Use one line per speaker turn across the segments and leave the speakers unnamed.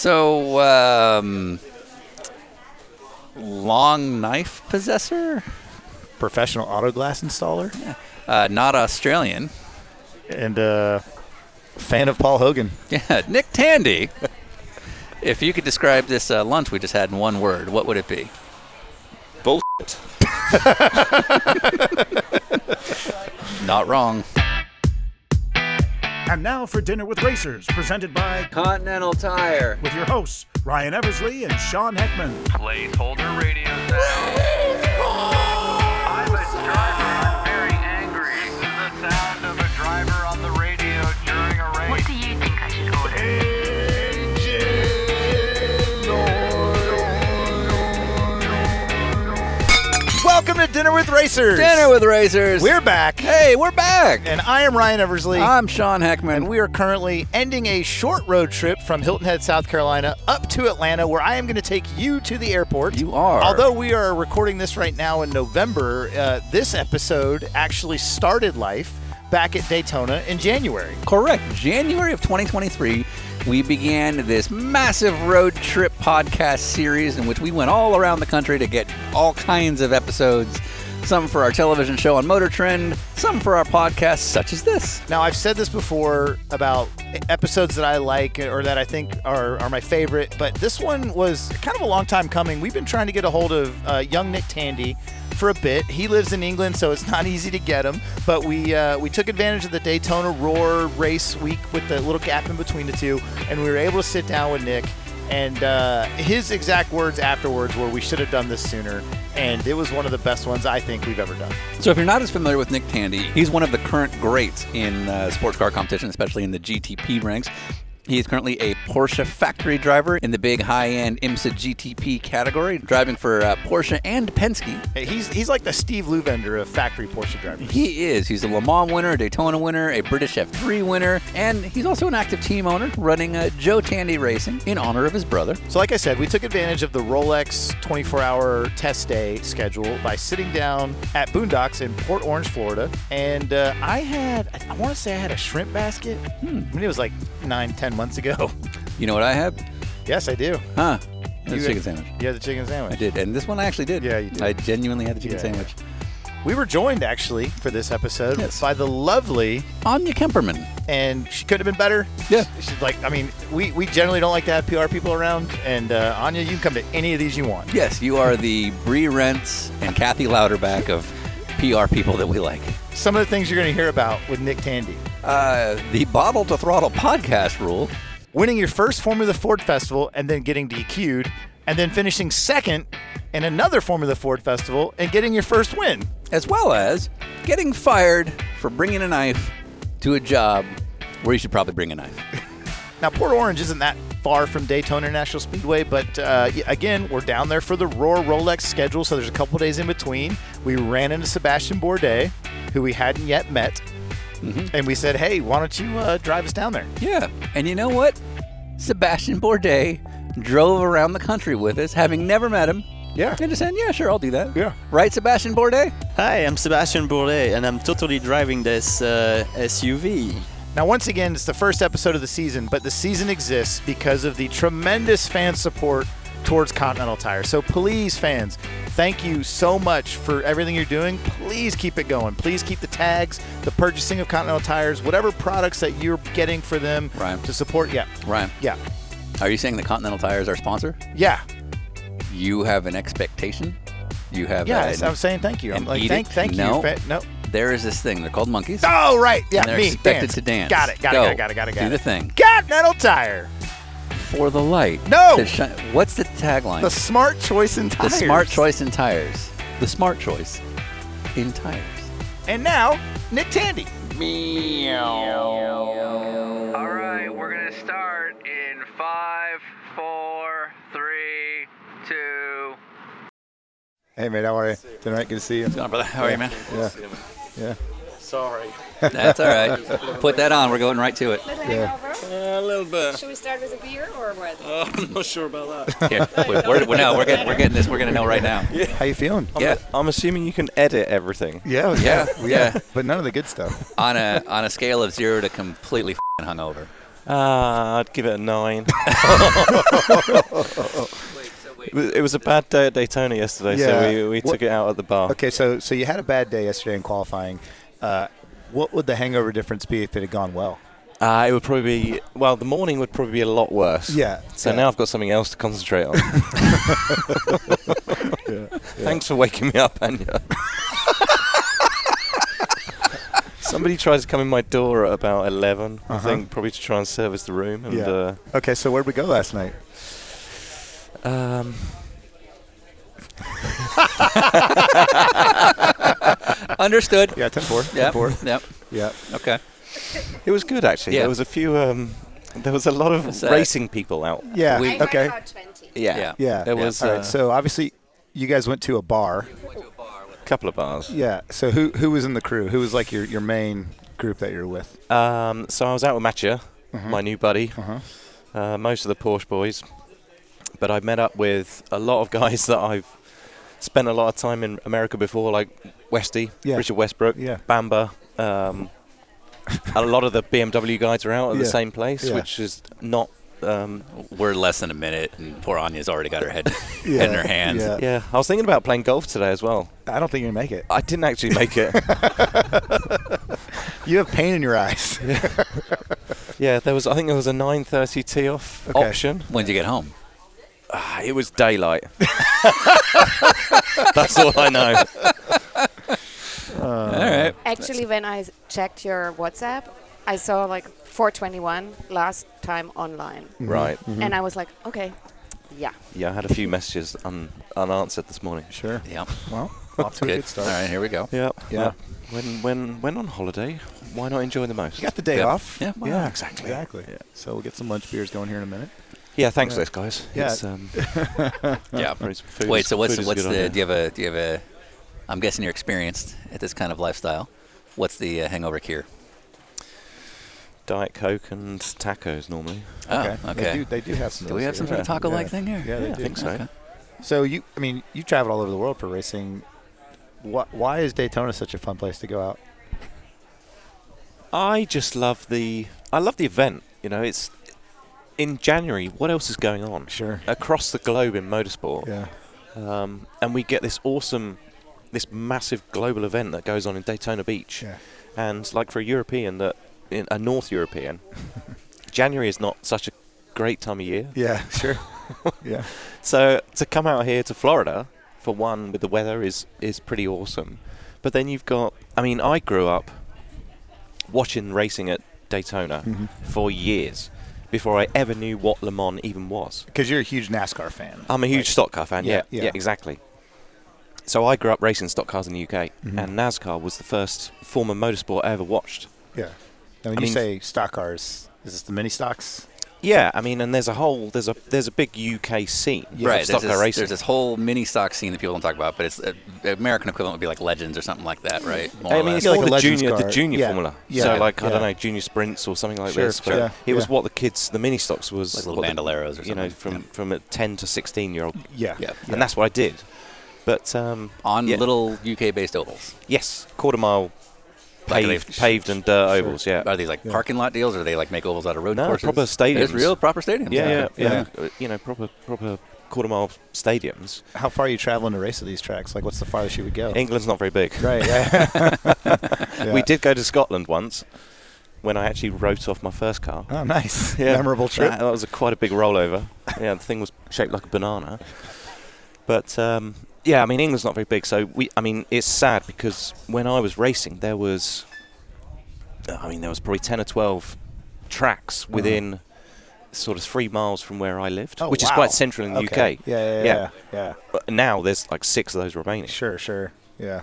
So, um, long knife possessor,
Professional auto glass installer
uh, not Australian.
and uh, fan of Paul Hogan.
Yeah, Nick Tandy. if you could describe this uh, lunch we just had in one word, what would it be?
Bullshit.
Not wrong.
And now for Dinner with Racers, presented by
Continental Tire.
with your hosts, Ryan Eversley and Sean Heckman.
Placeholder radio sound. I'm a driver. I'm very angry. This is the sound of a driver on the radio during a race.
What do you think I should order?
Welcome to Dinner with Racers.
Dinner with Razors.
We're back,
hey, we're back.
and I am Ryan Eversley.
I'm Sean Heckman.
and we are currently ending a short road trip from Hilton Head, South Carolina, up to Atlanta, where I am going to take you to the airport.
You are.
Although we are recording this right now in November, uh, this episode actually started life back at Daytona in January.
Correct. January of 2023, we began this massive road trip podcast series in which we went all around the country to get all kinds of episodes, some for our television show on Motor Trend, some for our podcast, such as this.
Now, I've said this before about episodes that I like or that I think are, are my favorite, but this one was kind of a long time coming. We've been trying to get a hold of uh, young Nick Tandy for a bit. He lives in England, so it's not easy to get him, but we, uh, we took advantage of the Daytona Roar race week with the little gap in between the two, and we were able to sit down with Nick. And uh, his exact words afterwards were, We should have done this sooner. And it was one of the best ones I think we've ever done.
So, if you're not as familiar with Nick Tandy, he's one of the current greats in uh, sports car competition, especially in the GTP ranks. He is currently a Porsche factory driver in the big high end IMSA GTP category, driving for uh, Porsche and Penske.
He's, he's like the Steve Louvender of factory Porsche drivers.
He is. He's a Le Mans winner, a Daytona winner, a British F3 winner, and he's also an active team owner running uh, Joe Tandy Racing in honor of his brother.
So, like I said, we took advantage of the Rolex 24 hour test day schedule by sitting down at Boondocks in Port Orange, Florida. And uh, I had, I want to say I had a shrimp basket. Hmm. I mean, it was like nine, ten months ago.
You know what I have?
yes, I do.
Huh? The
You-
chicken sandwich.
You had the chicken sandwich.
I did, and this one I actually did.
Yeah, you did.
I genuinely had the chicken
Yeah,
sandwich.
We were joined actually for this episode
Yes.
by the lovely,
Anya Kemperman.
and she could have been better.
Yeah.
She's like, I mean, we, we generally don't like to have PR people around. And uh, Anya, you can come to any of these you want.
Yes, you are the Bree Rents and Kathy Louderback of PR people that we like.
Some of the things you're going to hear about with Nick Tandy.
Uh, the Bottle to Throttle podcast rule.
winning your first Formula Ford Festival and then getting DQ'd, and then finishing second in another Formula Ford Festival and getting your first win.
as well as getting fired for bringing a knife to a job where you should probably bring a knife.
Now, Port Orange isn't that far from Daytona International Speedway, but uh, y- again, we're down there for the Roar Rolex schedule, so there's a couple days in between. We ran into Sebastian Bourdais, who we hadn't yet met, and we said, hey, why don't you uh, drive us down there?
Yeah. And you know what? Sebastian Bourdais drove around the country with us, having never met him.
Yeah.
And just saying, yeah, sure, I'll do that.
Yeah.
Right, Sebastian Bourdais?
Hi, I'm Sebastian Bourlet, and I'm totally driving this uh, SUV.
Now, once again, it's the first episode of the season, but the season exists because of the tremendous fan support towards Continental Tire. So, please, fans, thank you so much for everything you're doing. Please keep it going. Please keep the tags, the purchasing of Continental Tires, whatever products that you're getting for them
Ryan.
to support. Yeah.
Ryan,
Yeah.
are you saying that Continental Tire is our sponsor?
Yeah.
You have an expectation? You have
Yeah.
a-
I'm saying thank you. I'm
and
like,
eat
thank,
it?
thank
No.
you. Fa- no.
There is this thing. They're called monkeys.
Oh, right. Yeah.
and they're
me.
expected
dance.
to dance.
Got it. Got
Go.
it. Got it. Got it. Got it. Got
Do
it.
the thing.
Continental Tire.
For the light.
No!
that shi- What's the tagline?
The smart choice in
The
tires.
smart choice in tires. The smart choice in tires.
And now, Nick Tandy.
All right, we're gonna start in five, four, three, two.
Hey mate, how are you? Doing all right? Good to see you.
How are you, man?
Yeah, yeah.
That's all right. Put that on. We're going right to it.
A little bit. Uh,
Should we start with a beer or what?
I'm not sure about that.
Here, we're, we're, we're- no, we're getting, we're getting this. We're going to know right now.
How you feeling?
Yeah.
I'm assuming you can edit everything.
Yeah,
Yeah. Yeah.
but none of the good stuff.
On a on a scale of zero to completely f***ing hungover.
Ah, I'd give it a nine. it was a bad day at Daytona yesterday,
Yeah.
so we, we
What-
took it out at the bar.
Okay, so so you had a bad day yesterday in qualifying. Uh, what would the hangover difference be if it had gone well?
Uh, it would probably be, well, the morning would probably be a lot worse.
Yeah,
So
yeah.
now I've got something else to concentrate on. Thanks for waking me up, Anya. Somebody tried to come in my door at about 11, I
Uh-huh.
think, probably to try and service the room. And, uh,
okay, so where'd we go last night?
Um.
Understood.
Yeah, 10-4.
Yep.
10-4.
Yep.
Yeah.
Okay.
It was good actually.
Yeah.
There was a few. Um, there was a lot of
It's, uh,
racing people out.
Yeah.
We-
okay.
About 20.
Yeah.
Yeah.
There was
All
uh,
right. So obviously, you guys went to a bar.
a couple of bars.
Yeah. So who who was in the crew? Who was like your, your main group that you're with?
Um, so I was out with Matcha,
Mm-hmm.
my new buddy. Uh, most of the Porsche boys, but I met up with a lot of guys that I've spent a lot of time in America before, like Westy,
Yeah.
Richard Westbrook,
Yeah.
Bamba. Um, a lot of the BMW guys are out at
Yeah.
the same place,
Yeah.
which is not. Um,
Uh, We're less than a minute, and poor Anya's already got her head, head in her hands.
Yeah.
yeah, I was thinking about playing golf today as well.
I don't think you're gonna make it.
I didn't actually make it.
You have pain in your eyes.
Yeah, there was. I think there was a 9:30 tee off
Okay.
option.
When'd you get home?
Ah, It was daylight. That's all I know.
All right.
Uh, Actually, when I s- checked your WhatsApp, I saw like 421 last time online.
Right.
And I was like, okay, yeah.
Yeah, I had a few messages un- unanswered this morning.
sure.
Yep.
Well, off to a good start.
All right. Here we go.
Yeah.
Yeah.
When when when on holiday, why not enjoy the most?
You got the day
Yeah.
off.
Yeah. Wow,
exactly. Exactly. So we'll get some lunch beers going here in a minute.
Yeah, thanks for this, guys.
Yeah.
It's, um,
Yeah.
food is-
Wait. So what's
food is a
what's
good
the?
idea.
Do you have a? Do you have a? I'm guessing you're experienced at this kind of lifestyle. What's the uh, hangover cure?
Diet Coke and tacos normally.
Oh,
They
okay.
do, they do have some.
Do we
those
have some
here.
sort of taco-like
Yeah.
thing here?
Yeah, they
Yeah, I
do.
think so.
Okay.
So you, I mean, you traveled all over the world for racing. Why, why is Daytona such a fun place to go out?
I just love the I love the event. You know, it's in January. What else is going on?
Sure.
Across the globe in motorsport.
Yeah.
um, and we get this awesome, this massive global event that goes on in Daytona Beach.
Yeah.
And like for a European that, in, a North European, January is not such a great time of year.
Yeah. Sure. yeah.
So to come out here to Florida for one with the weather is is pretty awesome. But then you've got, I mean, I grew up watching racing at Daytona
Mm-hmm.
for years before I ever knew what Le Mans even was.
Because you're a huge NASCAR fan.
I'm a huge stock car fan.
Yeah,
Yeah,
yeah.
yeah, exactly. So I grew up racing stock cars in the UK,
Mm-hmm.
and NASCAR was the first form of motorsport I ever watched.
yeah. Now, when
I
you
mean-
say stock cars, is this the mini stocks?
Yeah, I mean, and there's a whole there's a there's a big UK scene
right.
of
There's
stock
this,
car racing.
there's this whole mini stock scene that people don't talk about, but it's uh, the American equivalent would be like Legends or something like that, right? More
I
or
mean,
less.
it's
Yeah, like
like
a
the
Legends
junior,
car.
the junior
Yeah,
formula.
yeah,
so, like, I
yeah.
don't know, junior sprints or something like
Sure,
this. But
sure,
it was
yeah.
what the kids, the mini stocks was.
Like little
what the-
bandoleros or
You know,
something,
from, from a 10 to 16 year old.
Yeah.
Yeah.
And that's what I did. But, um,
on
yeah.
little UK-based ovals.
yes, quarter mile
Like
paved,
they've-
paved and dirt ovals, yeah.
Are these like parking lot deals, or they like make ovals out of road
No,
courses?
proper
There's
stadiums.
real proper stadiums.
yeah,
Yeah.
yeah, yeah. You know, proper proper quarter mile stadiums.
How far are you traveling to race at these tracks? Like, what's the farthest you would go?
England's not very big.
Oh. Right. Yeah. Yeah.
We did go to Scotland once when I actually wrote off my first car.
Oh, nice. Memorable trip.
That, that was a quite a big rollover. yeah, the thing was shaped like a banana. But um, yeah, I mean England's not very big, so we. I mean it's sad because when I was racing, there was, I mean there was probably ten or twelve tracks within. Sort of three miles from where I lived,
Mm-hmm. Oh,
which is
wow.
quite central in the
Okay.
UK.
Yeah. Yeah. Yeah. yeah.
But now there's like six of those remaining.
Sure. Sure. Yeah.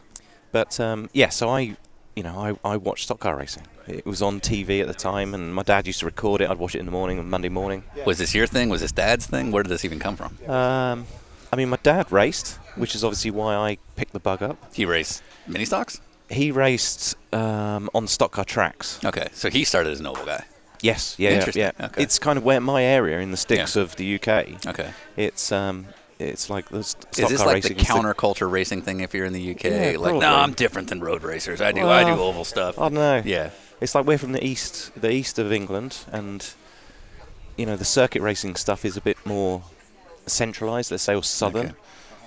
But um, yeah, so I, you know, I, I watched stock car racing. It was on TV at the time, and my dad used to record it. I'd watch it in the morning on Monday morning.
Was this your thing? Was this dad's thing? Where did this even come from?
Um, I mean, my dad raced, which is obviously why I picked the bug up.
He raced mini stocks.
He raced um, on stock car tracks.
Okay, so he started as an oval guy.
Yes, yeah,
Ah. Interesting,
yeah. yeah.
okay.
It's kind of where my area in the sticks of the UK.
Okay.
It's um, it's like the st- stock
Is this
car
like the
racing. is
counterculture racing thing? If you're in the UK,
Yeah,
like
probably.
no, I'm different than road racers. I do I do
Well,
oval stuff.
I don't know.
Yeah.
It's like we're from the east, the east of England, and you know, the circuit racing stuff is a bit more centralized, let's say, or southern.
Okay.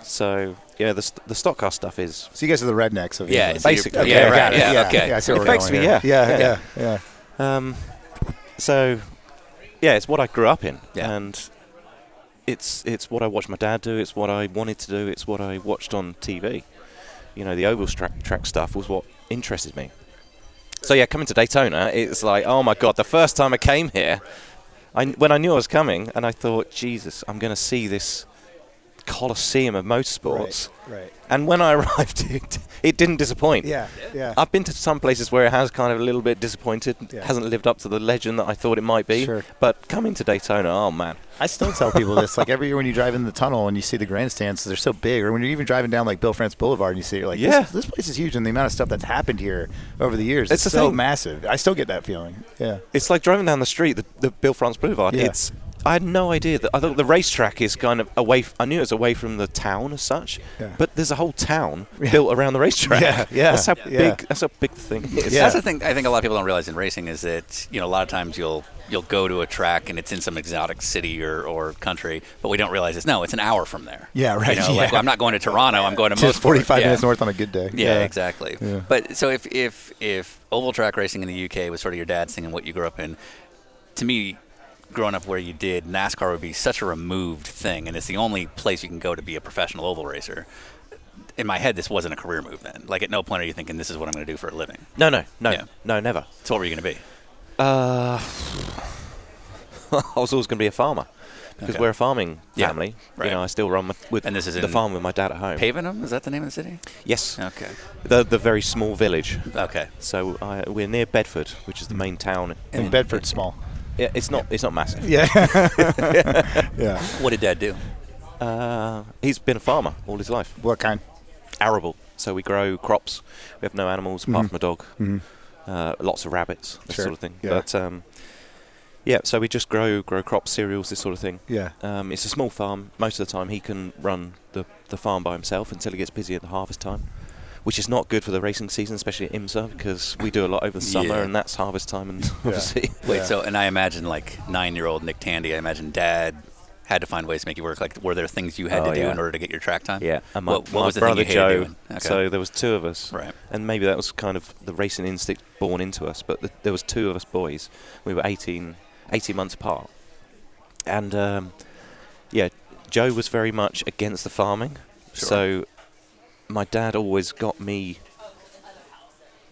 So, yeah, the, st- the stock car stuff is.
So you guys are the rednecks of
Yeah,
England.
basically.
Okay,
yeah,
I got
right.
it.
Yeah, okay.
Yeah, I see where we're going
Effectively,
here.
yeah.
yeah, yeah, yeah.
Um, so, yeah, it's what I grew up in,
Yeah.
and it's it's what I watched my dad do. It's what I wanted to do. It's what I watched on TV. You know, the oval track, track stuff was what interested me. So yeah, coming to Daytona, it's like, oh my god, the first time I came here, I when I knew I was coming, and I thought, Jesus, I'm going to see this coliseum of motorsports.
Right.
And when I arrived, it, it didn't disappoint.
Yeah. Yeah.
I've been to some places where it has kind of a little bit disappointed,
Yeah.
hasn't lived up to the legend that I thought it might be.
Sure.
But coming to Daytona, oh man,
I still tell people this. Like every year when you drive in the tunnel and you see the grandstands, they're so big. Or when you're even driving down like Bill France Boulevard and you see, it, you're like,
Yeah.
this, this place is huge. And the amount of stuff that's happened here over the years,
It's
it's,
the
so
thing.
massive. I still get that feeling. Yeah.
it's like driving down the street, the, the Bill France Boulevard.
Yeah.
It's I had no idea that I thought the racetrack is kind of away. F- I knew it was away from the town as such,
Yeah.
but there's a whole town built around the racetrack.
Yeah, yeah,
That's how
yeah.
big. That's how big the thing is.
Yeah.
That's the thing I think a lot of people don't realize in racing is that you know a lot of times you'll you'll go to a track and it's in some exotic city or, or country, but we don't realize it's no, it's an hour from there.
Yeah, right,
You know, like,
yeah.
I'm not going to Toronto. I'm going to
Just
Mosport.
45 minutes
Yeah.
north on a good day.
Yeah, exactly.
Yeah.
But so if if if oval track racing in the UK was sort of your dad's thing and what you grew up in, to me, growing up where you did, NASCAR would be such a removed thing, and it's the only place you can go to be a professional oval racer. In my head, this wasn't a career move then. Like at no point are you thinking this is what I'm going to do for a living.
No, no, no,
Yeah.
no, never.
So what were you going to be?
Uh, I was always going to be a farmer because
Okay.
we're a farming
Yeah,
family.
right.
You know, I still run my, with
And this is
the
in
farm with my dad at home.
Pavenham is that the name of the city?
Yes.
Okay.
The, the very small village.
Okay.
So I, we're near Bedford, which is the main town.
And Bedford's small.
Yeah, it's not. It's not massive.
Yeah. yeah.
What did Dad do?
Uh, he's been a farmer all his life.
What kind?
Arable. So we grow crops. We have no animals apart from a dog. Uh, lots of rabbits,
Mm-hmm.
this
Sure.
sort of thing.
Yeah.
But um, yeah, so we just grow grow crops, cereals, this sort of thing.
Yeah.
Um, it's a small farm. Most of the time, he can run the, the farm by himself until he gets busy at the harvest time, which is not good for the racing season, especially at IMSA, because we do a lot over the summer,
Yeah.
and that's harvest time. And obviously,
Wait,
Yeah.
so and I imagine like nine-year-old Nick Tandy. I imagine Dad had to find ways to make you work. Like, were there things you had
Oh,
to do
yeah.
in order to get your track time?
yeah, and my,
what, what
my
was the
brother
thing you hated
Joe.
doing? Okay.
So there was two of us,
Right.
and maybe that was kind of the racing instinct born into us. But th there was two of us boys. We were 18, 18 months apart, and um, yeah, Joe was very much against the farming.
Sure.
So my dad always got me,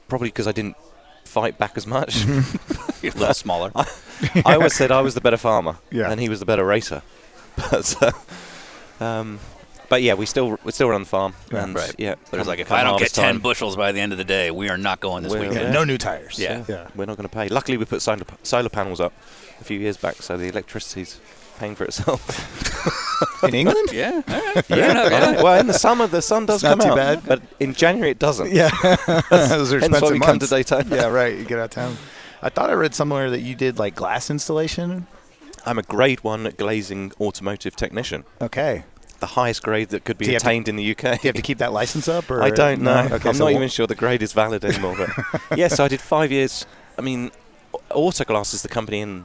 probably because I didn't fight back as much.
You're a little smaller.
I always said I was the better farmer,
Yeah.
and he was the better racer. But, uh, um, but yeah, we still we still run the farm, and
Right.
yeah.
But it's
come-
like if
come
I don't get
harvest
ten
time,
bushels by the end of the day, we are not going this
Well,
weekend.
Yeah.
No new tires.
Yeah.
Yeah.
we're not going to pay. Luckily, we put solar, p- solar panels up a few years back, so the electricity's paying for itself.
In England?
Yeah.
yeah, well, in the summer the sun does
not
come
too
out,
bad.
but in January it doesn't.
Yeah. Those are
Hence
expensive
why we come to
months.
Daytona.
yeah, right. You get out of town. I thought I read somewhere that you did like glass installation.
I'm a Grade One glazing automotive technician,
Okay.
the highest grade that could be
Do you have to-
attained in the UK.
Do you have to keep that license up? Or
I don't
No?
know.
Okay,
I'm
so
not
wh-
even sure the grade is valid anymore. But yeah, so I did five years. I mean, Au- Autoglass is the company in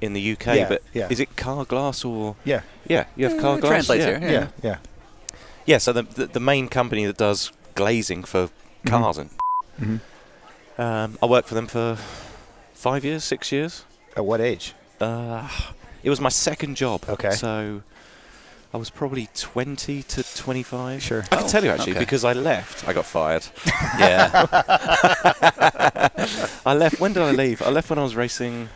in the UK,
Yeah,
but
yeah.
is it Car Glass or
Yeah,
yeah? You have Car
it
Glass.
translates
yeah.
here.
yeah, yeah.
Yeah, so the, the the main company that does glazing for
Mm-hmm.
cars and um, I worked for them for five years, six years.
Mm-hmm. At what age?
Uh, it was my second job.
Okay.
So I was probably 20 to 25.
Sure.
I can
Oh,
tell you actually
okay.
because I left. I got fired.
Yeah.
I left. When did I leave? I left when I was racing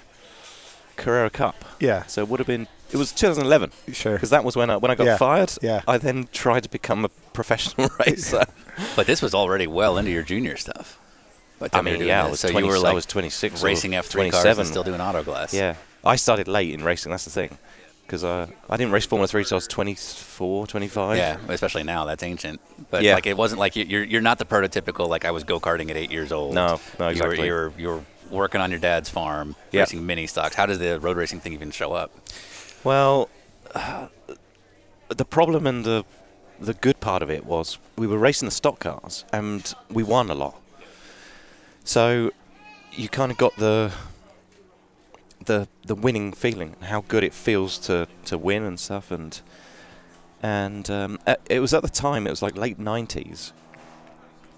Carrera Cup.
Yeah,
So it would have been. It was 2011
sure.
because that was when I when I got
Yeah,
fired.
yeah.
I then tried to become a professional racer.
But this was already well into your junior stuff. But
I mean, yeah, I was,
so
20,
you were like
I was 26, or
racing F3 cars
27.
and still doing auto glass.
Yeah, I started late in racing. That's the thing, because uh, I didn't race Formula Three till I was 24, 25.
Yeah, especially now that's ancient. But
Yeah.
like it wasn't like you- you're you're not the prototypical like I was go karting at eight years old.
No, no, exactly.
You were, you were, you were working on your dad's farm,
Yeah.
racing mini stocks. How does the road racing thing even show up?
Well, uh, the problem and the the good part of it was we were racing the stock cars and we won a lot. So you kind of got the the the winning feeling, how good it feels to to win and stuff, and and um, a- it was at the time it was like late '90s,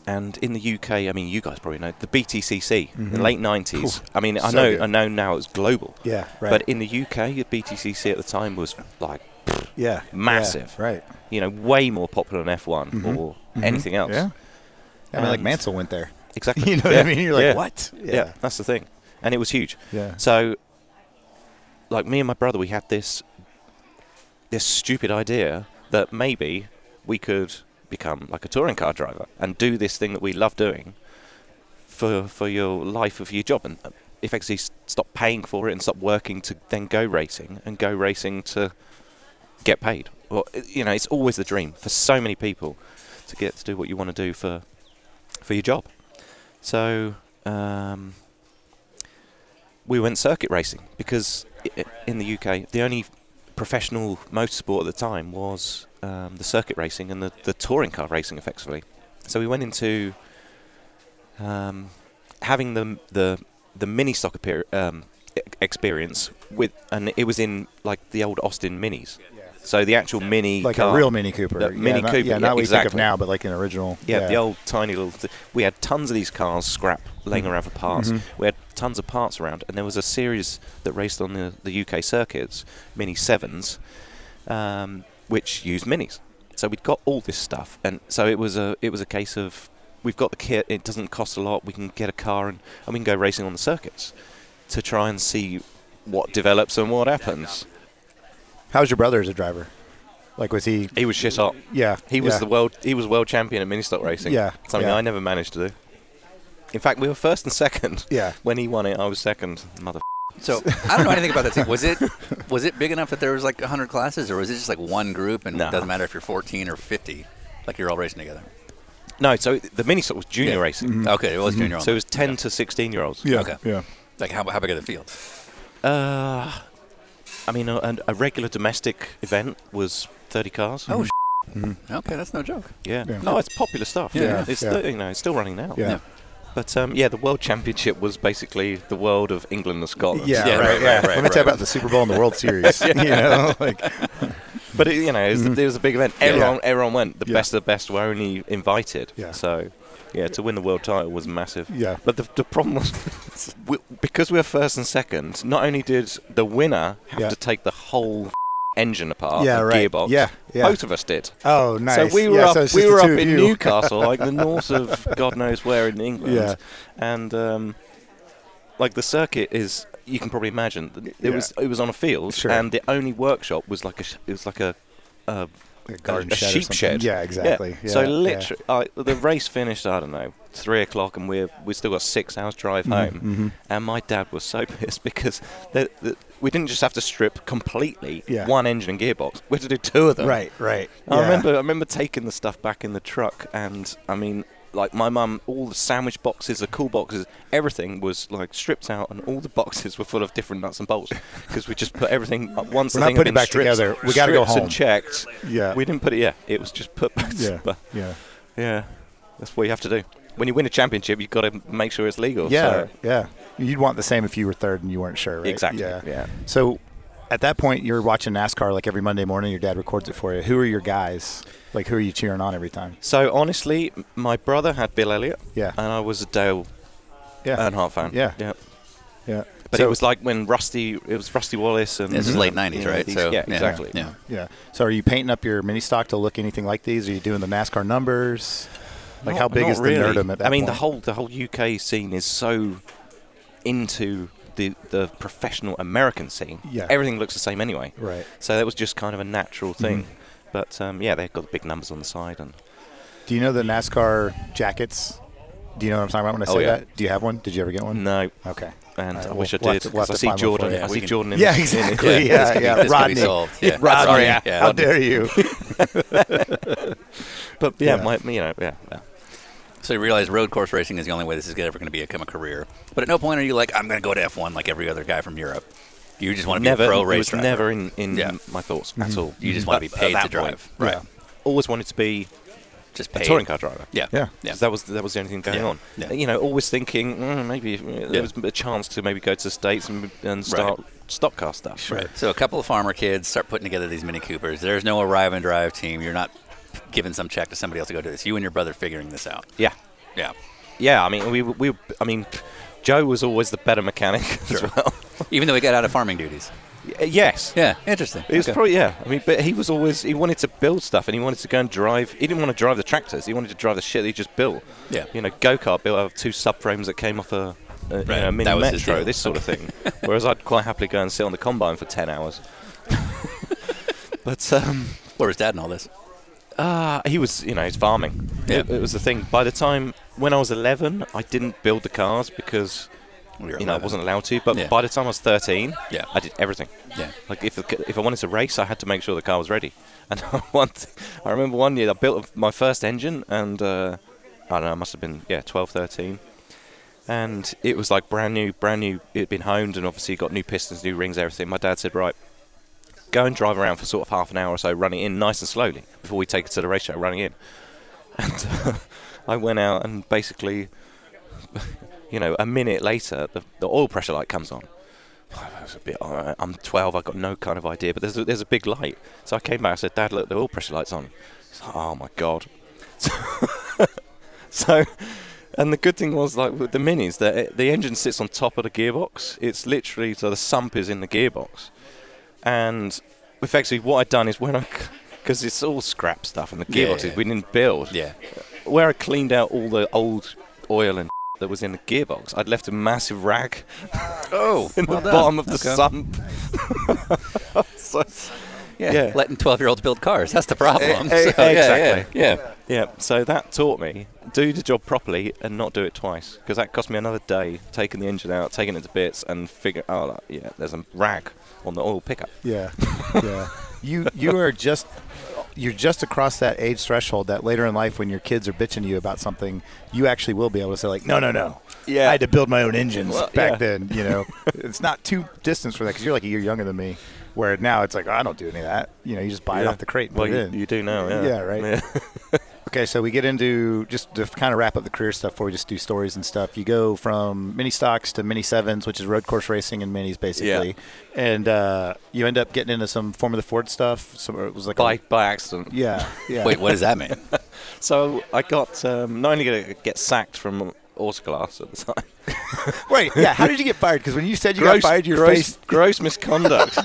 and in the UK, I mean, you guys probably know the BTCC, in the late '90s. I mean, I
Mm-hmm. So
know
good.
I know now it's global,
Yeah, right.
but in the UK, the BTCC at the time was like
yeah,
massive.
yeah, right.
you know way more popular than F1 or anything else.
Mm-hmm. Yeah. I mean, like
And-
Mansell went there.
Exactly.
You know what I
Yeah.
mean? You're like,
Yeah.
what?
Yeah. that's the thing, and it was huge.
Yeah.
So, like me and my brother, we had this this stupid idea that maybe we could become like a touring car driver and do this thing that we love doing for for your life of your job and uh, effectively s- stop paying for it and stop working to then go racing and go racing to get paid. Well, i- you know, it's always the dream for so many people to get to do what you want to do for for your job. So um, we went circuit racing because i- i- in the UK the only professional motorsport at the time was um, the circuit racing and the, the touring car racing effectively. So we went into um, having the the the mini stock appear, um, e- experience with, and it was in like the old Austin minis. So the actual mini,
Like
car,
a real Mini Cooper.
The
yeah,
Mini
not,
Cooper,
Yeah,
yeah,
not what you think of
exactly.
now, but like an original.
yeah, the old tiny little. Th- we had tons of these cars scrap laying around for parts. We had tons of parts around, and there was a series that raced on the, the UK circuits, Mini Sevens, um, which used minis. So we'd got all this stuff, and so it was a it was a case of we've got the kit. It doesn't cost a lot. We can get a car and, and we can go racing on the circuits to try and see what develops and what happens.
How's your brother as a driver? Like, was he?
He was shit up.
Yeah.
He was
yeah.
the world. He was world champion at mini stock racing.
Yeah,
something
yeah.
I never managed to do. In fact, we were first and second.
Yeah.
When he won it, I was second. Mother.
So I don't know anything about that team. Was it was it big enough that there was like 100 classes, or was it just like one group and
Nah.
it doesn't matter if you're 14 or 50, like you're all racing together?
No. So the mini stock was junior
Yeah.
racing.
Okay, it was junior. only.
So it was ten to sixteen year olds.
Okay.
Mm-hmm. Yeah.
like how, how big are the fields?
Uh, I mean, a, an- a regular domestic event was thirty cars. Mm-hmm.
Oh, Okay, that's no joke.
yeah.
yeah.
No, it's popular stuff.
Yeah, yeah.
It's
Yeah.
th- you know, it's still running now.
Yeah.
But um, yeah, the world championship was basically the world of England and Scotland.
Yeah,
Yeah,
right,
right,
yeah.
right, right,
Let me
right.
tell you about the Super Bowl and the World Series. You know, like
But it, you know, it was, it was a big event. Everyone, everyone went. The
Mm. Yeah.
best of the best were only invited.
Yeah.
So, yeah, to win the world title was massive.
Yeah.
But the, the problem was, we, because we were first and second, not only did the winner have
Yeah.
to take the whole engine apart,
Yeah,
the
right.
gearbox,
Yeah, yeah.
both of us did.
oh, nice.
So we were
yeah,
up,
so it's
we
just the
were up
two of
in
you.
Newcastle, like the north of God knows where in England,
Yeah.
and um, like the circuit is. You can probably imagine that it
Yeah.
was it was on a field,
Sure.
and the only workshop was like a sh- it was like a, a
A garden
a
shed or
sheep
something.
shed.
Yeah, exactly. Yeah,
so
yeah.
literally, I, the race finished. I don't know, three o'clock, and we're we still got six hours drive home. And my dad was so pissed because the, the, we didn't just have to strip completely
Yeah.
one engine and gearbox. We had to do two of them.
Right, right.
I
yeah.
remember I remember taking the stuff back in the truck, and I mean, like my mum, all the sandwich boxes, the cool boxes, everything was like stripped out, and all the boxes were full of different nuts and bolts because we just put everything up once.
We're
the
not
thing
putting
had
it
been
back
stripped-
together. We gotta go
stripped
home.
And checked.
Yeah.
we didn't put it. Yeah, it was just put back.
Yeah,
but-
yeah,
yeah, that's what you have to do. When you win a championship, you've got to make sure it's legal.
yeah,
so-
yeah. You'd want the same if you were third and you weren't sure, right?
Exactly, yeah.
So, at that point, you're watching NASCAR like every Monday morning. Your dad records it for you. Who are your guys? Like, who are you cheering on every time?
So honestly, m- my brother had Bill Elliott.
Yeah.
and I was a Dale
Yeah,
Earnhardt fan.
Yeah.
yeah.
yeah.
But
So-
it was like when Rusty, it was Rusty Wallace and
This is
um,
late 90s,
you know,
right?
these-
So
yeah, exactly.
Mm-hmm. Yeah.
Yeah. So are you painting up your mini stock to look anything like these? Are you doing the NASCAR numbers? Like how
Not-
big
not
is the
really.
nerdum at that
I mean, the
point?
whole the whole UK scene is so into the the professional American scene.
Yeah.
everything looks the same anyway.
Right. Mm-hmm.
So that was just kind of a natural thing. But um, yeah, they've got the big numbers on the side, and
Do you know the NASCAR jackets? Do you know what I'm talking about when I say
Oh, yeah.
that? Do you have one? Did you ever get one?
no,
Okay.
and
All right,
I
we'll-
wish
we'll
I
have
did.
to- we'll have
'cause I
to
see
find one
Jordan.
for you.
I
We
see
can-
Jordan. In
Yeah,
his- in his-
exactly.
yeah.
Yeah,
this could be-
yeah.
this could be
Rodney.
solved. Yeah.
Rodney.
Sorry, yeah,
how
Rodney.
dare you?
But yeah,
Yeah.
my you know yeah. yeah.
So you realize road course racing is the only way this is ever going to become a career. But at no point are you like, I'm going to go to F1 like every other guy from Europe. You just want to be
Never,
a pro
it
race
was
driver.
never in, in
Yeah.
Mm-hmm.
my thoughts at all. Mm-hmm.
You just want to be
At- at
paid to
that
drive,
point, Always wanted to be
just
a
paid.
touring car driver.
Yeah.
Yeah.
Yeah.
That was that was the only thing going
Yeah.
on.
Yeah.
You know, always thinking mm, maybe uh,
Yeah.
there was a chance to maybe go to the states and, and start stock car stuff.
Right. So a couple of farmer kids start putting together these Mini Coopers. There's no arrive and drive team. You're not giving some check to somebody else to go do this. You and your brother figuring this out.
Yeah.
Yeah.
Yeah. I mean, we we I mean, Joe was always the better mechanic as well.
Even though he got out of farming duties.
Y- yes.
Yeah. Interesting.
It was
Okay.
probably yeah. I mean, but he was always he wanted to build stuff and he wanted to go and drive. He didn't want to drive the tractors. He wanted to drive the shit that he just built.
Yeah.
You know, go kart built out of two subframes that came off a, a, you
Right.
know, a mini
That was his
metro.
deal.
This sort of thing. Whereas I'd quite happily go and sit on the combine for ten hours. but um,
Where was dad in all this?
uh, he was you know he's farming.
Yeah.
It, it was the thing. By the time when I was eleven, I didn't build the cars because
We were
you know I
11.
wasn't allowed to. But
Yeah.
by the time I was thirteen,
Yeah.
I did everything.
Yeah.
Like if the, ca- if I wanted to race, I had to make sure the car was ready. And one, th- I remember one year I built my first engine, and uh, I don't know, I must have been yeah 12, 13. and it was like brand new, brand new. It had been honed, and obviously got new pistons, new rings, everything. My dad said, right. Go and drive around for sort of half an hour or so, run it in nice and slowly before we take it to the ratio, running in. And uh, I went out and basically, you know, a minute later, the, the oil pressure light comes on. I was a bit, all right, I'm 12, I've got no kind of idea, but there's a, there's a big light. So I came back, I said, Dad, look, the oil pressure light's on. He's like, oh my God. So, so- and the good thing was, like with the minis, the, the engine sits on top of the gearbox. It's literally, so the sump is in the gearbox. And effectively, what I'd done is when I, because it's all scrap stuff and the
Yeah,
gearboxes
yeah.
we didn't build
Yeah.
where I cleaned out all the old oil and that was in the gearbox, I'd left a massive rag
Oh.
in
well
the
done.
bottom of the
Okay.
sump. So-
Yeah.
yeah.
Letting 12 year olds build cars. That's the problem.
Eh, eh,
So, yeah,
exactly.
Yeah. yeah.
yeah, so that taught me do the job properly and not do it twice because that cost me another day taking the engine out, taking it to bits, and figure oh like, yeah, there's a rag on the oil pickup.
Yeah, yeah. you you are just you're just across that age threshold that later in life when your kids are bitching to you about something, you actually will be able to say like, no, no, no.
Yeah.
I had to build my own engines
Well,
back
yeah.
then. You know, it's not too distant from that because you're like a year younger than me. Where now it's like, oh, I don't do any of that. You know, you just buy it
Yeah.
off the crate. And
Well,
put it
you,
in.
you do now, yeah.
Yeah, right. Okay, so we get into just to kind of wrap up the career stuff before we just do stories and stuff. You go from mini stocks to mini sevens, which is road course racing and minis basically, and uh, you end up getting into some form of the Ford stuff. Some it was like a-
By by accident.
yeah, yeah.
Wait, what does that mean?
So I got um, not only going to get sacked from autoclass at the time.
wait, yeah. How did you get fired? Because when you said you got fired, your
gross, gross misconduct.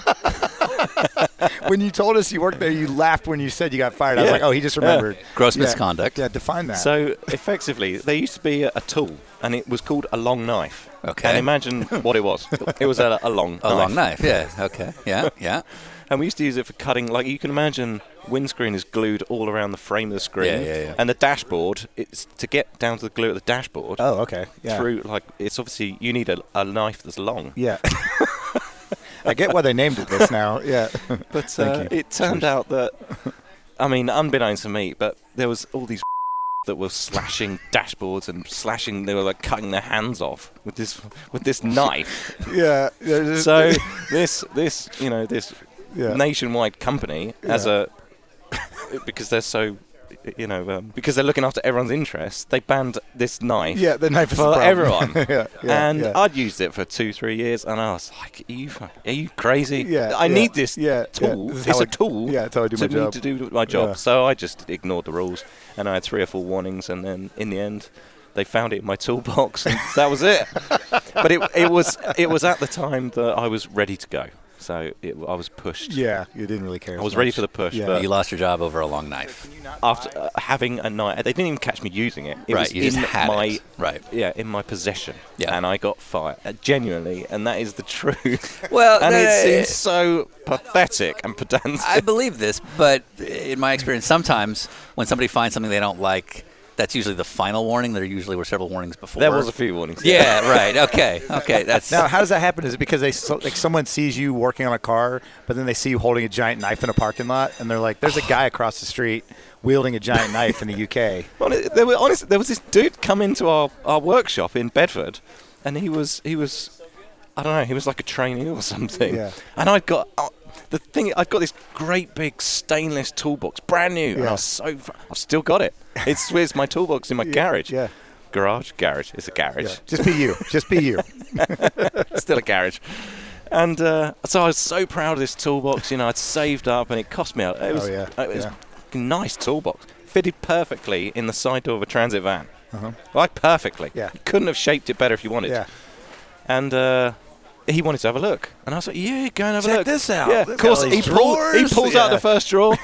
face when you told us you worked there, you laughed when you said you got fired. I was
Yeah.
like, oh, he just remembered.
Gross
Yeah.
misconduct.
Yeah, define that.
so effectively, there used to be a, a tool, and it was called a long knife.
Okay.
And imagine what it was. It was a, a long
A long knife. Yeah. Okay. Yeah. Yeah.
And we used to use it for cutting. Like you can imagine, windscreen is glued all around the frame of the screen.
Yeah, yeah, yeah.
And the dashboard, it's to get down to the glue at the dashboard.
oh, okay. Yeah.
Through like it's obviously you need a, a knife that's long.
Yeah. I get why they named it this now. Yeah.
But
Thank
uh,
you.
it turned out that, I mean, unbeknownst to me, but there was all these that were slashing dashboards and slashing. They were like cutting their hands off with this with this knife.
yeah. there's-
so this this you know this
Yeah.
nationwide company as a because they're so you know um, because they're looking after everyone's interests, they banned this knife.
Yeah, the knife is the
for
problem.
everyone.
Yeah, yeah,
and
yeah.
I'd used it for two, three years, and I was like, "Are you, fuck- are you crazy?
Yeah,
I
yeah,
need this
yeah, yeah.
tool.
This is
It's
how
a
I-
tool.
yeah, it's how I do
to
my
me
job.
to do my job."
Yeah.
So I just ignored the rules, and I had three or four warnings, and then in the end. They found it in my toolbox, and that was it. but it, it was it was at the time that I was ready to go, so it, I was pushed.
Yeah, you didn't really care.
I was ready for the push,
Yeah.
but
You lost your job over a long knife.
after uh, having a night, they didn't even catch me using it. It
Right,
was
you
in
just had
my
it. Right.
yeah, in my possession.
Yeah.
and I got fired uh, genuinely, and that is the truth.
Well,
and
no,
it
no,
seems
it-
so pathetic and pedantic.
I believe this, but in my experience, sometimes when somebody finds something they don't like, that's usually the final warning. There usually were several warnings before.
there was a few warnings.
Yeah. Right. Okay. Okay. That's
Now, how does that happen? Is it because they so, like someone sees you working on a car, but then they see you holding a giant knife in a parking lot, and they're like, "There's a guy across the street wielding a giant knife in the UK."
Hon- there were honest, there was this dude come into our, our workshop in Bedford, and he was he was I don't know. He was like a trainee or something.
Yeah.
And I'd got oh, the thing. I'd got this great big stainless toolbox, brand new. And I
Yeah.
was so. fr- I've still got it. It's it's my toolbox in my garage.
yeah.
Garage, garage. It's a garage.
Yeah. Just be you. Just be you.
It's still a garage. And uh, so I was so proud of this toolbox. You know, I'd saved up, and it cost me. a- It was,
yeah,
it was
yeah.
a nice toolbox. Fitted perfectly in the side door of a transit van. Like perfectly.
Yeah.
You couldn't have shaped it better if you wanted.
Yeah.
And uh, he wanted to have a look, and I was like, "Yeah, go and have a
Check
look."
this out.
Yeah,
Look
of
at
course.
all
He,
these
pull, he
drawers.
pulls out
Yeah.
the first drawer.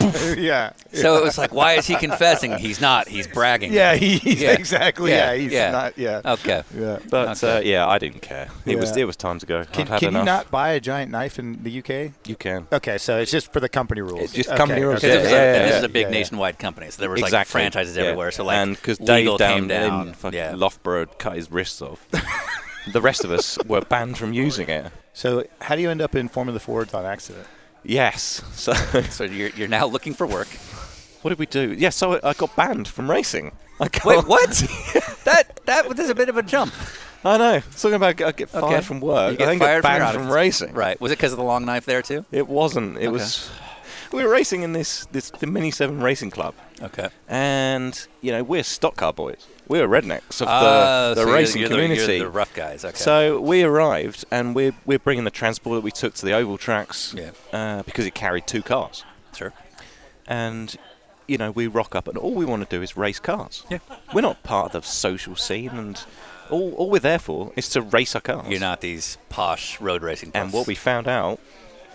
yeah.
So it was like, why is he confessing? He's not. He's bragging.
Yeah. He's
Yeah.
exactly. Yeah.
Yeah,
He's
yeah.
not. Yeah.
Oh,
Okay.
Yeah.
But uh, yeah, I didn't care. It was
Yeah.
it was time to go.
Can,
I'd had
can you
enough.
not buy a giant knife in the UK?
You can.
Okay, so it's just for the company rules.
It's just
Okay,
company rules,
okay,
Because it was a,
Yeah, yeah,
and this
yeah,
is a big
yeah, yeah.
nationwide company, so there was like
exactly.
franchises
Yeah.
everywhere. So like,
and because
legal
Dave
came
down,
down.
in fucking
yeah.
Loughborough cut his wrists off. the rest of us were banned from using it.
So how do you end up in Formula Fords on accident?
Yes. So
So you're, you're now looking for work.
what did we do? Yeah. So I- I got banned from racing. I got,
Wait, what? that that was a bit of a jump.
I know. Talking about I get fired
Okay.
from work.
You get
I then
fired
get
from your
banned from,
outfits.
racing.
Right. Was it because of the long knife there too?
It wasn't. It was. We were racing in this this the Mini Seven Racing Club,
Okay.
and you know we're stock car boys. We're rednecks of
Ah,
the, the
so you're-
racing
you're the- you're
community.
the rough guys. Okay.
So we arrived, and we're we're bringing the transport that we took to the oval tracks,
Yeah.
uh, because it carried two cars,
sure.
and you know we rock up, and all we want to do is race cars.
Yeah.
we're not part of the social scene, and all all we're there for is to race our cars.
You're not these posh road racing.
And
puffs.
what we found out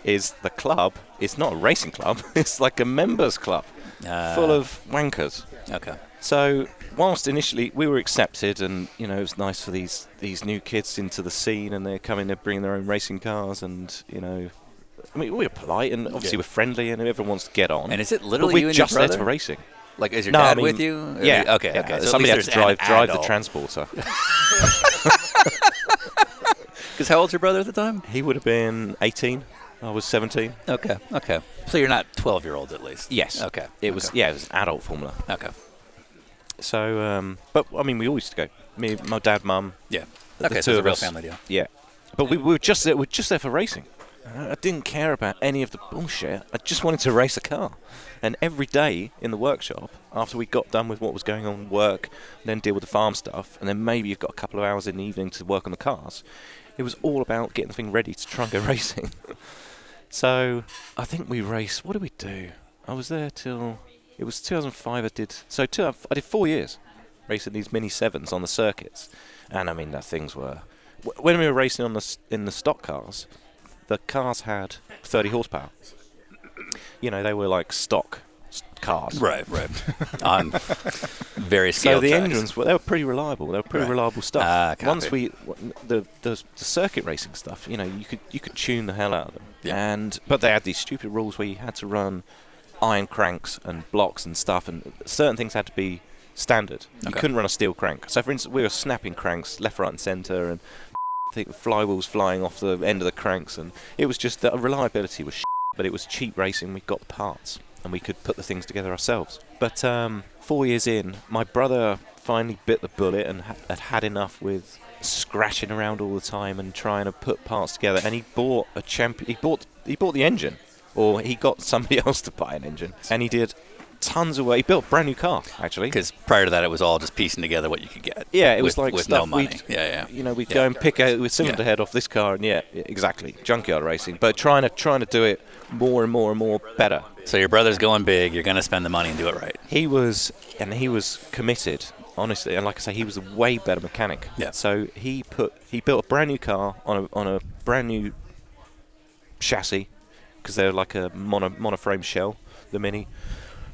is the club is not a racing club; it's like a members' club
Ah.
full of wankers.
okay.
So, whilst initially we were accepted, and you know it was nice for these these new kids into the scene, and they're coming, they're bringing their own racing cars, and you know, I mean we were polite and obviously we're friendly, and everyone wants to get on.
And is it
But
literally
we're
you and your
just there
brother?
for racing?
Like, is your
No, I
dad
mean,
with you? Or-
Yeah.
Okay.
yeah,
Okay.
Somebody had to drive drive the transporter.
Because how old's your brother at the time?
he would have been 18. I was 17.
Okay. Okay. So you're not 12 year olds at least.
Yes.
Okay.
It was
Okay.
yeah, it was an adult formula.
Okay.
So, um, but I mean, we always used to go. Me, my dad, mum,
Yeah.
the
Okay.
two
So it's a
of
real
us.
family deal.
Yeah, but we, we were just there, we were just there for racing. I I didn't care about any of the bullshit. I just wanted to race a car. And every day in the workshop, after we got done with what was going on, work, then deal with the farm stuff, and then maybe you've got a couple of hours in the evening to work on the cars. It was all about getting the thing ready to try and go racing. so I think we raced. What did we do? I was there till it was 2005. I did so. Two, I did four years racing these mini sevens on the circuits, and I mean that things were. wh- When we were racing on the s- in the stock cars, the cars had 30 horsepower. You know, they were like stock s- cars.
Right. Right. On very
So
scaled
the
tracks.
engines were they were pretty reliable. They were pretty
Right.
reliable stuff.
Ah, copy.
Once we w- the, the the circuit racing stuff, you know, you could you could tune the hell out of them.
Yeah.
And but they had these stupid rules where you had to run iron cranks and blocks and stuff, and certain things had to be standard. You
Okay.
couldn't run a steel crank. So for instance, we were snapping cranks left, right, and centre, and think flywheels flying off the end of the cranks, and it was just that reliability was but it was cheap racing. We got the parts and we could put the things together ourselves. But um, four years in, my brother finally bit the bullet and ha- had had enough with scratching around all the time and trying to put parts together. And he bought a champion. He bought he bought the engine, or he got somebody else to buy an engine, and he did tons of work. He built a brand new car actually.
Because prior to that, it was all just piecing together what you could get.
Yeah, it was
with-
like
with
stuff
no money.
We'd,
Yeah, yeah.
You know, we'd
Yeah.
go and pick a with cylinder
Yeah.
head off this car, and yeah, i- exactly, junkyard racing. But trying to trying to do it more and more and more better.
So your brother's going big. You're going to spend the money and do it right.
He was, and he was committed, honestly. And like I say, he was a way better mechanic.
Yeah.
So he put he built a brand new car on a on a brand new chassis because they're like a mono monoframe shell, the mini.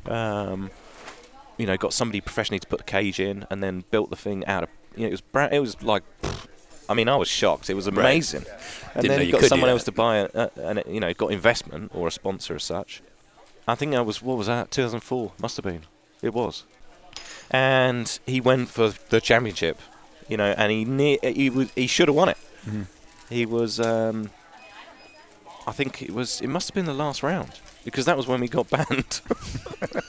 Um, you know, got somebody professionally to put the cage in, and then built the thing out of. You know, it was brand, it was like. I mean, I was shocked. It was amazing. And
Didn't know
then
you
got
could do
someone
that.
else to buy it, uh, and it, you know, got investment or a sponsor as such. I think that was what was that? 2004 must have been. It was. And he went for the championship, you know, and he ne- he was he should have won it.
Mm-hmm.
He was. Um, I think it was. It must have been the last round because that was when we got banned. I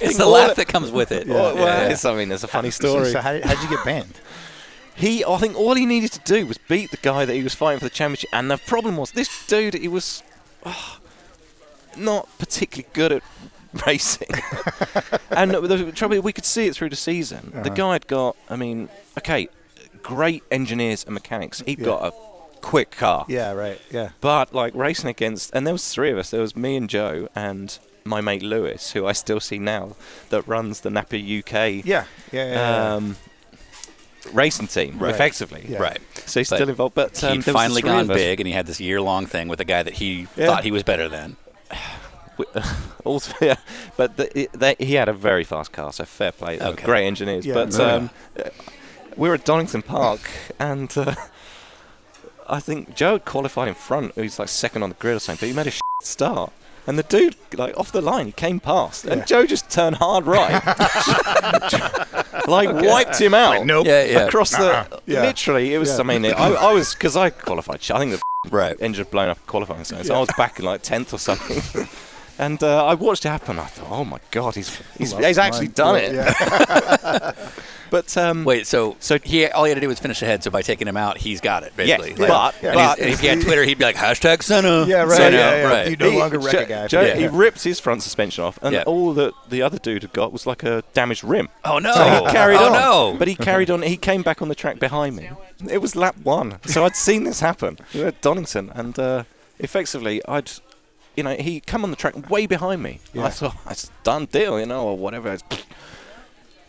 It's the laugh that comes with it.
well, well, it's- I mean, there's a funny
So,
story.
so how did, how'd you get banned?
He, I think, all he needed to do was beat the guy that he was fighting for the championship. And the problem was, this dude, he was oh, not particularly good at racing. and the trouble, we could see it through the season. The guy had got, I mean, okay, great engineers and mechanics. He got a quick car.
Yeah, right. Yeah.
But like racing against, and there was three of us. There was me and Joe and my mate Lewis, who I still see now, that runs the Napa UK
Yeah. Yeah. yeah, yeah.
um, racing team,
Right.
effectively.
Yeah.
Right.
So he's
But
still involved, but um,
He'd
there was
finally
three of
gone
us.
big, and he had this year-long thing with a guy that he
Yeah.
thought he was better than.
We- also, yeah, but the, it- they, he had a very fast car, so fair play. They were
Okay.
Great engineers,
Yeah.
but um, uh, we were at Donington Park, and uh, I think Joe had qualified in front. He was like second on the grid or something, but he made a shit start. And the dude, like off the line, he came past, and Joe just turned hard right, like wiped him out.
nope. Uh-uh.
Yeah, yeah.
across the
Yeah.
literally it was
Yeah.
I mean I, I was because I qualified I think the
Right.
engine had blown up qualifying zone so I was back in like 10th or something and uh, I watched it happen I thought oh my god he's he's, he's actually done it
Yeah.
but um,
Wait, so so
So-
he all he had to do was finish ahead. So by taking him out, he's got it basically.
Yeah, but-
and he's-
but-
and if he had Twitter, he'd be like hashtag Senna.
Yeah, right.
Senna,
yeah, yeah.
right.
You no
he-
longer wreck
Jo-
a guy.
Joe-
yeah.
he ripped his front suspension off and
Yeah.
all that the other dude had got was like a damaged rim
Oh no!
So he carried
oh,
on.
no!
But he carried on. He came back on the track behind me. It was lap one. So I'd seen this happen. We were at Donington, and uh, effectively, I'd, you know, he come on the track way behind me. I thought it's a done deal, you know, or whatever. It's-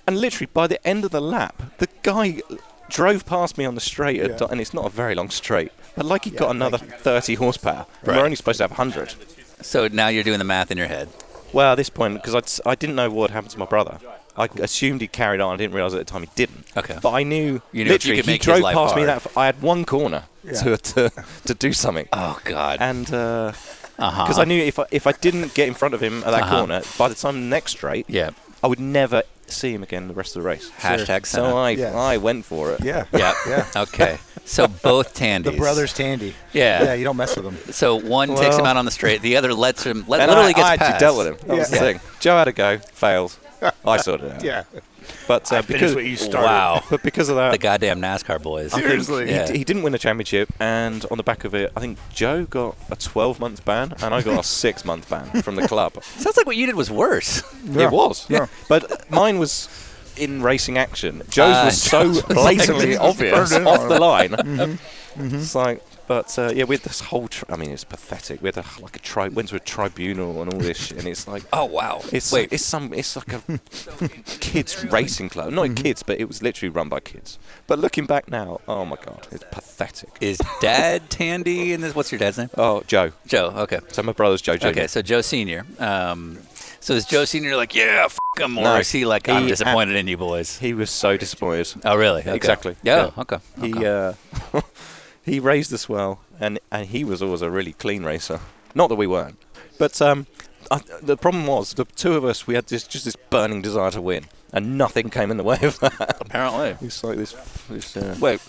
And literally by the end of the lap, the guy drove past me on the straight, at Don- and it's not a very long straight. But like he got another 30 horsepower. and We're only supposed to have 100.
so now you're doing the math in your head.
Well, at this point, because I'd, s- I didn't know what had happened to my brother. I assumed he carried on. I didn't realize at the time he didn't.
Okay.
But I knew,
You knew if you
literally
could
he
make his
drove
life
past me
hard.
that. F- I had one corner to, to to do something,
Oh God!
and because
uh-huh.
Uh, I knew if I, if I didn't get in front of him at that corner, by the time the next straight,
Yeah.
I would never see him again the rest of the race.
Hashtag Senna.
So I
Yeah.
I went for it.
yeah.
Yeah. Okay. So both Tandies.
The brothers Tandy.
Yeah.
Yeah. You don't mess with them.
So one takes him
Well-
out on the straight. The other lets him. Let,
And
literally
I,
gets
I actually
past.
dealt with him. That was the
Yeah.
thing. Joe had a go, failed. I sorted it out.
Yeah.
But uh, because
Oh, Wow.
but because of that,
The goddamn NASCAR boys.
I think
Seriously.
he,
Yeah.
he didn't win a championship, and on the back of it, I think Joe got a 12 month ban, and I got a six month ban from the club.
Sounds like what you did was worse.
It was, but mine was in racing action. Joe's
Ah,
was so
Joe's was
blatantly
like-
obvious off the line.
Mm-hmm.
It's like, but uh, yeah, we had this whole. Tri- I mean, it's pathetic. We had a, like a tri- went to a tribunal and all this, shit, and it's like.
Oh wow.
It's
Wait.
it's some it's like a kids racing club.
Mm-hmm.
Not kids, but it was literally run by kids. But looking back now, oh my god, it's pathetic.
is Dad Tandy in this? What's your dad's name?
Oh, Joe.
Joe. Okay.
So my brother's Joe Jr.
Okay. So Joe Senior. Um, so is Joe Senior like yeah, f him, or
No.
is he like I'm
He-
disappointed in you boys?
He was so disappointed.
Oh really? Okay.
Exactly.
Yeah.
Yeah.
Okay.
He
okay.
uh, he raised us well, and and he was always a really clean racer. Not that we weren't, but um, I, the problem was the two of us we had this just this burning desire to win, and nothing came in the way of that.
Apparently.
It's like this. this uh,
Wait.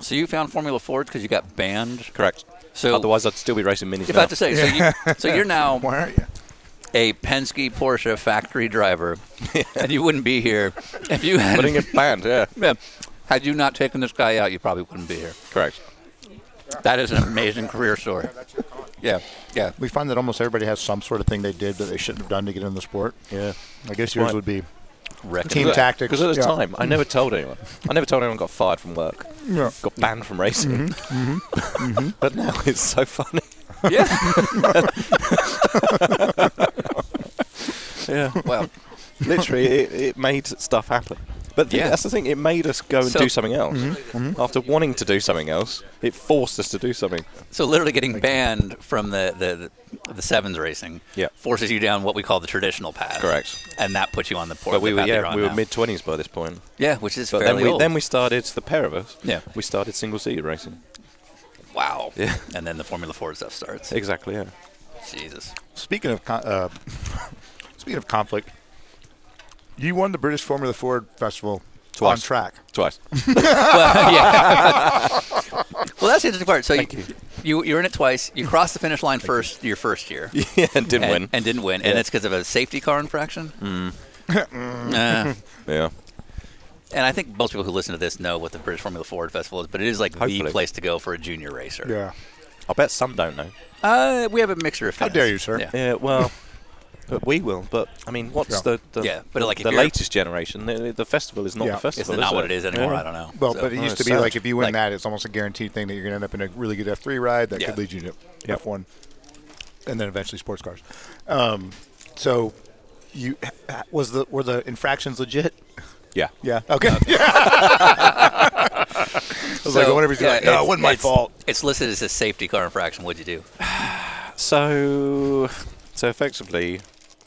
So you found Formula Ford because you got banned.
correct.
So
Otherwise, I'd still be racing minis.
you're
now.
about to say. So, you, so you're now
Why aren't you?
a Penske Porsche factory driver, and you wouldn't be here if you
I didn't
had.
get banned. Yeah,
Yeah. Had you not taken this guy out, you probably wouldn't be here.
correct.
That is an amazing career story. Yeah, yeah.
We find that almost everybody has some sort of thing they did that they shouldn't have done to get in the sport. Yeah. I guess yours
Right.
would be
Reckon.
team tactics.
Because at the
Yeah.
time, I never told anyone. I never told anyone I got fired from work.
Yeah. Mm-hmm.
Got banned from racing. but now it's so funny.
Yeah.
Yeah.
Well,
literally it, it made stuff happen but the-
Yeah.
that's the thing it made us go and
So-
do something else
Mm-hmm.
after wanting to do something else it forced us to do something
so literally getting banned from the the, the, the sevens racing
Yeah.
forces you down what we call the traditional path.
Correct.
And that puts you on the port.
but we
the
were
path that you're
yeah
on
we were
now.
mid 20s by this point
Yeah, which is
but then
fairly
we
old.
then we started the pair of us
Yeah.
we started single seater racing
wow.
Yeah.
And then the Formula Ford stuff starts.
exactly yeah
Jesus.
Speaking of con- uh, speaking of conflict, you won the British Formula Ford Festival on
Twice.
track.
twice
well, yeah. well, that's the interesting part. So you, you you're in it twice. You crossed the finish line first your first year.
yeah and didn't
and,
win
and didn't
Mm.
win, and it's because of a safety car infraction. Mm.
yeah
Uh, and I think most people who listen to this know what the British Formula Ford Festival is, but it is like the
Hopefully.
place to go for a junior racer.
Yeah.
I bet some don't know.
Uh, we have a mixture of. Fans.
dare you, sir.
Yeah.
Yeah, Uh, well, but we will. But I mean, what's the, the
Yeah, but, like, if
the
you're-
latest generation? The, the festival is not
Yeah.
the
It's
It's
festival.
not what it is anymore.
Yeah.
I don't know.
Well,
So-
but it used to be
sad.
like if you win
Like-
that, it's almost a guaranteed thing that you're going to end up in a really good F3 ride that
Yeah.
could lead you to
Yep.
F1, and then eventually sports cars. Um, so, you was the were the infractions legit?
Yeah,
Yeah. Okay. I was like,
So,
whatever. He's
yeah,
like, no,
it's-
it wasn't my
it's-
fault.
It's listed as a safety car infraction. What'd you do?
So, so effectively,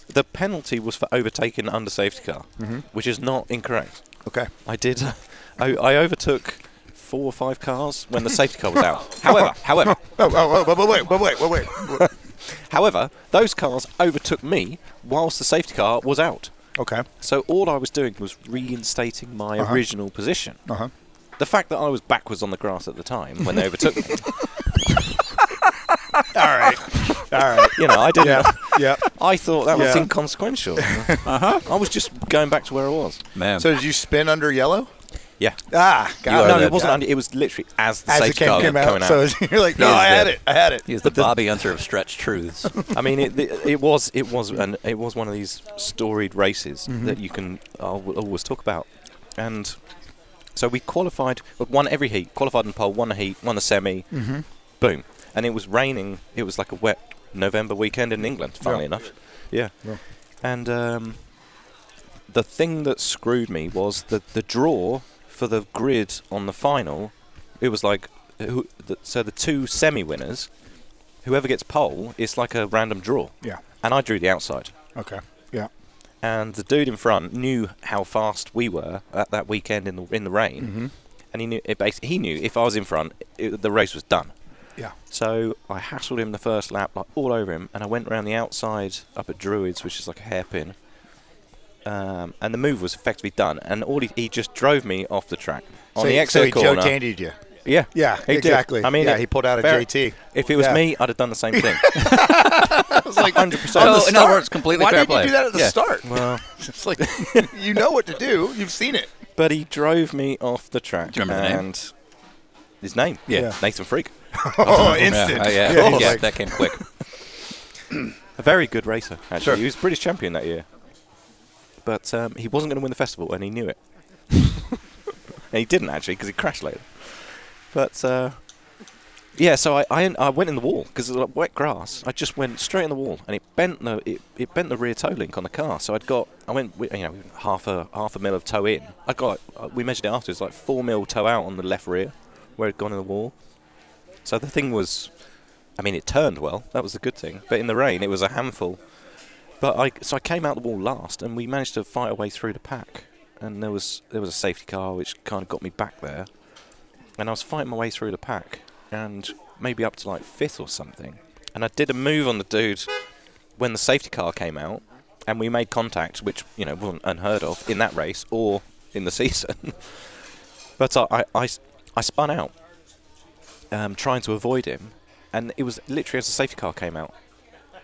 the penalty was for overtaking under safety car,
Mm-hmm.
which is not incorrect.
Okay.
I did. uh, I, I overtook four or five cars when the safety car was out. however, however,
Oh, oh, oh, but wait, but wait, but wait. wait.
however, those cars overtook me whilst the safety car was out.
okay.
So all I was doing was reinstating my
Uh-huh.
original position.
Uh huh.
The fact that I was backwards on the grass at the time when they overtook me,
All right. All right.
you know, I didn't.
Yeah. Yeah.
I thought that was
Yeah. Uh-huh.
inconsequential. I was just going back to where I was.
Man.
So did you spin under yellow?
Yeah.
Ah, got
are
it.
no,
the-
it wasn't. Under, it was literally as the
As it
safety
came,
car
came
was
out,
coming out.
so you're like, no,
Is
I had
the-
it. I had it.
He's the Bobby Unser of stretch truths.
I mean, it, it, it was it was an, it was one of these storied races
Mm-hmm.
that you can al- always talk about, and so we qualified, won every heat, qualified in pole, won a heat, won a semi, mm-hmm. boom, and it was raining. It was like a wet November weekend in England. Funnily enough, yeah, and um, the thing that screwed me was that the draw for the grid on the final. It was like who, the, so the two semi winners whoever gets pole, it's like a random draw.
Yeah.
And I drew the outside.
Okay. Yeah.
And the dude in front knew how fast we were at that weekend in the in the rain,
Mm-hmm.
and he knew it basi- he knew if I was in front, it, the race was done.
Yeah.
So I hassled him the first lap, like all over him, and I went around the outside up at Druids, which is like a hairpin. Um, and the move was effectively done, and all he, he just drove me off the track on
so
the
he- so
exit
he Joe
corner.
Tandied you.
Yeah,
Yeah,
he did.
exactly.
I mean,
Yeah,
it-
he pulled out a
fair-
JT.
If it was
Yeah.
me, I'd have done the same thing.
was like,
Hundred
Oh,
percent.
in other words, completely
why
fair
didn't
play.
you do that at the
Yeah.
start?
Well,
It's like you know what to do. You've seen it.
But he drove me off the track.
Do you remember the name?
and His name?
Yeah.
Yeah.
Nathan Freak.
Oh,
yeah,
instant.
uh, yeah,
Yeah,
yeah,
he's like-
that came quick.
A very good racer, actually.
Sure.
He was British champion that year. But um, he wasn't going to win the festival, and he knew it. and he didn't, actually, because he crashed later. But, uh, yeah, so I, I, I went in the wall, because it was like wet grass. I just went straight in the wall, and it bent the, it, it bent the rear toe link on the car. So I'd got, I went, with, you know, half a, half a mil of toe in. I got, uh, we measured it afterwards, like four mil toe out on the left rear, where it'd gone in the wall. So the thing was, I mean, it turned well. That was the good thing. But in the rain, it was a handful. But I, so I came out the wall last, and we managed to fight our way through the pack. And there was there was a safety car which kind of got me back there, and I was fighting my way through the pack, and maybe up to like fifth or something. And I did a move on the dude when the safety car came out, and we made contact, which you know wasn't unheard of in that race or in the season. but I, I, I s- I spun out, um, trying to avoid him, and it was literally as the safety car came out.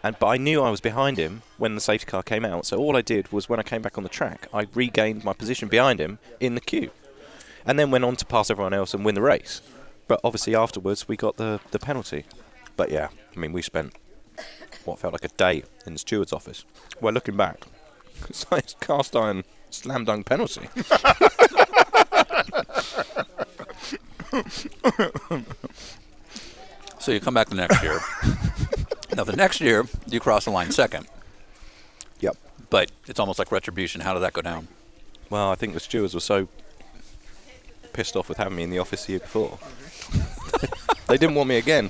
And but I knew I was behind him when the safety car came out. So all I did was when I came back on the track, I regained my position behind him in the queue, and then went on to pass everyone else and win the race. But obviously afterwards we got the the penalty. But yeah, I mean we spent what felt like a day in the steward's office. Well, looking back, it's like it's cast iron slam dunk penalty.
So you come back the next year. now the next year you cross the line second,
Yep.
but it's almost like retribution. How did that go down?
Well, I think the stewards were so pissed off with having me in the office the year before. they didn't want me again.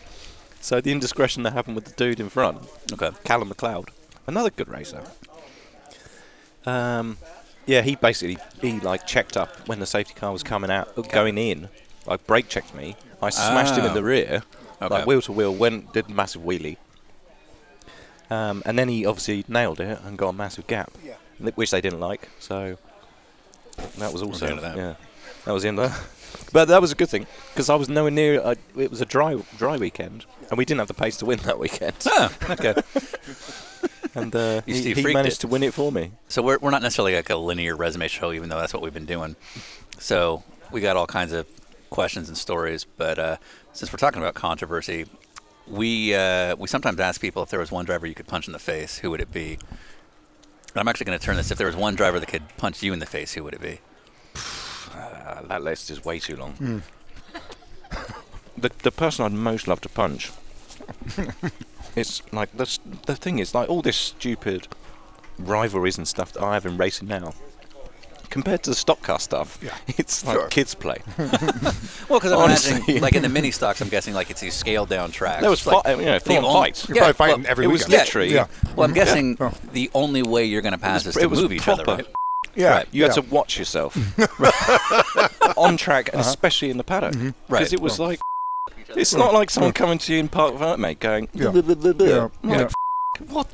So the indiscretion that happened with the dude in front,
Okay.
Callum McLeod, another good racer. Um, yeah, he basically he like checked up when the safety car was coming out, going in. Like brake checked me. I smashed him
Ah.
in the rear,
Okay.
like wheel to wheel. Went did a massive wheelie. Um, and then he obviously nailed it and got a massive gap, th- which they didn't like. So that was also
end of that.
yeah, that was the end of that. But that was a good thing because I was nowhere near. I, it was a dry dry weekend, and we didn't have the pace to win that weekend.
Ah,
okay. and uh,
You
he,
Steve
he
Freaked
managed
it.
to win it for me.
So we're, we're not necessarily like a linear resume show, even though that's what we've been doing. So we got all kinds of questions and stories. But uh, since we're talking about controversy, we uh, we sometimes ask people if there was one driver you could punch in the face, who would it be? And I'm actually going to turn this. If there was one driver that could punch you in the face, who would it be?
Uh, that list is way too long.
Hmm.
the the person I'd most love to punch. it's like the s- the thing is like all this stupid rivalries and stuff that I have in racing now. Compared to the stock car stuff, it's like
Sure.
kids play.
Well, because I'm
Honestly.
imagining, like in the mini stocks, I'm guessing like it's these scaled down tracks.
There was
like,
fi- you know, full-on
the on-
fights. You're
probably fighting every
it was
weekend.
literally,
Yeah.
Well, I'm guessing
Oh.
the only way you're going to pass is
it
to
was
move each other.
proper.
Right?
Yeah.
Right.
you had
yeah.
to watch yourself on track,
Uh-huh.
and especially in the paddock,
Mm-hmm.
because
Right.
it was like it's not like someone coming to you in Park Vermate going,
Yeah.
"Blah, blah, blah, blah."
Yeah.
I'm
Yeah.
like, "F- what?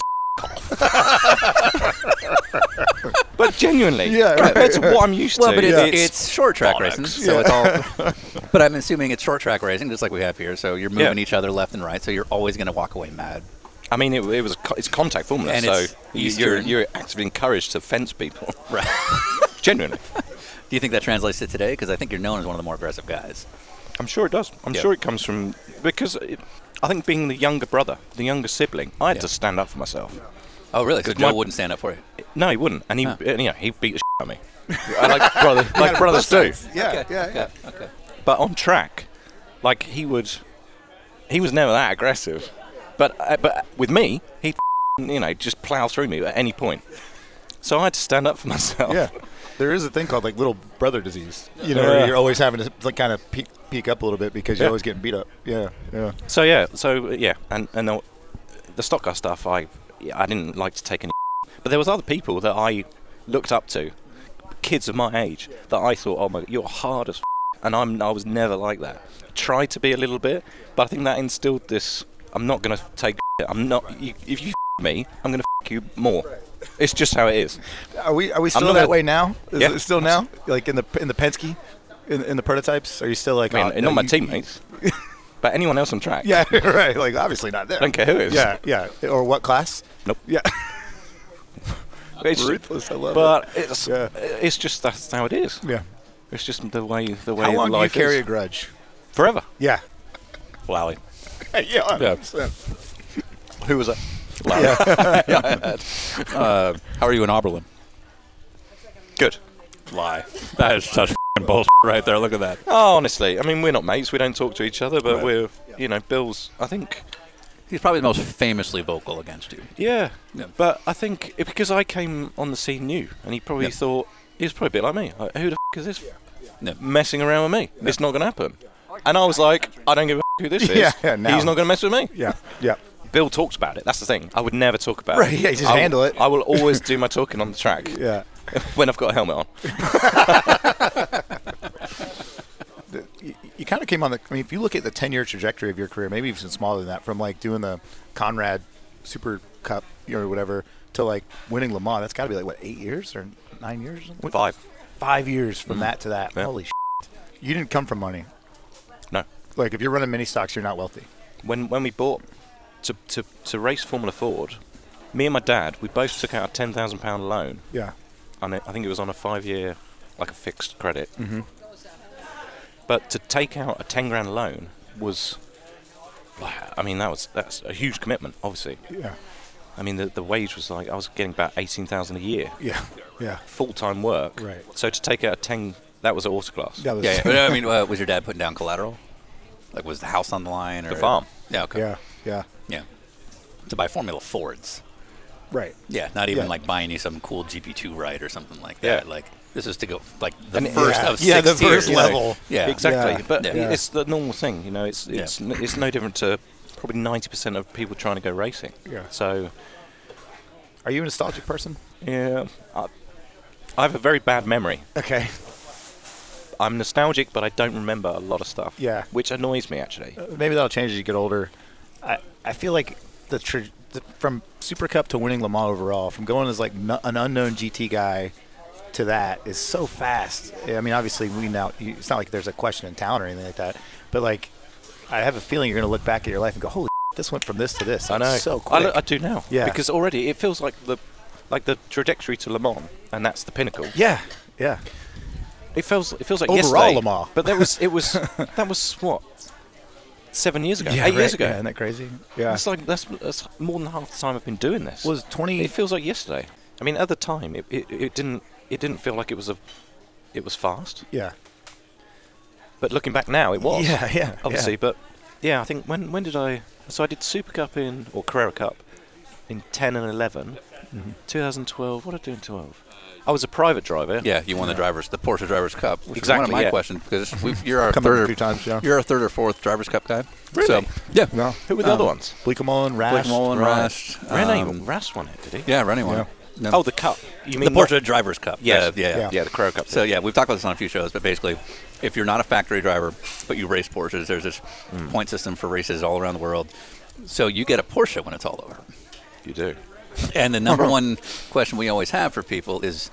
the f- off." but genuinely,
Yeah, right,
compared to what I'm used
Well,
to,
but it's,
it's,
it's, short track racing,
bollocks.
so it's all. but I'm assuming it's short track racing, just like we have here. So you're moving
Yeah.
each other left and right, so you're always going to walk away mad.
I mean, it, it was co- it's contact formula,
And
so
it's
you-
Eastern.
you're you're actively encouraged to fence people.
Right?
genuinely,
Do you think that translates to today? Because I think you're known as one of the more aggressive guys.
I'm sure it does. I'm
Yeah.
sure it comes from because it, I think being the younger brother, the younger sibling, I had to stand up for myself.
Oh, really? Because
'Cause
Joe
my-
wouldn't stand up for you.
No, he wouldn't, and he,
Huh.
and, you know, he beat the shit out of me. I like brother, like brothers do.
Yeah, yeah, yeah.
But on track, like he would, he was never that aggressive. But uh, but with me, he, you know, just plow through me at any point. So I had to stand up for myself.
Yeah. There is a thing called like little brother disease. You know, where
Yeah.
you're always having to like kind of peek, peek up a little bit because you're
Yeah.
always getting beat up. Yeah, yeah.
So yeah, so uh, yeah, and and the, the stock car stuff, I yeah, I didn't like to take any, but there was other people that I looked up to, kids of my age that I thought, oh my, you're hard as, and I'm I was never like that. Tried to be a little bit, but I think that instilled this. I'm not gonna take. I'm not. You, if you me, I'm gonna you more. It's just how it is.
Are we are we still
not
that
a-
way now? Is
Yeah.
it still now? Like in the in the Penske, in, in the prototypes? Are you still like?
I mean,
"Oh, no,
not my
you-
teammates, but anyone else on track.
Yeah, right. Like obviously not there.
I don't care who it is.
Yeah, yeah. Or what class?
Nope.
Yeah.
It's-
Ruthless. I love
But it's
Yeah.
it's just that's how it is.
it. Yeah.
It's just the way the way
How long do you
life
carry
is.
a grudge?
Forever.
Yeah.
Lally.
Yeah.
Yeah. Who was it? Lally.
Uh, how are you in Oberlin?
Good.
Lie. That is such bullshit right there. Look at that.
Oh, honestly, I mean, we're not mates. We don't talk to each other, but we're, you know, Bill's. I think,
He's probably the most famously vocal against you.
yeah.
Yeah.
But I think it, because I came on the scene new, and he probably thought he was probably a bit like me. Like, Who the f- is this
No.
messing around with me? It's not going to happen. And I was like, I don't give a f- who this is.
Yeah, yeah, now.
He's not going to mess with me.
Yeah. Yeah.
Bill talks about it. That's the thing. I would never talk about
Right,
it.
yeah, you just
I will-
handle it.
I will always do my talking on the track
Yeah.
when I've got a helmet on.
you, you kind of came on the. I mean, if you look at the ten-year trajectory of your career, maybe even smaller than that, from like doing the Conrad Super Cup or whatever to like winning Le Mans, that's got to be like what eight years or nine years? or something?
Five. Mm-hmm.
Five years from that to that.
Yeah.
Holy shit! You didn't come from money.
No.
Like if you're running mini stocks, you're not wealthy.
when when we bought to, to, to race Formula Ford, me and my dad, we both took out a ten thousand pound loan,
Yeah.
and it, I think it was on a five year, like a fixed credit. Mm-hmm. But to take out a ten grand loan was, I mean, that was that's a huge commitment. Obviously,
Yeah.
I mean, the, the wage was like I was getting about eighteen thousand a year,
Yeah. Yeah.
full time work.
Right.
So to take out a ten, that was at autoclass.
That was.
Yeah, yeah. But, I mean, uh, was your dad putting down collateral? Like, was the house on the line or
The farm.
Yeah, okay.
yeah. Yeah.
Yeah. To buy Formula Fords.
Right.
Yeah, not even
Yeah.
like buying you some cool GP2 ride or something like
Yeah.
that. Like this is to go like the
And it-
first
yeah.
of
Yeah,
six
the first
tiers.
level.
Yeah,
Exactly,
Yeah.
but
Yeah.
it's the normal thing, you know. It's
Yeah.
it's n- it's no different to probably ninety percent of people trying to go racing.
Yeah.
So
Are you a nostalgic person?
yeah, I, I have a very bad memory.
Okay.
I'm nostalgic, but I don't remember a lot of stuff.
Yeah.
Which annoys me actually.
Uh,
maybe that'll change as you get older. I, I feel like the, tra- the from Super Cup to winning Le Mans overall, from going as like n- an unknown GT guy to that is so fast. I mean, obviously we now you, it's not like there's a question in town or anything like that, but like I have a feeling you're going to look back at your life and go, "Holy,
this went from this to this.
I know.
So
I,
quick.
lo- I do now.
Yeah.
Because already it feels like the like the trajectory to Le Mans, and that's the pinnacle.
yeah. Yeah.
It feels it feels like
Overall,
yesterday,
Le Mans.
But that was it was that was what seven years ago,
yeah.
eight
right.
years ago.
Yeah, isn't that crazy? Yeah.
It's like that's, that's more than half the time I've been doing this.
Was 20
It feels like yesterday. I mean, at the time, it, it, it didn't it didn't feel like it was a it was fast.
Yeah.
But looking back now, it was.
Yeah, yeah,
Obviously,
yeah.
but yeah, I think when when did I? So I did Super Cup in or Carrera Cup in ten and 11 2012. What did I do in twelve? I was a private driver.
Yeah, you won the drivers, the Porsche Drivers Cup. Which is one of
Exactly,
my
yeah.
questions because we've, you're our
Come up a
third,
few times, yeah.
you're our third or fourth Drivers Cup guy. So,
Really?
yeah,
No.
Who were the other ones?
Bleakamon, Rash.
Blake Mullen,
Oh. Right.
Rast,
Rene
um,
Rast won it, did he?
yeah, Rennie won. No.
Oh, the cup. You
the
mean
Porsche Drivers Cup.
Yes.
Uh, yeah, yeah,
Yeah, the Carrera Cup.
So yeah, we've talked about this on a few shows, but basically, if you're not a factory driver but you race Porsches, there's this point system for races all around the world. So you get a Porsche when it's all over.
you do.
And the number one question we always have for people is,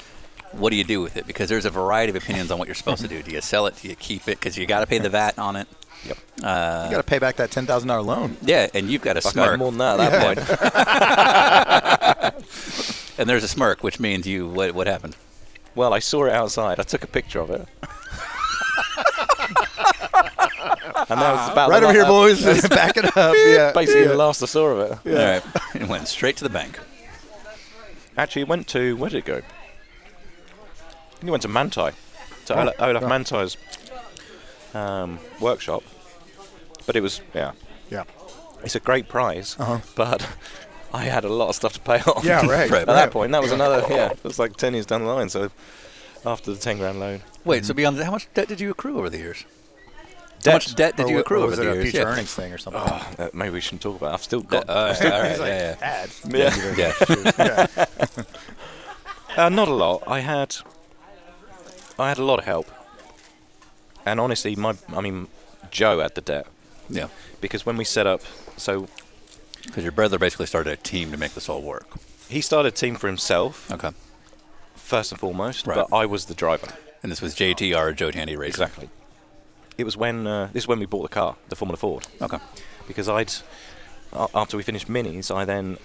what do you do with it? Because there's a variety of opinions on what you're supposed to do. Do you sell it? Do you keep it? Because you got to pay the VAT on it.
Yep.
You got to pay back that $10,000 loan.
Yeah, and you've got a smirk.
more than that at that point.
And there's a smirk, which means you. What, what happened?
Well, I saw it outside. I took a picture of it. and that was about
Right over
the la- uh,
here, boys. uh, Back it up. Yeah.
Basically,
yeah.
the last I saw of it.
All right, it went straight to the bank.
Actually, it went to where did it go? He went to Manti, to Ola Olaf Manti's um, workshop. But it was yeah,
Yeah.
it's a great prize, but I had a lot of stuff to pay off.
Uh-huh. Yeah, right,
At
right.
that point, that was another yeah, it was like ten years down the line. So after the ten grand loan,
Wait, so beyond that, how much debt did you accrue over the years?
Debt.
How much debt did
Or
you
wa-
accrue
or
over
Oh, was
the
it a
years?
future
Yeah.
earnings thing or something?
uh, maybe we shouldn't talk about. it. I've still
Yeah,
got
all right, all right, yeah, yeah.
Bad.
yeah.
Yeah.
Uh, not a lot. I had, I had a lot of help, and honestly, my, I mean, Joe had the debt
yeah.
because when we set up, so
Because your brother basically started a team to make this all work.
he started a team for himself
Okay.
first and foremost,
Right.
but I was the driver.
And this was JTR, Joe Tandy Racing.
Exactly. It was when uh, this is when we bought the car, the Formula Ford,
Okay.
because I'd a- after we finished minis, I then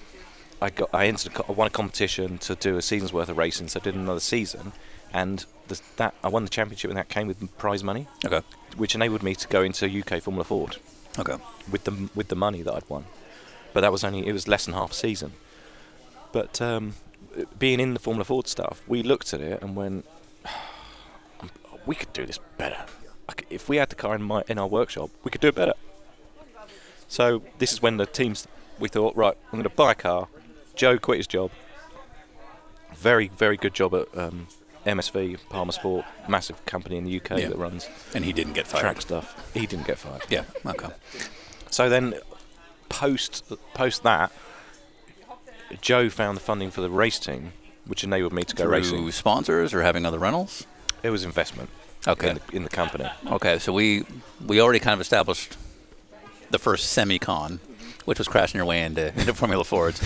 I got I entered a co- I won a competition to do a season's worth of racing, so I did another season, and the, that I won the championship, and that came with prize money.
Okay.
which enabled me to go into UK Formula Ford
Okay.
with the with the money that I'd won. But that was only it was less than half a season. But um, being in the Formula Ford stuff, we looked at it and went, "Ah, we could do this better. I c- If we had the car in my in our workshop, we could do it better. So this is when the teams we thought, right, I'm going to buy a car. Joe quit his job. Very very good job at um, MSV Palmer Sport, massive company in the UK
Yeah.
that runs
And he didn't get fired.
track stuff. He didn't get fired.
Yeah. Okay.
So then, post post that, Joe found the funding for the race team, which enabled me to go
Through
racing.
sponsors or having other rentals?
It was investment.
Okay.
In the, in the company.
Okay. So we we already kind of established the first semi-con, which was crashing your way into, into Formula Fords.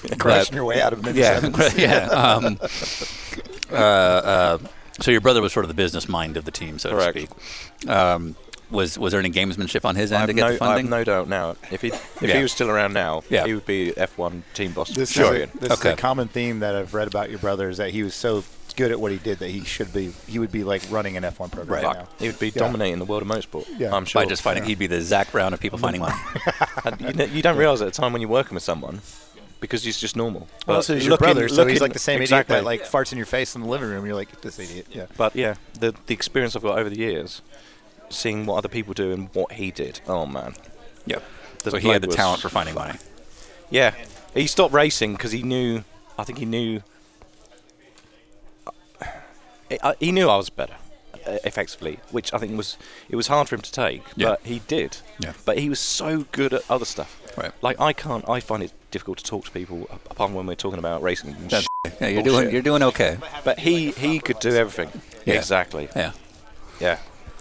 Crashing
But-
your way out of mid
Yeah, yeah. Um, uh, uh, so your brother was sort of the business mind of the team, so
Correct.
to speak. Um, was was there any gamesmanship on his end
I have,
to get
no,
the
I have
funding?
no doubt now. If he if
Yeah.
he was still around now,
Yeah.
he would be F1 team boss.
This, is,
champion.
a, this
Okay.
is a common theme that I've read about your brother is that he was so good at what he did that he should be he would be like running an F1 program
Right.
right now.
he would be dominating the world of motorsport.
Yeah.
I'm sure.
By just finding, he'd be the Zach Brown of people finding money.
And you, kn- you don't realize at the time when you're working with someone because he's just normal.
Well,
But
so he's your
looking-
brother, so he's
looking-
like the same
exactly.
idiot that like farts in your face in the living room. You're like, "Get this idiot. Yeah.
But yeah, the the experience I've got over the years, seeing what other people do and what he did. Oh man.
yep.
The
so he had
bloke
the
was-
talent for finding money.
Yeah, he stopped racing because he knew. I think he knew. uh, I- I- He knew I was better, uh, effectively, which I think was it was hard for him to take,
Yeah.
but he did.
Yeah.
But he was so good at other stuff.
Right.
Like I can't. I find it difficult to talk to people a- apart from when we're talking about racing. and
That's-
shit.
Yeah, you're
Bullshit.
doing you're doing okay.
But he he could do everything.
Yeah.
Exactly.
Yeah.
Yeah.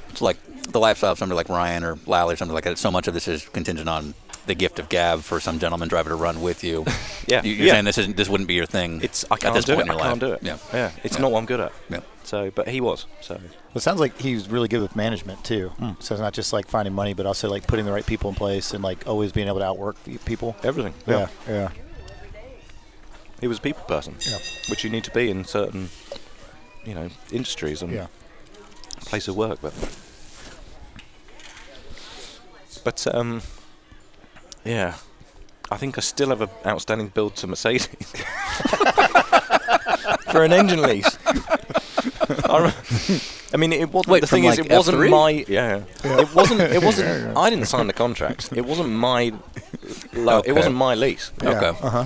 It's like the lifestyle of somebody like Ryan or Lally or something like that. So much of this is contingent on the gift of gab for some gentleman driver to run with you.
Yeah,
you, you're
yeah.
saying this isn't this wouldn't be your thing.
It's I
at
can't
this
do
point
it.
in your
I can't do
life.
it. yeah. It's not what I'm good at.
Yeah.
So, but he was. So
Well, it sounds like he's really good with management too. So it's not just like finding money, but also like putting the right people in place and like always being able to outwork the people.
everything.
Yeah, yeah.
He was a people person,
Yeah.
which you need to be in certain, you know, industries and
Yeah.
place of work. But, but um, yeah, I think I still have an outstanding build to Mercedes for an engine lease. I, rem- I mean, it was
Wait,
the
from
thing is,
like
it wasn't
F3?
my yeah. It wasn't. It wasn't. I didn't sign the contract. It wasn't my. Lo-
Okay.
It wasn't my lease.
Okay.
Uh-huh.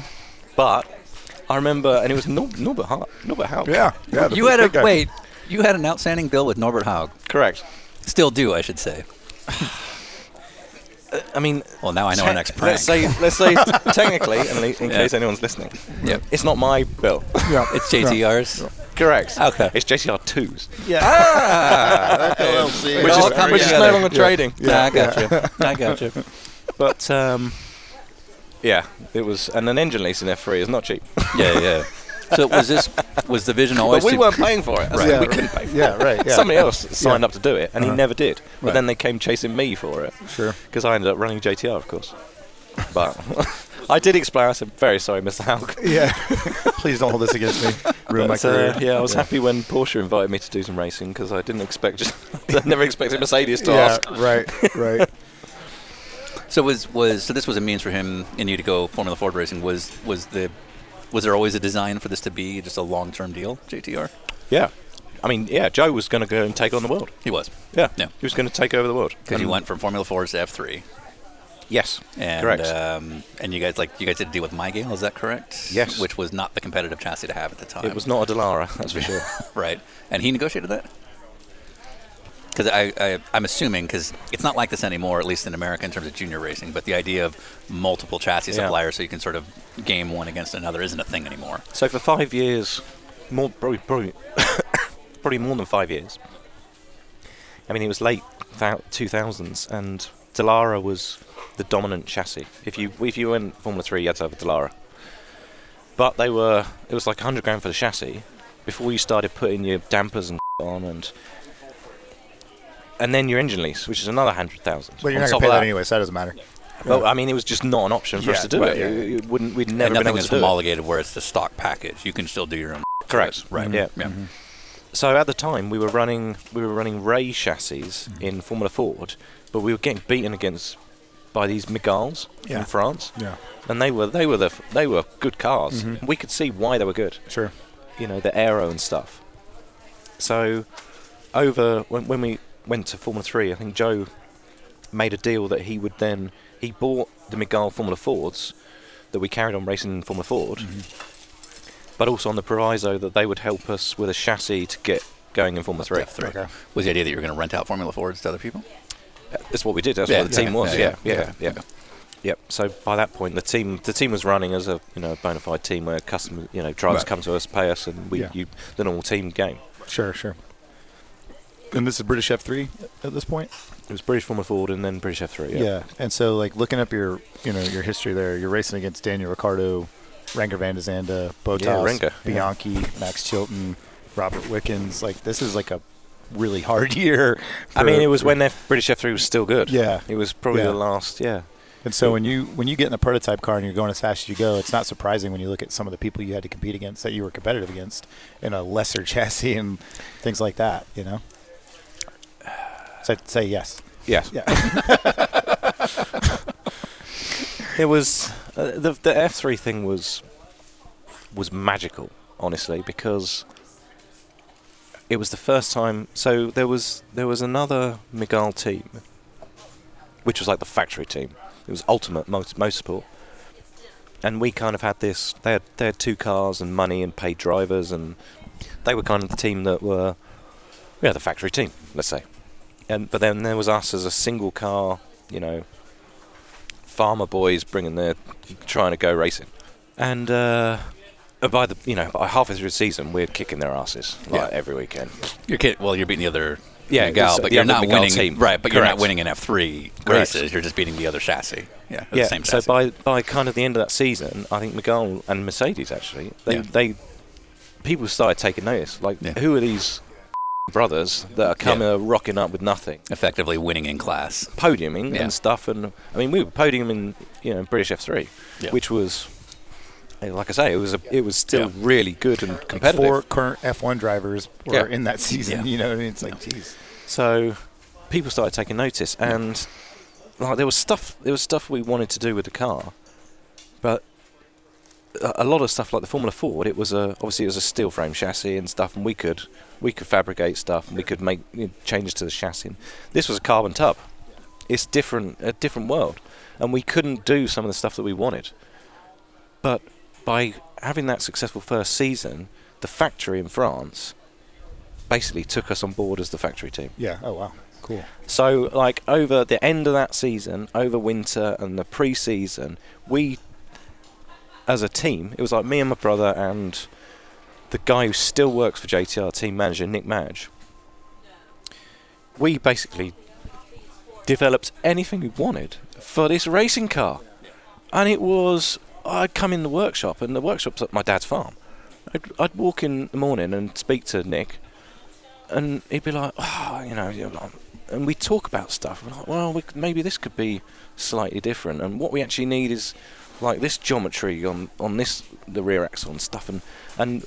But I remember, and it was Nor- Norbert Hart. Norbert Hart.
Yeah, yeah. the
You
big-
had
big
a
guy.
wait. You had an outstanding bill with Norbert Haug.
Correct.
Still do, I should say.
I mean,
Well, now Oh, I know our
te-
next prank.
Let's say, let's say, technically, in, le- in
Yeah.
case anyone's listening,
Yep.
it's not my bill.
Yeah.
It's JTR's.
Correct.
Okay.
It's JCR twos,
LLC.
which
all
is,
comes
which is
together.
no longer trading.
I got you. I got you.
But um, yeah, it was, and an engine lease in F3 is not cheap.
Yeah, yeah. So was this was the vision always?
but we
to-
weren't paying for it. That's
Yeah,
like,
right.
we couldn't pay for
Yeah,
it.
right, yeah.
Somebody else signed up to do it, and he never did. But
Right.
then they came chasing me for it.
Sure.
Because I ended up running JTR, of course. But I did explain. I said, "Very sorry, Mr. Haug."
Yeah. Please don't hold this against me. Ruin my
But, uh,
career.
yeah, I was happy when Porsche invited me to do some racing because I didn't expect, just, I never expected Mercedes to
Yeah,
ask.
right, right.
So was was so this was a means for him and you to go Formula Ford racing. Was was the was there always a design for this to be just a long term deal? JTR.
Yeah, I mean, yeah, Joe was going to go and take on the world.
He was
Yeah,
Yeah.
he was going to take over the world.
because you
And-
went from Formula Four to F three,
Yes,
and
correct.
um, and you guys like you guys did a deal with MyGale. Is that correct?
Yes.
Which was not the competitive chassis to have at the time.
it was not a Delara, that's for sure.
right, and he negotiated that. Because I, I, I'm assuming, because it's not like this anymore, at least in America in terms of junior racing, but the idea of multiple chassis
Yeah.
suppliers so you can sort of game one against another isn't a thing anymore.
So for five years, more probably probably, probably more than five years. I mean, it was late two thousands, and Delara was the dominant chassis. If you if you went Formula Three, you had to have a Delara. But they were it was like hundred grand for the chassis before you started putting your dampers and on and. And then your engine lease, which is another hundred thousand.
But you're
on
not
top
gonna pay
of
that anyway, so that doesn't matter.
Well, I mean, it was just not an option for us
Yeah,
to do
right,
it.
yeah.
It- it wouldn't. We'd
And
never been
nothing
able
is
to do it.
homologated where it's the stock package. You can still do your own.
Correct. Mm-hmm.
Right.
Yeah.
Yeah.
So at the time we were running we were running Ray chassis
Mm-hmm.
in Formula Ford, but we were getting beaten against by these Migals
Yeah.
in France.
Yeah. Mm-hmm.
And they were they were the f- they were good cars. We could see why they were good.
Sure.
You know, the aero and stuff. So over when, when we went to Formula 3, I think Joe made a deal that he would then he bought the Miguel Formula Fords that we carried on racing in Formula Ford,
Mm-hmm.
but also on the proviso that they would help us with a chassis to get going in Formula 3.
F3. Was the idea that you were going to rent out Formula Fords to other people?
That's what we did. That's
Yeah,
what the team
yeah, yeah,
was. Yeah,
yeah,
yeah, yeah.
okay.
Yep. So by that point, the team the team was running as a you know bona fide team where customers you know drivers
Right.
come to us, pay us, and we
Yeah.
you, the normal team game.
Sure, sure. And this is British F3 at this point?
It was British Formula Ford and then British F3.
Yeah. And so like looking up your you know, your history there, you're racing against Daniel Ricciardo, Ranger Van de Zanda, Botas,
Yeah, Renga.
Bianchi, Max Chilton, Robert Wickens. Like this is like a really hard year.
I mean,
for-
it was when F- British F3 was still good.
Yeah.
It was probably
Yeah.
the last, yeah.
And so when you when you get in a prototype car and you're going as fast as you go, it's not surprising when you look at some of the people you had to compete against that you were competitive against in a lesser chassis and things like that. You know. So I'd say yes.
Yes.
Yeah.
It was uh, the the F3 thing was was magical, honestly, because it was the first time. So there was there was another Miguel team, which was like the factory team. It was Ultimate Mot- Motorsport, and we kind of had this. They had they had two cars and money and paid drivers, and they were kind of the team that were yeah the factory team, let's say. And but then there was us as a single car, you know, farmer boys bringing their trying to go racing, and uh, uh, by the you know by halfway through the season, we're kicking their asses like
Yeah.
every weekend.
You're kid, well, you're beating the other
Yeah,
Miguel,
so
but
the
you're
other
not
Miguel
winning,
team.
right? But you're not
Correct.
winning in F3
Correct.
races. You're just beating the other chassis. Yeah, the
yeah.
same
so
chassis.
by by kind of the end of that season, I think Miguel and Mercedes actually they
Yeah.
they people started taking notice. Like,
Yeah.
who are these brothers that are coming
Yeah.
uh, rocking up with nothing?
effectively winning in class.
podiuming
Yeah.
and stuff. And I mean, we were podiuming, you know, British F3,
Yeah.
which was, eh, like I say, it was a, it was still
Yeah.
really good and competitive.
Four current F1 drivers were
Yeah.
in that season.
Yeah.
You know, what I mean, it's like, geez.
So people started taking notice, and like there was stuff there was stuff we wanted to do with the car, but a, a lot of stuff like the Formula Ford, it was a obviously it was a steel frame chassis and stuff, and we could we could fabricate stuff and we could make you know, changes to the chassis. This was a carbon tub. It's different a different world, and we couldn't do some of the stuff that we wanted. But by having that successful first season, the factory in France basically took us on board as the factory team.
Yeah. Oh wow. Cool.
So, like over the end of that season, over winter and the pre-season, we, as a team, it was like me and my brother and the guy who still works for JTR team manager Nick Madge. We basically developed anything we wanted for this racing car, and it was I'd come in the workshop, and the workshop's at my dad's farm. I'd, I'd walk in the morning and speak to Nick, and he'd be like, oh, you know, you're like-" and we talk about stuff. We're like, well, we, could- maybe this could be slightly different, and what we actually need is like this geometry on on this the rear axle and stuff, and and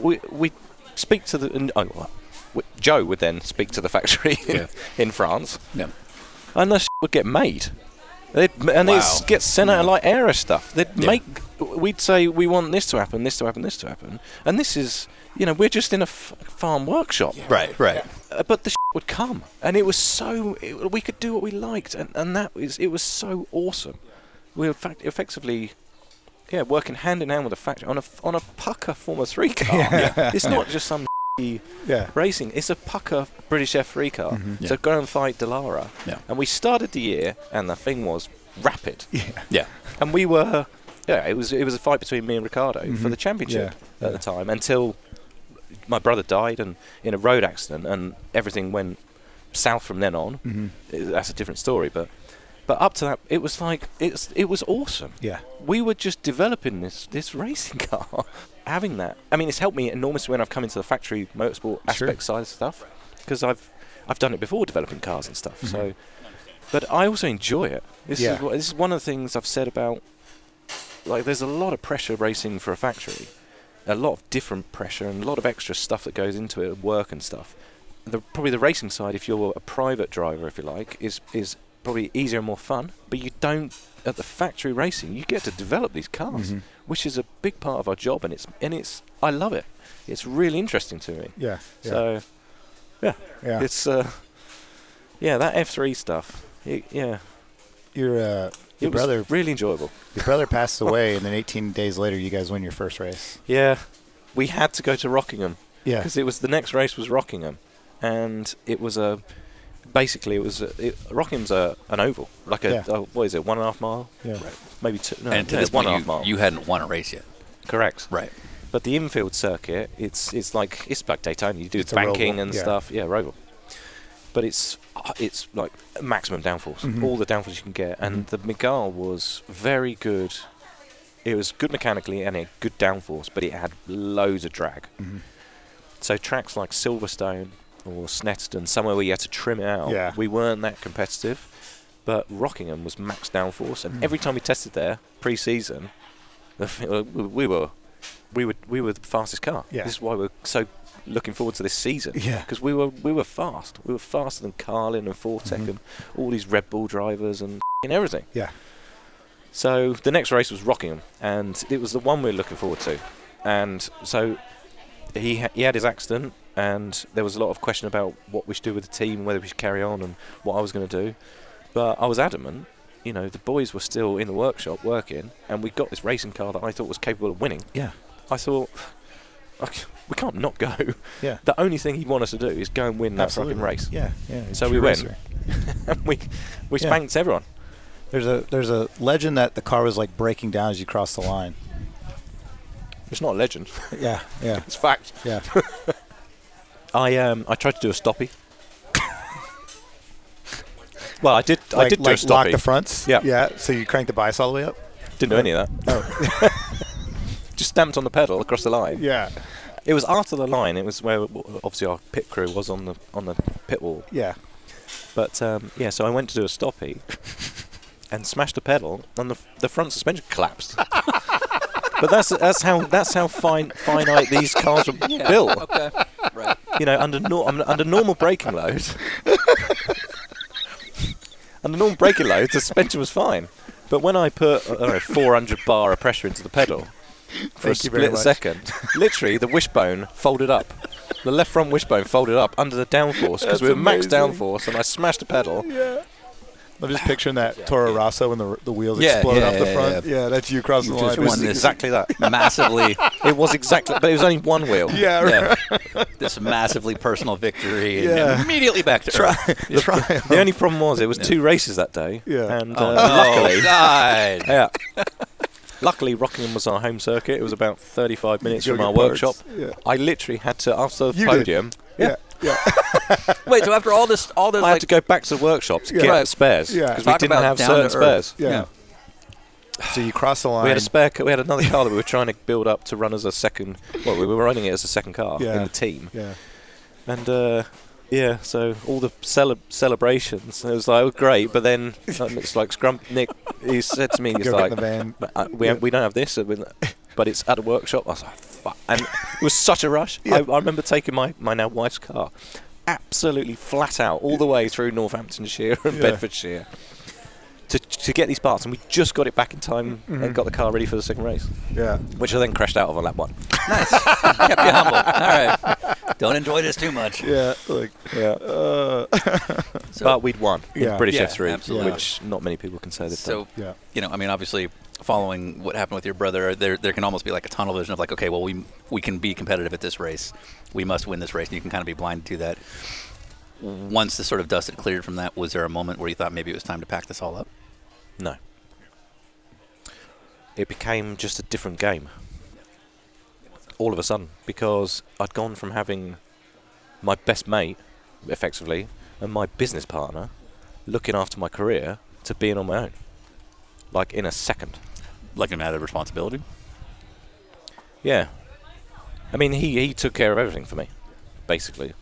we we speak to the and, oh, well, we, Joe would then speak to the factory
Yeah.
in France,
Yeah.
and this would get made. They'd, and
Wow.
they'd get sent out like aero stuff. They'd
Yeah.
make. We'd say we want this to happen, this to happen, this to happen, and this is you know we're just in a f- farm workshop,
Right, right.
Uh, but the would come, and it was so it, we could do what we liked, and and that was it was so awesome. We were fact, effectively. Yeah, working hand in hand with a factory on a f- on a pucker Formula Three car. It's not just some
Yeah.
racing. It's a pucker British F3 car.
Mm-hmm. Yeah.
So go and fight Delara.
Yeah.
And we started the year, and the thing was rapid.
Yeah.
And we were, yeah, it was it was a fight between me and Ricardo for the championship at the time until my brother died and in a road accident, and everything went south from then on. Uh, That's a different story, but. But up to that, it was like it's it was awesome.
Yeah.
we were just developing this this racing car. Having that, I mean, it's helped me enormously when I've come into the factory motorsport aspect side of stuff because I've I've done it before developing cars and stuff. So, but I also enjoy it. This
Yeah.
is what, this is one of the things I've said about like there's a lot of pressure racing for a factory, a lot of different pressure and a lot of extra stuff that goes into it, work and stuff. The, probably the racing side, if you're a private driver, if you like, is is probably easier and more fun. But you don't at the factory racing, you get to develop these cars,
Mm-hmm.
which is a big part of our job, and it's and it's I love it. It's really interesting to me.
Yeah. Yeah.
So
yeah.
it's uh, yeah, that F3 stuff. It, yeah,
your uh, your
it was
brother
really enjoyable.
your brother passed away, and then 18 days later, you guys win your first race.
Yeah, we had to go to Rockingham
Yeah.
because it was the next race was Rockingham, and it was a basically it was a, it, Rockingham's a an oval like a
Yeah.
oh, what is it one and a half mile
Yeah.
maybe two no,
And to
no,
this
one
point,
and a half
you,
mile
you hadn't won a race yet.
correct
Right.
But the infield circuit, it's it's like it's like Daytona. You do
a
banking
roval,
and
yeah.
stuff. Yeah, roval. But it's uh, it's like maximum downforce,
Mm-hmm.
all the downforce you can get. And the Miguel was very good. It was good mechanically and it had good downforce, but it had loads of drag.
Mm-hmm.
So tracks like Silverstone or Snetterton, somewhere where you had to trim it out,
Yeah.
we weren't that competitive. But Rockingham was max
Mm.
downforce, and every time we tested there pre-season, we were we were we were the fastest car.
Yeah.
This is why we're so looking forward to this season.
Yeah.
Because we were we were fast. We were faster than Carlin and Fortec
Mm-hmm.
and all these Red Bull drivers and and everything.
Yeah.
So the next race was Rockingham, and it was the one we were looking forward to. And so he ha- he had his accident, and there was a lot of question about what we should do with the team, whether we should carry on, and what I was going to do. But I was adamant. You know, the boys were still in the workshop working, and we got this racing car that I thought was capable of winning.
Yeah.
I thought, "Okay, we can't not go.
Yeah.
The only thing he'd want us to do is go and win that fucking race.
Yeah. Yeah. he's a
So we
true
went.
racer.
and we we
Yeah.
spanked everyone.
There's a there's a legend that the car was like breaking down as you crossed the line.
It's not a legend.
Yeah, yeah,
It's fact.
yeah.
I um I tried to do a stoppie. well, I did. I did do a
like lock
stoppie.
the fronts.
Yeah.
yeah. So you crank the bias all the way up.
Didn't do any of that.
Oh.
Just stamped on the pedal across the line.
Yeah,
It was after the line. It was where w- obviously our pit crew was on the on the pit wall.
yeah.
But um, yeah, so I went to do a stoppie and smashed the pedal, and the, the front suspension collapsed. but that's that's how that's how fine finite these cars were built.
Okay. Right.
You know, under nor- um, under normal braking load, under normal braking load, the suspension was fine. But when I put I don't know 400 bar of pressure into the pedal for a
Thank you very
split
much.
second, literally the wishbone folded up. The left front wishbone folded up under the downforce because we were max downforce, and I smashed the pedal.
I'm just picturing that Toro Rosso when the the wheels
Yeah,
explode
yeah,
off the
yeah,
front. Yeah, that's you crossing the
just
line.
won
was
this.
exactly that.
Massively,
It was exactly, but it was only one wheel.
Yeah, right.
yeah, this massively personal victory, and
Yeah.
immediately back to Earth.
the triumph.
The only problem was it was two races that day.
Yeah.
And uh,
Oh,
luckily,
God.
yeah. Luckily, Rockingham was our home circuit. It was about 35 minutes
Go
from
get
our
parts.
workshop.
Yeah.
I literally had to after the
You did.
podium.
Yeah, yeah.
Wait, so after all this, all this,
I had
like,
to go back to the workshop to
Yeah.
get
Right.
spares
Yeah.
because we
Talk
didn't
about
have
down
certain
to earth.
spares.
Yeah. So you cross the line.
We had a spare. ca- We had another car that we were trying to build up to run as a second. Well, we were running it as a second car
Yeah.
in the team.
yeah.
And uh, yeah, so all the cele- celebrations, it was like, oh, great. But then uh, it's like Scrump Nick, he said to me, he's
Go get in
like,
the van.
"But, uh, we, we don't have this, uh, with- but it's at a workshop. I was like, fuck. And it was such a rush. I, I remember taking my, my now wife's car absolutely flat out all the way through Northamptonshire and
Yeah.
Bedfordshire. To, to get these parts, and we just got it back in time
Mm-hmm.
and got the car ready for the second race,
Yeah.
which I then crashed out of on lap one.
nice. Kept you humble. All right. Don't enjoy this too much.
Yeah. Like.
Yeah,
Uh,
but we'd won
Yeah.
in British
Yeah,
F3,
absolutely.
which not many people can say they've done.
So,
Yeah.
you know, I mean, obviously, following what happened with your brother, there there can almost be like a tunnel vision of like, okay, well, we we can be competitive at this race, we must win this race, and you can kind of be blind to that. Once the sort of dust had cleared from that, was there a moment where you thought maybe it was time to pack this all up?
No. It became just a different game. All of a sudden, because I'd gone from having my best mate, effectively, and my business partner looking after my career to being on my own. Like in a second.
Like, no matter the responsibility.
Yeah. I mean, he, he took care of everything for me, basically.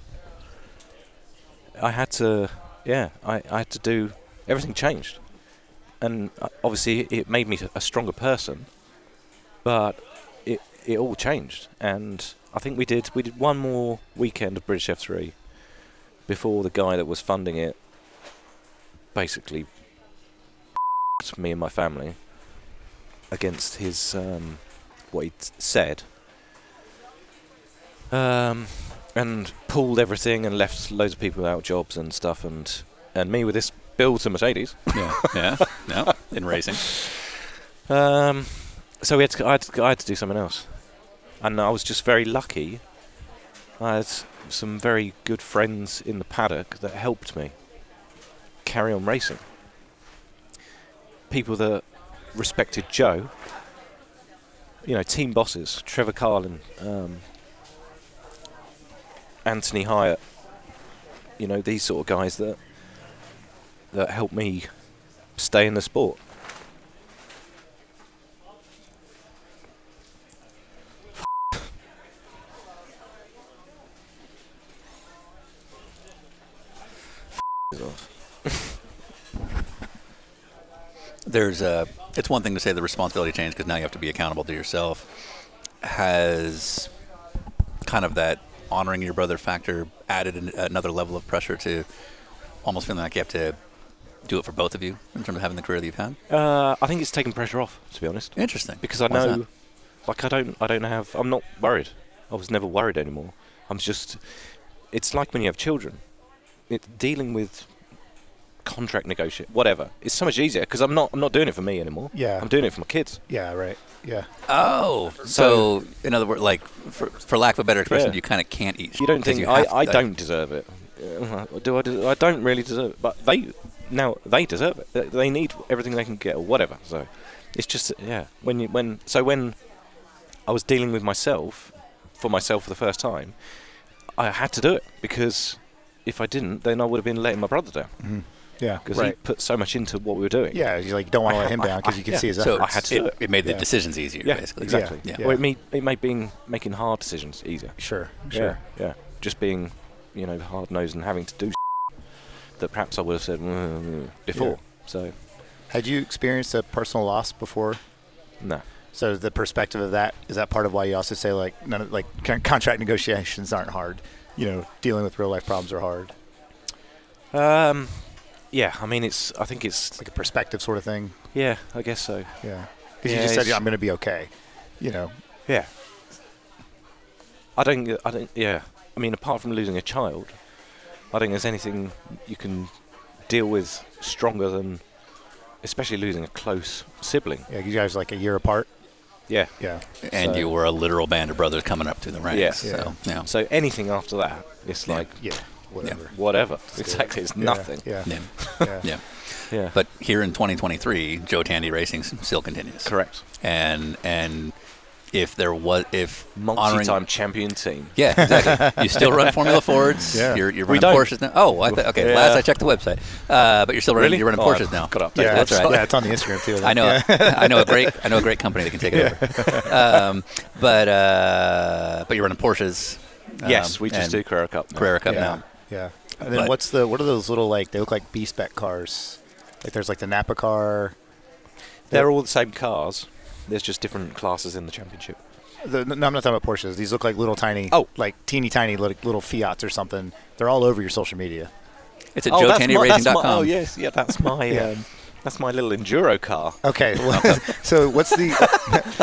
I had to, yeah, I, I had to do, everything changed. And uh, obviously, it made me a stronger person, but it, it all changed. And I think we did, we did one more weekend of British F3 before the guy that was funding it basically me and my family against his um, what he'd said, um, and pulled everything and left loads of people without jobs and stuff, and and me with this build to Mercedes.
Yeah, yeah, no, in racing.
Um, so we had to, I, had to, I had to do something else, and I was just very lucky. I had some very good friends in the paddock that helped me carry on racing. People that respected Joe, you know, team bosses, Trevor Carlin, um, Anthony Hyatt, you know, these sort of guys that that helped me stay in the sport.
there's a it's one thing to say the responsibility changed because now you have to be accountable to yourself has kind of that honoring your brother factor added an, another level of pressure to almost feeling like you have to do it for both of you in terms of having the career that you've had
Uh, I think it's taken pressure off, to be honest.
interesting
Because I
Why's
know,
that?
like, I don't, I don't have, I'm not worried. I was never worried anymore. I'm just, it's like when you have children, it, dealing with contract negotiation, whatever. It's so much easier because I'm not, I'm not doing it for me anymore.
Yeah.
I'm doing it for my kids.
Yeah. Right. Yeah.
oh so in other words like for, for lack of a better expression
Yeah.
you kind of can't eat
You don't
because
think
you
I,
have-
I
like,
don't deserve it. Uh, Do I? des- I don't really deserve it, but they now they deserve it. They- They need everything they can get or whatever. So it's just yeah. When you when so when I was dealing with myself for myself for the first time. I had to do it because if I didn't, then I would have been letting my brother down
Yeah.
because he
Right.
put so much into what we were doing.
Yeah, you like don't want to let him down because you can
Yeah.
see his
So
efforts.
I had to do
it,
it.
it made the
Yeah.
decisions easier,
Yeah,
basically.
exactly.
Yeah.
Well, it made it made being making hard decisions easier.
sure,
Sure.
sure.
Yeah. Just being, you know, hard nosed and having to do that perhaps I would have said "Mm, mm," before. So,
Had you experienced a personal loss before?
no.
So the perspective of that is that part of why you also say like none of like con- contract negotiations aren't hard. You know, dealing with real life problems are hard.
Um, yeah. I mean, it's. I think it's.
Like a perspective sort of thing.
Yeah. I guess so.
Yeah, because
Yeah,
you just said
it's-
I'm going to be okay. You know,
Yeah. I don't. I don't. Yeah. I mean, apart from losing a child, I don't think there's anything you can deal with stronger than, especially losing a close sibling.
yeah, you guys are like a year apart.
Yeah.
Yeah,
And
So-
you were a literal band of brothers coming up through the ranks.
Yeah.
So, yeah.
So anything after that, it's like
yeah, whatever.
whatever. Exactly. It's
Yeah,
nothing.
Yeah,
yeah.
yeah.
yeah.
Yeah.
But here in 2023, Joe Tandy Racing s- still continues.
Correct.
And and if there was if
Multi-time
honoring-
champion team.
yeah, exactly. you still run Formula Fords.
Yeah.
You're, you're running
We don't.
Porsches now. Oh, I th- okay.
Yeah.
Last I checked the website, uh, but you're still running.
Really?
You're running
Oh,
Porsches
I've
now.
got to update
Yeah,
that's
it's-
right.
Yeah, it's on the Instagram too.
I know. I know a great. I know a great company that can take it over. Um, but uh, but you're running Porsches.
yes,
um,
we just
and
do Carrera Cup. now.
Carrera Cup
yeah.
now.
Yeah. And then
But-
what's the what are those little like they look like B spec cars? Like there's like the Napa car.
They're all the same cars. There's just different classes in the championship.
The, no, I'm not talking about Porsches. These look like little tiny,
Oh.
like teeny tiny little, little Fiats or something. They're all over your social media.
It's at
oh, that's my, that's my,
joetandyracing.com.
oh yes, yeah, that's my
Yeah.
um, that's my little enduro car.
Okay, well, so what's the?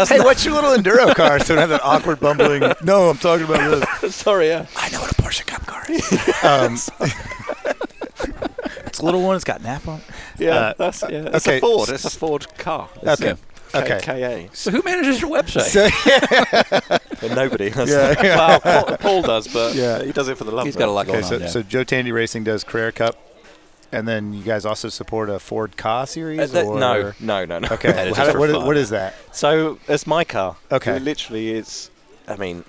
hey, what's your little enduro car? So we don't have that awkward bumbling. No, I'm talking about this.
Sorry, yeah.
I know what a Porsche Cup car is.
Um, it's a little one. It's got nap on.
Yeah,
Uh,
that's yeah. It's
okay,
a Ford.
s-
It's a Ford car. It's
Okay.
a
Okay.
KKA.
so who manages your website?
So,
But nobody. Has
Yeah, yeah.
Well, Paul, Paul does, but
Yeah.
he does it for the love.
He's
of
got a
it. Uh,
lot
okay,
going
so,
on. yeah.
so Joe Tandy Racing does Carrera Cup, and then you guys also support a Ford Ka series.
Uh, that-
or?
no, no, no, no.
Okay,
That is
how
just
do-
for
what is-
fun.
what is that?
So it's my car.
Okay.
It literally, it's. I mean,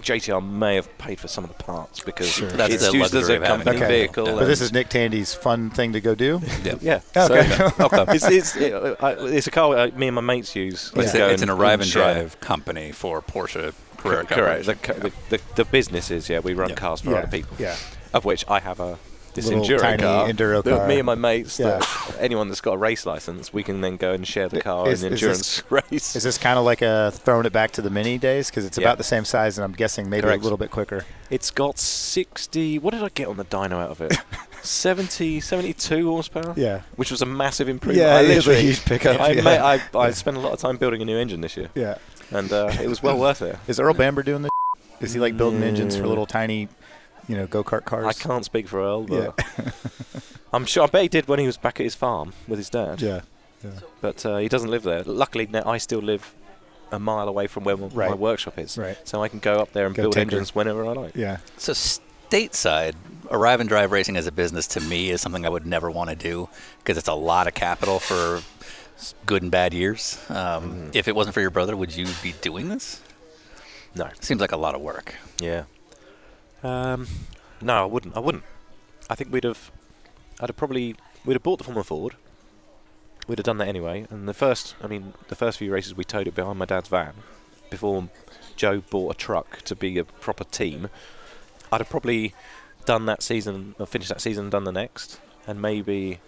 JTR may have paid for some of the parts because
Sure.
That's
it's
the
used as
luxury
a
of having
company
it. Okay.
vehicle.
Yeah.
But this
and-
is Nick Tandy's fun thing to go do.
Yeah.
yeah.
Okay.
So, it's, it's, yeah, I- it's a car that me and my mates use.
It's,
Go
a, it's an arrive and
share.
drive company for Porsche Carrera
Correct.
Cup.
correct. The,
race.
co- the, the, the businesses, yeah, we run
Yeah.
cars for
Yeah,
other people.
yeah.
Of which I have a this
Little
enduro
tiny
car.
enduro
that
car.
Me and my mates.
Yeah.
That anyone that's got a race license, we can then go and share the car
is-
in
is
endurance race.
Is this kind of like a throwing it back to the mini days because it's
Yeah.
about the same size and I'm guessing maybe
Correct.
a little bit quicker.
It's got 60. What did I get on the dyno out of it? 70, 72 horsepower.
Yeah.
Which was a massive improvement.
Yeah,
I
it is a
literally,
huge pickup,
I,
yeah.
ma- I, I spent a lot of time building a new engine this year,
Yeah.
and uh, it was well worth it.
Is Earl Bamber doing this? Is he like building engines for
Mm.
little tiny, you know, go kart cars?
I can't speak for Earl, but I'm sure. I bet he did when he was back at his farm with his dad.
Yeah.
But uh, he doesn't live there. Luckily, now I still live a mile away from where m- my
Right.
workshop is,
Right.
so I can go up there and
Go
build
tinker.
engines whenever I like.
Yeah.
So stateside, arrive and drive racing as a business to me is something I would never want to do because it's a lot of capital for s- good and bad years. Um, If it wasn't for your brother, would you be doing this?
No.
Seems like a lot of work.
Yeah. Um, no, I wouldn't. I wouldn't. I think we'd have. I'd have probably. We'd have bought the Formula Ford. We'd have done that anyway. And the first, I mean, the first few races we towed it behind my dad's van before Joe bought a truck to be a proper team. I'd have probably done that season, or finished that season, and done the next, and maybe,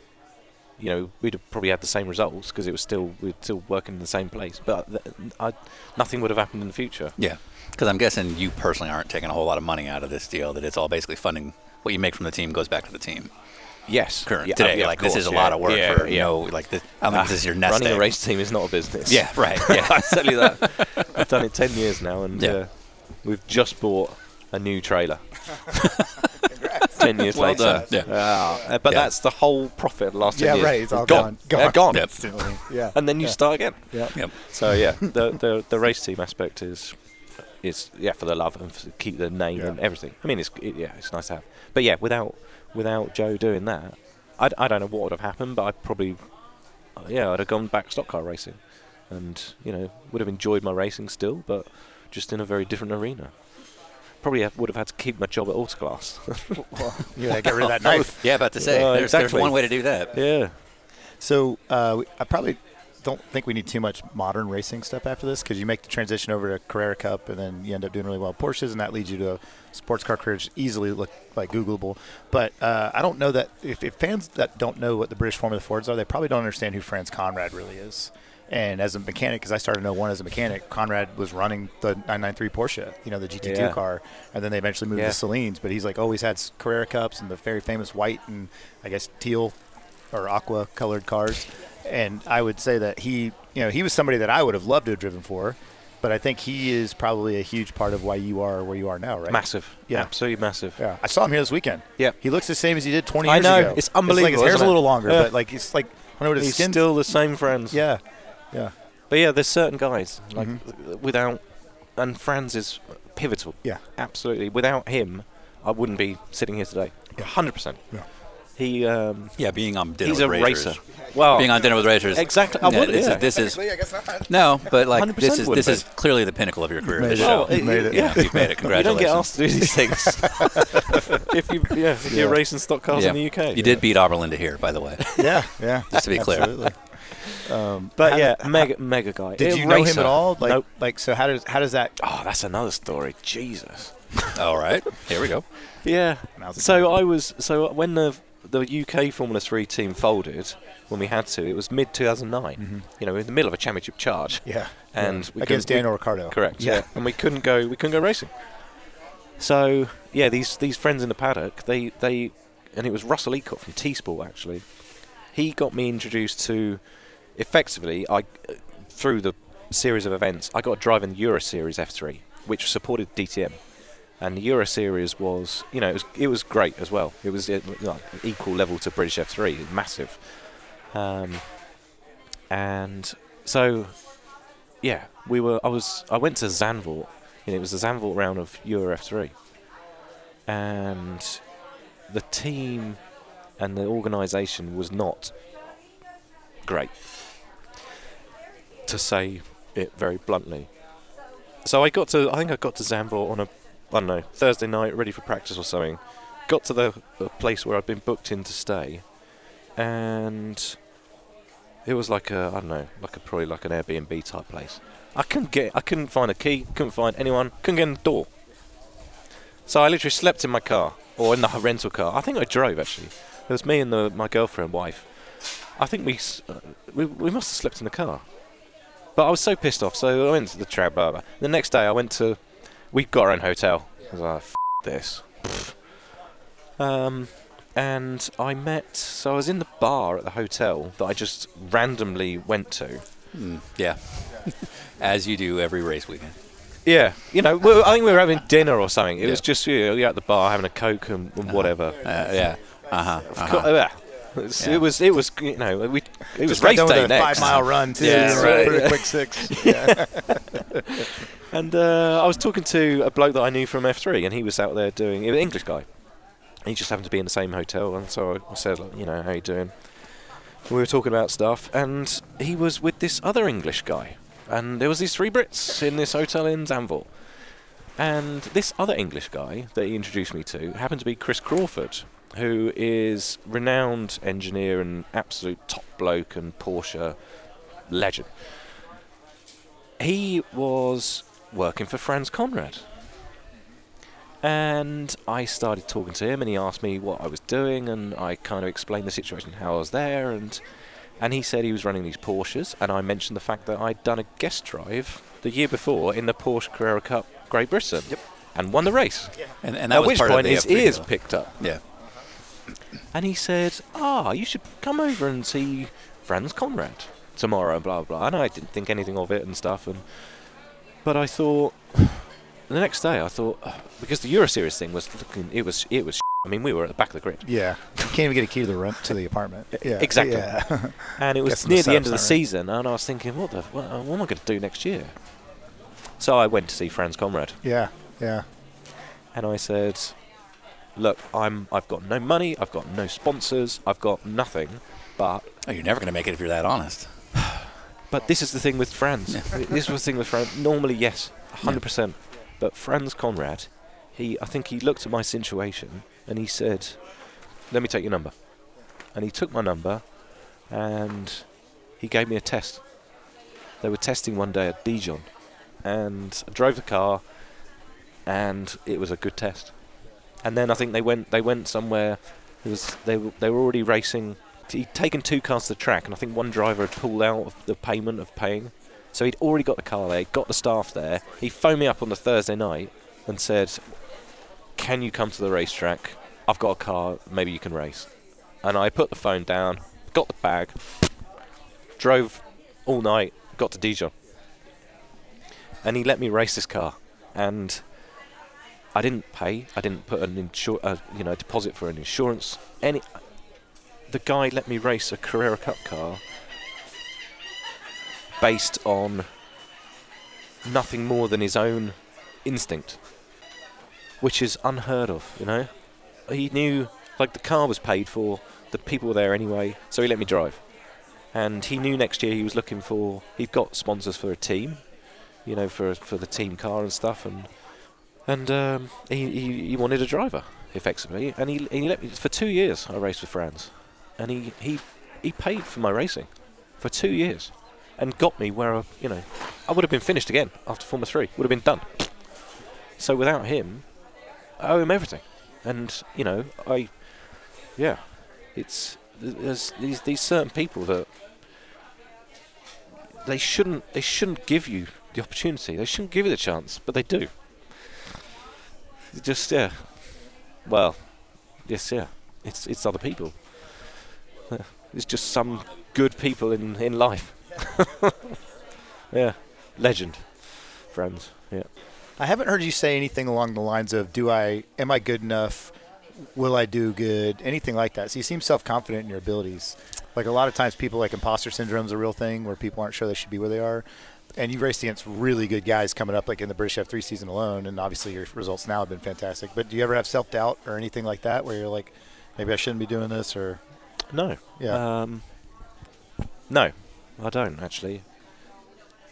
you know, we'd have probably had the same results because it was still we'd still working in the same place. But th- I, nothing would have happened in the future.
Yeah. Because I'm guessing you personally aren't taking a whole lot of money out of this deal, that it's all basically funding what you make from the team goes back to the team.
Yes,
Current
Yeah,
today,
yeah, of
like this
course,
is a
yeah.
lot of work
Yeah,
for
yeah. Ah,
you know, like this, I don't think this is your nest
Running
egg.
a race team is not a business.
Yeah, right. Yeah.
I tell you that. I've done it ten years now, and
Yeah.
uh, we've just bought a new trailer. ten years
Well
later.
done. Yeah.
Ah, uh, but
Yeah.
that's the whole profit of the last ten
Yeah,
years.
right, it's all
gone.
gone.
They're gone.
Yep.
Oh, Yeah.
And then you start again.
Yep.
So yeah, the, the the race team aspect is is yeah for the love and f keep the name
Yeah.
and everything. I mean, it's it, yeah, it's nice to have. But yeah, without without Joe doing that, I, d- I don't know what would have happened. But I probably uh, yeah I'd have gone back stock car racing. and you know would have enjoyed my racing still, but just in a very different arena. Probably have, would have had to keep my job at autoclass.
Yeah, get rid of that knife.
Yeah, about to say.
Uh,
there's,
exactly.
there's one way to do that.
yeah.
So uh, we- I probably don't think we need too much modern racing stuff after this because you make the transition over to Carrera Cup and then you end up doing really well at Porsches and that leads you to a sports car career which easily look like Googleable. But uh, I don't know that if, if fans that don't know what the British Formula Fords are, they probably don't understand who Franz Conrad really is. And as a mechanic, because I started in 01 as a mechanic, Conrad was running the 993 Porsche, you know, the GT2
Yeah.
car, and then they eventually moved
Yeah.
to Celine's. But he's like always had s- Carrera Cups and the very famous white and I guess teal or aqua colored cars. And I would say that he, you know, he was somebody that I would have loved to have driven for, but I think he is probably a huge part of why you are where you are now, right?
Massive.
Yeah.
Absolutely massive.
Yeah, I saw him here this weekend.
Yeah.
he looks the same as he did 20
I
years
know.
ago.
It's unbelievable,
like his hair's
isn't
a
it?
little longer,
Yeah.
but like it's like I don't know what his
He's
skin.
still the same friends.
yeah, yeah,
But yeah, there's certain guys like uh, without, and Franz is pivotal.
Mm-hmm. Yeah.
absolutely. Without him, I wouldn't be sitting here today.
Yeah.
Hundred percent.
Yeah.
He um,
Yeah, being on dinner
he's a
with racers.
racer. Well,
Being on dinner with racers.
Oh. Exactly. I
Yeah,
would-
this,
yeah.
is, this is no, but like this
100%
is
would
this
be.
is clearly the pinnacle of your career. This
it.
show.
You've made it.
Yeah,
Yeah.
you've made it.
you don't
Congratulations.
get asked to do these things if you yeah, if you're racing stock cars
Yeah.
in the UK.
You did beat Oberlin to here, by the way.
yeah, yeah.
Just to be clear.
Absolutely. Um,
but
how
yeah,
did-
mega mega guy.
did
A
you know him
racer.
at all? Like,
Nope.
like so? How does how does that?
Oh, that's another story. Jesus.
All right, here we go.
Yeah.
Now's the
So I was so when the the UK Formula Three team folded when we had to, it was mid 2009.
Mm-hmm.
You know, in the middle of a championship charge.
Yeah,
And we
against
couldn't- we-
Daniel Ricciardo.
Correct. Yeah. And we couldn't go. We couldn't go racing. So yeah, these these friends in the paddock, they they, and it was Russell Eacott from T Sport actually. He got me introduced to, effectively, I through the series of events, I got to drive in the Euro Series F3, which supported DTM, and the Euro Series was, you know, it was it was great as well. It was uh, like equal level to British F3, massive. Um, and so yeah, we were. I was. I went to Zandvoort, and it was the Zandvoort round of Euro F3, and the team and the organisation was not great, to say it very bluntly. So I got to. I think I got to Zandvoort on a. I don't know Thursday night, ready for practice or something. Got to the, the place where I'd been booked in to stay, and it was like a I don't know, like a probably like an Airbnb type place. I couldn't get, I couldn't find a key, couldn't find anyone, couldn't get in the door. So I literally slept in my car or in the rental car. I think I drove actually. It was me and the, my girlfriend, wife. I think we, s- uh, we we must have slept in the car. But I was so pissed off. So I went to the trap. Blah, blah. The next day I went to, we got our own hotel. I was like, F- this. Um, and I met. So I was in the bar at the hotel that I just randomly went to.
Yeah, as you do every race weekend.
Yeah, you know, we I think we were having dinner or something. It was
Yeah.
just you know, you're at the bar having a coke and, and whatever.
Uh, yeah. Uh huh.
Co-
Uh-huh.
yeah. It's-
Yeah.
It was it was you know we it was
Just got
race
done with
day
a
next.
Five mile run too.
Yeah,
so
right.
Pretty quick six.
And uh, I was talking to a bloke that I knew from F3, and he was out there doing. He was an English guy. And he just happened to be in the same hotel, and so I- I said, like, you know, how you doing? We were talking about stuff, and he was with this other English guy, and there was these three Brits in this hotel in Zandvoort. And this other English guy that he introduced me to happened to be Chris Crawford, who is renowned engineer and absolute top bloke and Porsche legend. He was working for Franz Conrad. And I started talking to him, and he asked me what I was doing, and I kind of explained the situation, how I was there, and and he said he was running these Porsches, and I mentioned the fact that I'd done a guest drive the year before in the Porsche Carrera Cup Great Britain, and won the race.
And, and that
At
was
which
part
point
of the
his
F3
ears
though.
picked up,
Yeah.
and he said, "Ah, you should come over and see Franz Conrad tomorrow." Blah blah. And I didn't think anything of it and stuff. And but I thought the next day, I thought "Ugh," because the Euro Series thing was looking, it was it was. I mean, we were at the back of the grid,
Yeah, you can't even get a key to the rent to the apartment. Yeah,
E-, Exactly.
Yeah.
and it was
Guessing
near
the
the end of the
setup's not right.
season. And I was thinking, what the what, what am I going to do next year? So I went to see Franz Conrad.
yeah, yeah.
and I said, "Look, I'm I've got no money, I've got no sponsors, I've got nothing, but
Oh, you're never going to make it if you're that honest.
But this is the thing with Franz. this was the thing with Franz. Normally, yes, 100%. But Franz Conrad, he, I think he looked at my situation and he said, let me take your number. And he took my number and he gave me a test. They were testing one day at Dijon. And I drove the car and it was a good test. And then I think they went they went somewhere. It was they were- they were already racing. He'd taken two cars to the track, and I think one driver had pulled out of the payment of paying. So he'd already got the car there, got the staff there. He phoned me up on the Thursday night and said, "Can you come to the racetrack? I've got a car. Maybe you can race." And I put the phone down, got the bag, drove all night, got to Dijon, and he let me race this car. And I didn't pay. I didn't put an insur- uh, you know, deposit for an insurance. Any, the guy let me race a Carrera Cup car based on nothing more than his own instinct, which is unheard of. You know, he knew like the car was paid for, the people were there anyway, so he let me drive. And he knew next year he was looking for. He'd got sponsors for a team, you know, for for the team car and stuff, and and um, he, he he wanted a driver effectively, and he he let me for two years. I raced with Franz, and he he he paid for my racing for two years, and got me where I, you know I would have been finished again after Formula Three, would have been done. So without him, I owe him everything, and you know I, yeah, it's th- there's these these certain people that they shouldn't they shouldn't give you the opportunity, they shouldn't give you the chance, but they do. It's just yeah. Well, yes, yeah. It's it's other people. Yeah. It's just some good people in in life. yeah, legend, friends. Yeah.
I haven't heard you say anything along the lines of "Do I? Am I good enough? Will I do good?" Anything like that. So you seem self-confident in your abilities. Like a lot of times, people like imposter syndrome is a real thing where people aren't sure they should be where they are. And you've raced against really good guys coming up, like in the British F3 season alone, and obviously your results now have been fantastic. But do you ever have self-doubt or anything like that, where you're like, maybe I shouldn't be doing this, or
No.
Yeah.
Um, no, I don't actually.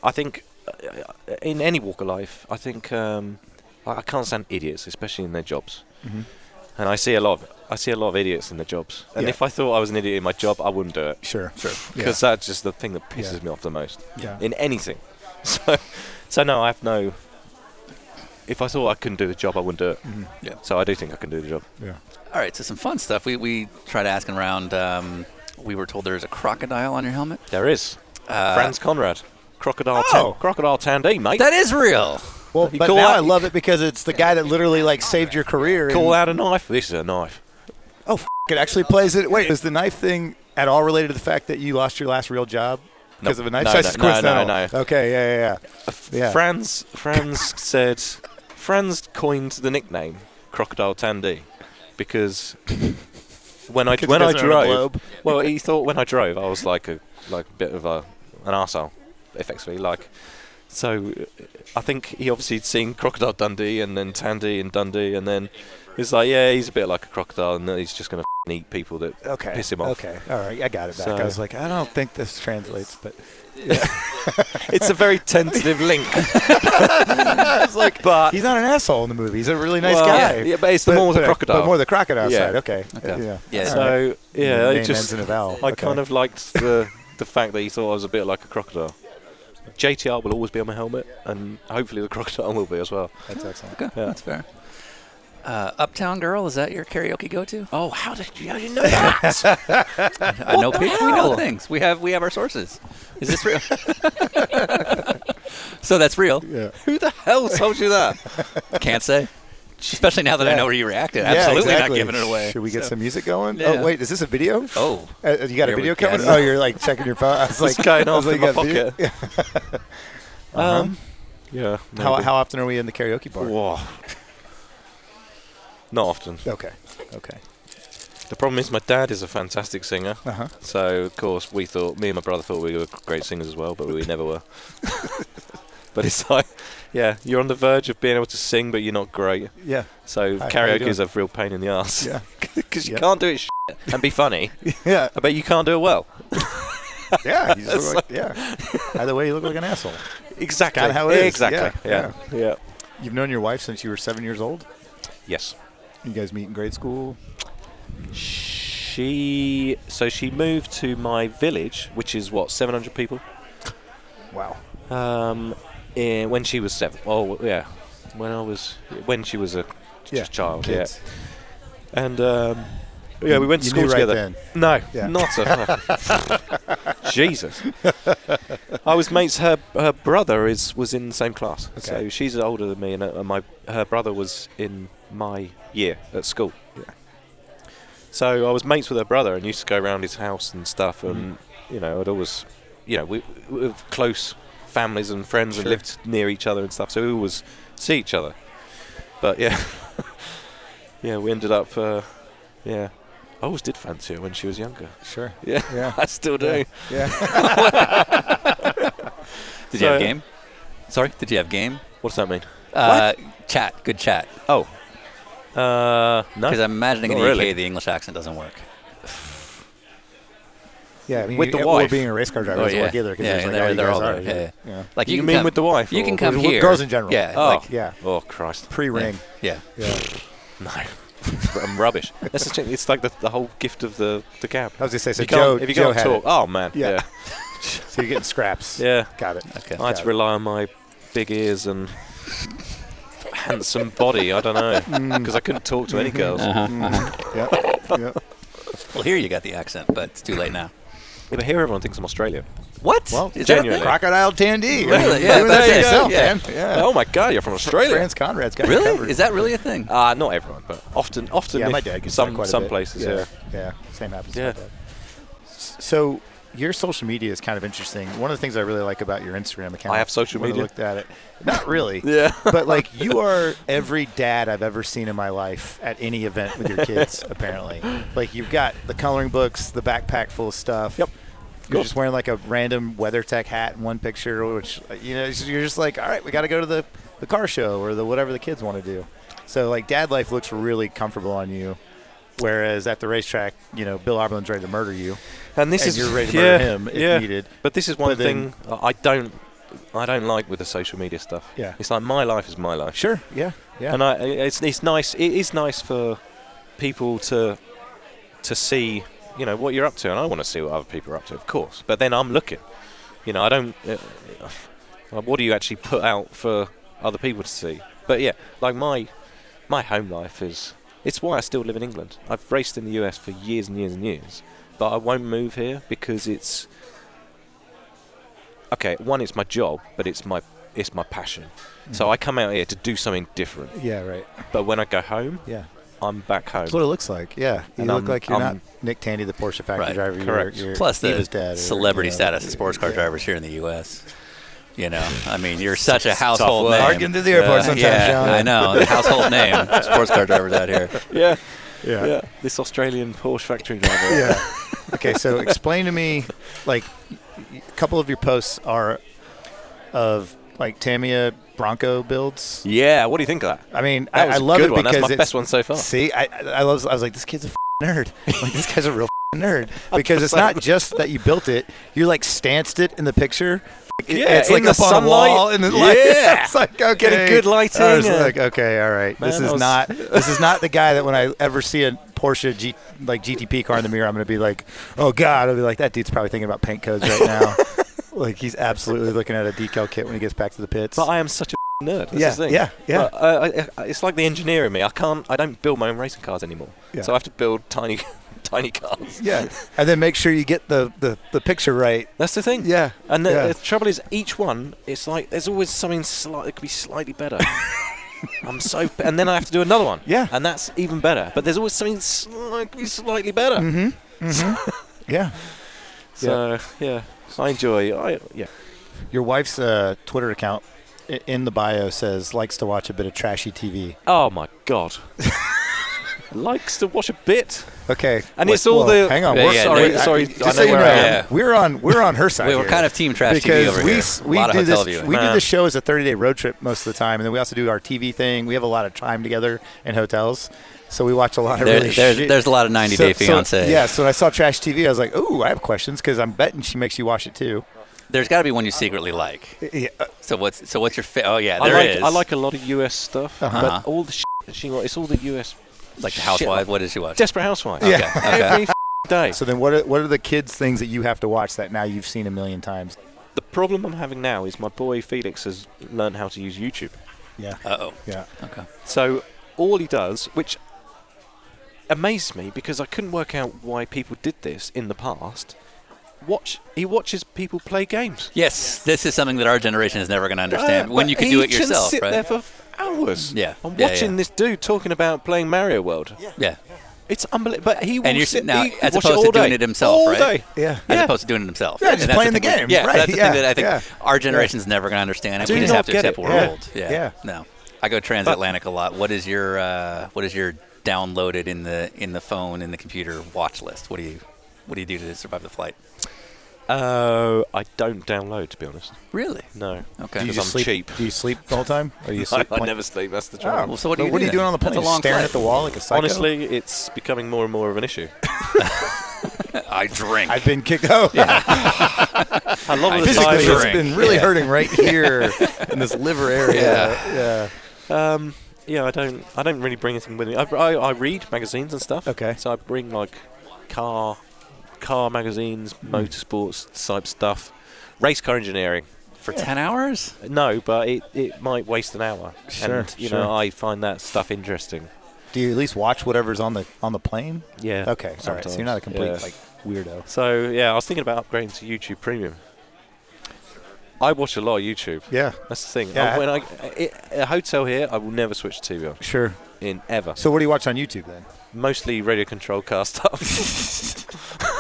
I think uh, in any walk of life, I think um, I I can't stand idiots, especially in their jobs. And I see a lot. Of, I see a lot of idiots in their jobs. And
Yeah.
if I thought I was an idiot in my job, I wouldn't do it.
sure, sure,
because uh, that's just the thing that pisses
Yeah.
me off the most
Yeah.
in anything. So, so no, I have no. If I thought I couldn't do the job, I wouldn't do it.
Mm-hmm.
Yeah.
So I do think I can do the job.
yeah.
All right, so some fun stuff. We, we tried asking around. Um, we were told there's a crocodile on your helmet.
There is Franz Conrad, crocodile,
Uh, Oh.
tan- crocodile Tandy, mate.
That is real.
Well,
You
but
call
now I
out-
love it because it's the guy that literally like saved your career.
Call
and-
out a knife. This is a knife.
Oh, f- it actually plays it. Wait, is the knife thing at all related to the fact that you lost your last real job because
No.
of a knife?
No,
That's
no, no, no,
coincidental.
no.
Okay, yeah, yeah, yeah. Yeah.
Uh, Franz, Franz said, Franz coined the nickname Crocodile Tandy because when I
he
when I
doesn't own a
drove,
globe.
well, he thought when I drove I was like a like a bit of a an arsehole, effectively. Like, so uh, I think he obviously had seen Crocodile Dundee and then Tandy and Dundee and then it's like, yeah, he's a bit like a crocodile and he's just gonna f***ing eat people that
Okay.
piss him off.
Okay. All right. I got it back.
So-
I was like, I don't think this translates, but
It's a very tentative link.
I was like,
But
he's not an asshole in the movie. He's a really nice
Well,
guy.
yeah, yeah, but it's the more the crocodile.
But more the crocodile
Yeah.
side. Okay.
Okay.
Yeah.
Yeah.
All right.
So yeah,
The
it
name
just
ends in a vowel.
I
Okay.
kind of liked the the fact that he thought I was a bit like a crocodile. JTR will always be on my helmet, and hopefully the crocodile will be as well.
That's excellent.
Okay,
Yeah.
that's fair. Uh, Uptown Girl, is that your karaoke go-to? Oh, how did you, how did you know that? I know people. We know things. We have we have our sources. Is this real? so that's real.
Yeah.
Who the hell told you that? Can't say. Especially now that I know where you reacted.
Yeah,
Absolutely
exactly.
not giving it away.
Should we get
So-
some music going?
Yeah.
Oh, wait, is this a video?
Oh.
Uh, you got
Here we
a video coming?
go.
Oh, you're like checking your phone. I was
What's
like,
going
I was
off
like,
in my
you got video? Uh-huh.
pocket? Um, yeah.
How,
maybe.
how often are we in the karaoke bar?
Whoa. Not often.
Okay. Okay.
The problem is my dad is a fantastic singer,
Uh-huh.
so of course we thought me and my brother thought we were great singers as well, but we never were. but it's like, yeah, you're on the verge of being able to sing, but you're not great.
Yeah.
So
Hi, how you
karaoke is a real pain in the ass.
Yeah.
because you
Yeah.
can't do it sh- and be funny.
Yeah.
I bet you can't do it well.
Yeah. You just look like- yeah. Either way, you look like an asshole.
Exactly.
Kinda how it is.
Exactly.
Yeah,
Yeah. yeah.
You've known your wife since you were seven years old.
Yes.
You guys meet in grade school.
She so she moved to my village, which is what 700 people.
Wow.
Um, eh, when she was seven. Oh yeah, when I was when she was a ch-
Yeah,
child.
Kids.
Yeah, and um, yeah, we went to
You
school
knew right
together.
then.
No,
Yeah.
not a Jesus. I was mates. Her her brother is was in the same class, so
Okay.
she's older than me, and uh, my her brother was in my year at school.
Yeah.
So I was mates with her brother, and used to go around his house and stuff, and
Mm-hmm.
you know, I'd always, you know, we, we were close families and friends and lived near each other and stuff, so we always see each other. But yeah, yeah, we ended up, uh, yeah. I always did fancy her when she was younger.
Sure.
Yeah,
Yeah.
I still do.
Yeah.
Did you have
So-
game?
Sorry,
Did you have game?
what's that mean?
Uh, chat. Good chat.
Oh, uh, no.
Because I'm imagining in
Not
the
really.
UK the English accent doesn't work.
yeah. I mean,
With the
you- Or
wife.
being a race car driver
Oh,
doesn't
yeah.
work either. 'cause
Yeah,
it's like,
they're-
oh, you
they're
guys
all
are,
there, yeah.
yeah.
Like
You
can
mean
come-
with the wife
You
or
can
with-
come
with
here.
girls in general?
Yeah.
Oh.
Like,
Yeah.
oh Christ,
Pre-ring.
yeah.
no. I'm rubbish. That's the thing. It's like the, the whole gift of the the cab.
I was gonna say, so
you can't-
Joe-
if you
Joe
can't
had
talk,
it.
oh man,
Yeah.
yeah.
So you're getting scraps.
Yeah.
Got it.
Okay.
I had to rely on my big ears and handsome body. I don't
Mm.
know because I couldn't talk to any
Mm-hmm.
girls.
Uh-huh.
Yep. Yep.
Well, here you got the accent, but it's too late now.
Yeah, but here everyone thinks I'm Australian.
What?
Well,
Is that a
Genuinely.
Crocodile Tandy.
Really? Yeah,
Yeah. Doing that
there
to
you go.
yourself,
Yeah.
man. Yeah.
Oh my God, you're from Australia.
Franz Conrad's got
thing?
you
Really?
covered.
Is that really a thing?
Uh, not everyone, but often, often.
Yeah,
if
my dad gets that
some
quite a
some
bit.
places. Yeah.
Yeah, yeah, same happens.
Yeah.
Yeah. So your social media is kind of interesting. One of the things I really like about your Instagram account.
I have social
when
media?
looked at it. Not really.
Yeah.
but like you are every dad I've ever seen in my life at any event with your kids. apparently, like you've got the coloring books, the backpack full of stuff.
Yep.
You're just wearing like a random WeatherTech hat in one picture, which you know you're just like, all right, we got to go to the, the car show or the whatever the kids want to do. So like dad life looks really comfortable on you, whereas at the racetrack, you know Bill Oberlin's ready to murder you.
And this
And
is
you're ready to
yeah,
murder him if
yeah.
needed.
But this is one
But
thing
then-
I don't, I don't like with the social media stuff.
Yeah.
It's like my life is my life.
Sure. Yeah. Yeah.
um,
And I, it's it's nice. It is nice for people to to see, you know, what you're up to, and I want to see what other people are up to, of course. But then I'm looking. You know, I don't. Uh, uh, what do you actually put out for other people to see? But yeah, like my my home life is. It's why I still live in England. I've raced in the US for years and years and years, but I won't move here because it's okay. One, it's my job, but it's my it's my passion. So I come out here to do something different.
yeah. Right.
But when I go home,
Yeah.
I'm back home.
That's what it looks like. Yeah. You
And
look
I'm-
like you're
I'm-
not Nick Tandy, the Porsche factory
um, Right,
driver.
correct.
You're, you're
Plus the
Eva's dad or,
celebrity
you know,
status of sports car
yeah.
drivers here in the U.S. You know, I mean, you're such a household
work.
name. Uh,
Hard getting to the airport sometimes,
Yeah,
John.
I know. The household name. Sports car drivers out here.
yeah,
Yeah.
yeah. This Australian Porsche factory driver.
yeah. Okay, so explain to me, like, a couple of your posts are of like Tamiya Bronco builds.
Yeah, What do you think of that?
I mean,
That
I,
was
I
a
love
good
it
one.
because
That's my
it's,
best one so far.
See, I, I love. I was like, this kid's a nerd. Like, this guy's a real nerd because it's
saying.
not just that you built it. You like stanced it in the picture.
Yeah,
it's like
in the
up on a wall
sunlight.
and the light.
Yeah.
it's like okay,
Getting good lighting
I was
and-
like, okay, all right, this
Man, I
is
was-
not this is not the guy that when I ever see a Porsche G, like GTP car in the mirror, I'm gonna be like, oh god, I'll be like, that dude's probably thinking about paint codes right now. like he's absolutely looking at a decal kit when he gets back to the pits.
But I am such a nerd. That's
Yeah,
the thing.
yeah, yeah.
But, uh, I, I, it's like the engineer in me. I can't. I don't build my own racing cars anymore.
Yeah.
So I have to build tiny, tiny cars.
yeah, and then make sure you get the the, the picture right.
That's the thing.
Yeah,
And the,
yeah.
the trouble is, each one, it's like there's always something slight that could be slightly better. I'm so, and then I have to do another one.
Yeah.
And that's even better. But there's always something slightly, slightly better.
Mm, Mm-hmm. Yeah.
So yeah, I enjoy. I yeah.
Your wife's uh, Twitter account i- in the bio says likes to watch a bit of trashy TV.
Oh my god. Likes to watch a bit.
Okay,
And it's all
whoa,
the-
hang on.
Yeah,
we're
yeah,
sorry,
yeah.
Sorry,
I,
I
just so
know
you
where
know,
I
am.
we're on we're on her side.
We were
here.
kind of team trash TV
because
over
we
here.
s-
A
we
lot of
do
hotel Uh-huh.
this
viewing.
we
Nah.
do the show as a 30 day road trip most of the time, and then we also do our TV thing. We have a lot of time together in hotels, so we watch a lot of
There-
really
there's-
shit-
there's a lot of 90 Day Fiancé.
yeah, so when I saw trash TV, I was like, ooh, I have questions because I'm betting she makes you watch it too.
There's got to be one you secretly like.
Yeah, uh,
So what's so what's your fa- oh yeah
I
there
like,
is.
I like a lot of US stuff,
Uh-huh.
but all the shit that she writes, it's all the US.
like the
shit.
housewife. What did she watch?
Desperate Housewives.
Yeah.
Okay, okay.
Every f- day.
So then, what are, what are the kids' things that you have to watch that now you've seen a million times?
the problem I'm having now is my boy Felix has learned how to use YouTube.
Yeah,
Uh oh.
yeah.
Okay.
So all he does, which amazed me because I couldn't work out why people did this in the past. Watch he watches people play games.
Yes, this is something that our generation is never going to understand.
Uh,
when
but
you can
he
do it
can
yourself,
sit
right?
there for f- hours.
Yeah.
I'm
Yeah,
watching
yeah.
this dude talking about playing Mario World. Yeah.
yeah.
It's unbelievable. But he will
And you're
sit,
sitting now
he
as
watch
opposed
it
to
all day.
doing it himself,
all
right?
Day.
Yeah.
As
Yeah.
opposed to doing it himself.
Yeah,
And
just
that's
playing the
thing we-
game,
yeah,
right,
that's the
yeah,
thing that I think
yeah.
our generation's never going to understand. And
Do
we just
not
have to
get
accept
it,
we're
yeah,
old. Yeah.
yeah.
No. I go transatlantic a lot. What is your uh, what is your downloaded in the in the phone in the computer watch list? What do you what do you do to survive the flight?
Uh, I don't download, to be honest.
Really?
No.
Okay.
Because
just
I'm
sleep,
cheap.
Do you sleep the whole time? Or you
I,
sleep
I
like-
never sleep. That's the
Oh,
trouble.
Well, so what do
but
you
what
do
are you
then?
doing on the plane?
That's a long
staring
flight.
at the wall like a psycho.
Honestly, it's becoming more and more of an issue.
I drink.
I've been kicked out.
A lot of the
Physically,
Physically,
time,
it's
it's
drink.
been
been
really hurting right here in this liver area.
Yeah.
um, yeah, I don't, I don't really bring anything with me. I, I, I read magazines and stuff.
Okay.
So I bring like car, car magazines,
Hmm.
motorsports type stuff, race car engineering.
for ten hours?
No, but it, it might waste an hour.
Sure,
and you
sure.
know, I find that stuff interesting.
Do you at least watch whatever's on the on the plane?
Yeah.
Okay. All right. So you're not a complete
sometimes, yeah.
like weirdo.
So yeah, I was thinking about upgrading to YouTube Premium. I watch a lot of YouTube.
Yeah.
That's the thing.
Yeah.
I, when I it, a hotel here, I will never switch the TV on
Sure.
in ever.
So what do you watch on YouTube then?
Mostly radio control car stuff.
Uh,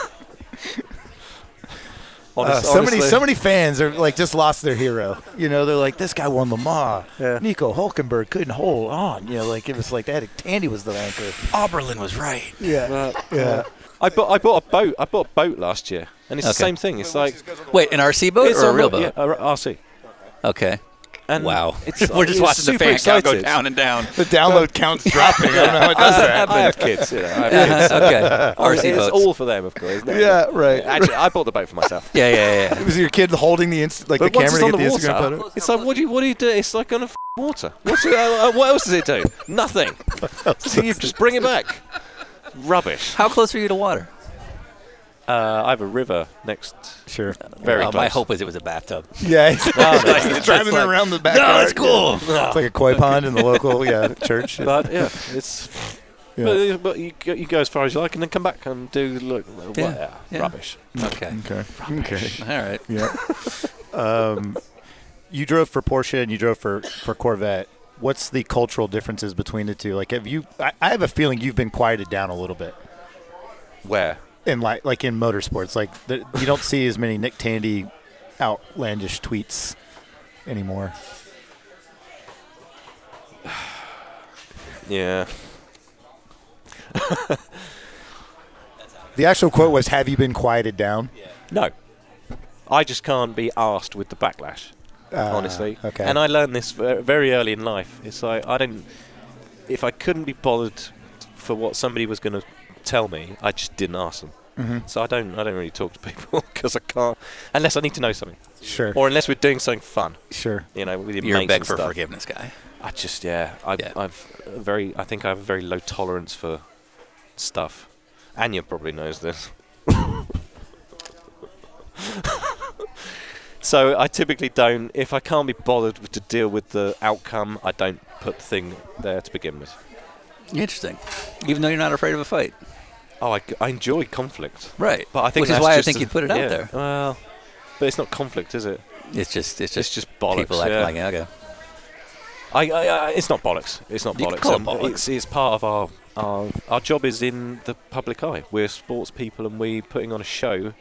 Uh,
Honest-
so many,
honestly.
so many fans are like just lost their hero. You know, they're like, this guy won Le Mans.
Yeah.
Nico Hulkenberg couldn't hold on. You know, like it was like that. Tandy was the anchor.
Oberlin was right. Uh,
Yeah, yeah.
I bought I bought a boat. I bought a boat last year, and it's the
Okay.
same thing. It's like
Wait, an RC boat
it's
or a
on
real
the-
boat?
Yeah, a r- RC.
Okay.
And
Wow.
it's-
We're just
it's
watching the
super
fan count go
excited.
down and down.
The download count's dropping. I don't know how it does that.
I have kids. You know, I have kids.
Uh-huh, okay. RC
it's
boats.
all for them, of course. isn't it?
Yeah, right.
Actually, I bought the boat for myself.
yeah, yeah, yeah.
It was your kid holding the inst- like
But
the
once
camera
it's
to
on
get
the
the Instagram
water,
photo.
it's like what do you what do you do? It's like on a f- water. What's it, uh, uh, what else does it do? Nothing. so you just bring it back. Rubbish.
How close are you to water?
Uh, I have a river next.
Sure.
Very
Uh,
close.
my hope is it was a bathtub.
Yeah, he's
It's
driving
like-
around the back.
No, it's cool.
It's like a koi pond in the local yeah church.
But yeah, it's.
Yeah.
But, but you, go, you go as far as you like, and then come back and do look.
Yeah.
Yeah.
Yeah.
Rubbish.
Okay.
okay. Okay.
All right.
Yeah. um, you drove for Porsche and you drove for, for Corvette. What's the cultural differences between the two? Like, have you? I, I have a feeling you've been quieted down a little bit
Where?
in like like in motorsports. Like, the, you don't see as many Nick Tandy outlandish tweets anymore.
Yeah.
The actual quote was, "Have you been quieted down?"
No. I just can't be asked with the backlash.
Uh,
honestly.
okay.
And I learned this ver- very early in life. It's like I didn't. If I couldn't be bothered for what somebody was going to tell me, I just didn't ask them. So I don't. I don't really talk to people because I can't, unless I need to know something,
Sure.
or unless we're doing something fun.
sure.
You know, with your
You're a
mates
beg
and
for
stuff.
forgiveness guy.
I just yeah. I,
Yeah.
I've a very. I think I have a very low tolerance for stuff. Anya probably knows this. so I typically don't. If I can't be bothered with- to deal with the outcome, I don't put the thing there to begin with.
Interesting. Even though you're not afraid of a fight.
Oh, I, I enjoy conflict,
Right.
but I think
Which is
that's
why I
just
think
a-
you put it out
yeah,
there.
Well, but it's not conflict, is it?
It's just it's
It's
just,
just bollocks.
people acting
yeah.
like okay.
I, I, I, it's not bollocks. It's not
You can
bollocks.
call it
Um,
bollocks.
It's, it's part of our, our our job is in the public eye. We're sports people, and we're putting on a show,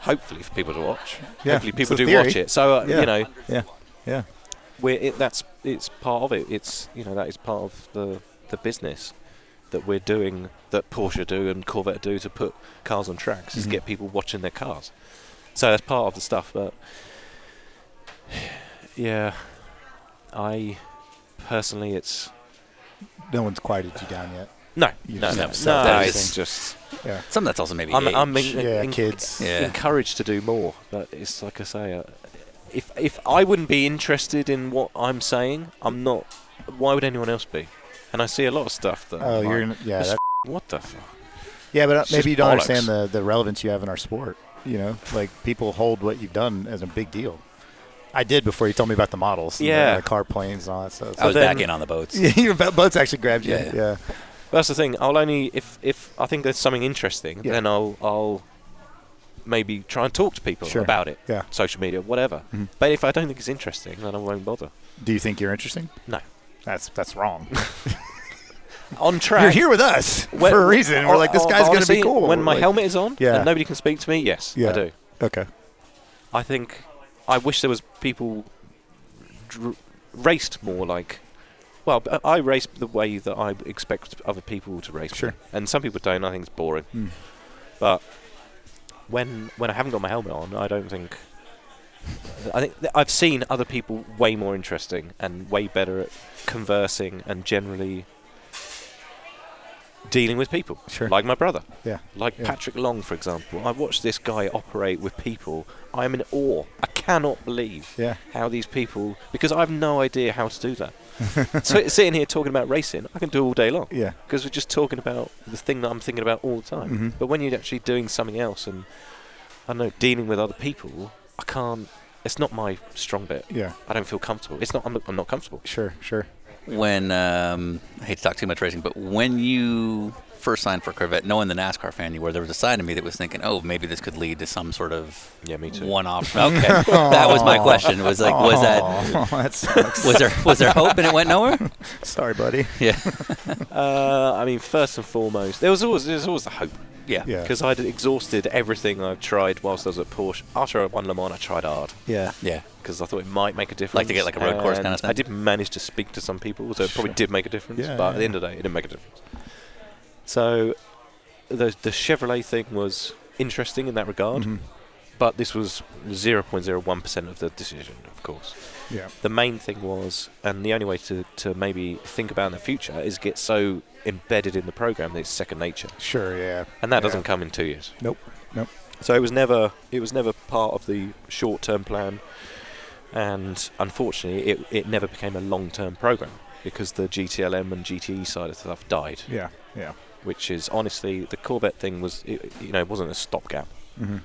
hopefully for people to watch.
Yeah,
hopefully
it's
people
the
do
theory.
watch it. So uh,
Yeah.
you know,
Yeah. Yeah.
we're it, that's it's part of it. It's you know that is part of the the business that we're doing that Porsche do and Corvette do to put cars on tracks
Mm-hmm.
is get people watching their cars. So that's part of the stuff. But yeah, I personally it's.
No one's quieted you down yet.
No, no, no, no.
just-
no
Nice.
it's just
Some of that's also maybe
I'm,
age.
I'm in-
Yeah,
in-
kids.
Yeah.
encouraged to do more. But it's like I say, uh, if if I wouldn't be interested in what I'm saying, I'm not. Why would anyone else be? And I see a lot of stuff that.
Oh,
I'm
you're
like,
gonna- yeah,
"That's
that-
f- what the fuck?
Yeah, but uh,
It's just
maybe you don't
bollocks.
understand the, the relevance you have in our sport. You know, like people hold what you've done as a big deal. I did before you told me about the models, and the-
Yeah.
the, car planes and all that stuff.
I was
So
then-
back in on the boats.
yeah, your bo- boats actually grabbed you.
Yeah.
Yeah,
That's the thing. I'll only if if I think there's something interesting,
Yeah.
then I'll I'll maybe try and talk to people
Sure.
about it.
Yeah.
Social media, whatever.
Mhm.
But if I don't think it's interesting, then I won't bother.
Do you think you're interesting?
No.
That's that's wrong.
On track.
you're here with us
when-
for a reason. We're like this
Oh,
guy's going to
honestly,
be cool.
When my
Like-
helmet is on
Yeah.
and nobody can speak to me, yes, I
Yeah.
do.
Okay.
I think I wish there was people dr- raced more like. Well, I- I race the way that I expect other people to race. me.
Sure.
And some people don't. I think it's boring.
Mm.
But when when I haven't got my helmet on, I don't think. I think th- I've seen other people way more interesting and way better at conversing and generally dealing with people.
Sure.
Like my brother.
Yeah.
Like
Yeah.
Patrick Long, for example. I watched this guy operate with people. I'm in awe. I cannot believe
Yeah.
how these people, because I have no idea how to do that. so sitting here talking about racing, I can do all day long
Yeah.
because we're just talking about the thing that I'm thinking about all the time.
Mhm.
But when you're actually doing something else and I don't know dealing with other people, I can't. It's not my strong bit.
Yeah.
I don't feel comfortable. It's not. I'm, I'm not comfortable.
Sure. Sure.
When um, I hate to talk too much racing, but when you first signed for Corvette, knowing the NASCAR fan you were, there was a side of me that was thinking, "Oh, maybe this could lead to some sort of
Yeah, me too.
one-off." Okay, that was my question. Was like, was that
Aw, that sucks.
was there was there hope and it went nowhere?
Sorry, buddy.
Yeah,
Uh, I mean, first and foremost, there was always there's always the hope.
yeah,
Yeah.
Because I'd exhausted everything I've tried whilst I was at Porsche. After I won Le Mans, I tried hard.
Yeah.
yeah.
because I thought it might make a difference.
Like to get, like, a road course kinda
And
thing?
I did manage to speak to some people, so it probably
Sure.
did make a difference.
Yeah,
but at
yeah.
the end of the day, it didn't make a difference. So the the Chevrolet thing was interesting in that regard,
Mhm.
but this was 0.01 percent of the decision, of course.
Yeah.
The main thing was, and the only way to to maybe think about in the future is get so embedded in the program that it's second nature,
Sure. Yeah.
and that
Yeah.
doesn't come in two years.
Nope. Nope.
So it was never it was never part of the short term plan, and unfortunately, it it never became a long term program because the GTLM and GTE side of stuff died,
Yeah. Yeah.
which is honestly the Corvette thing was it, you know it wasn't a stopgap.
Mm-hmm.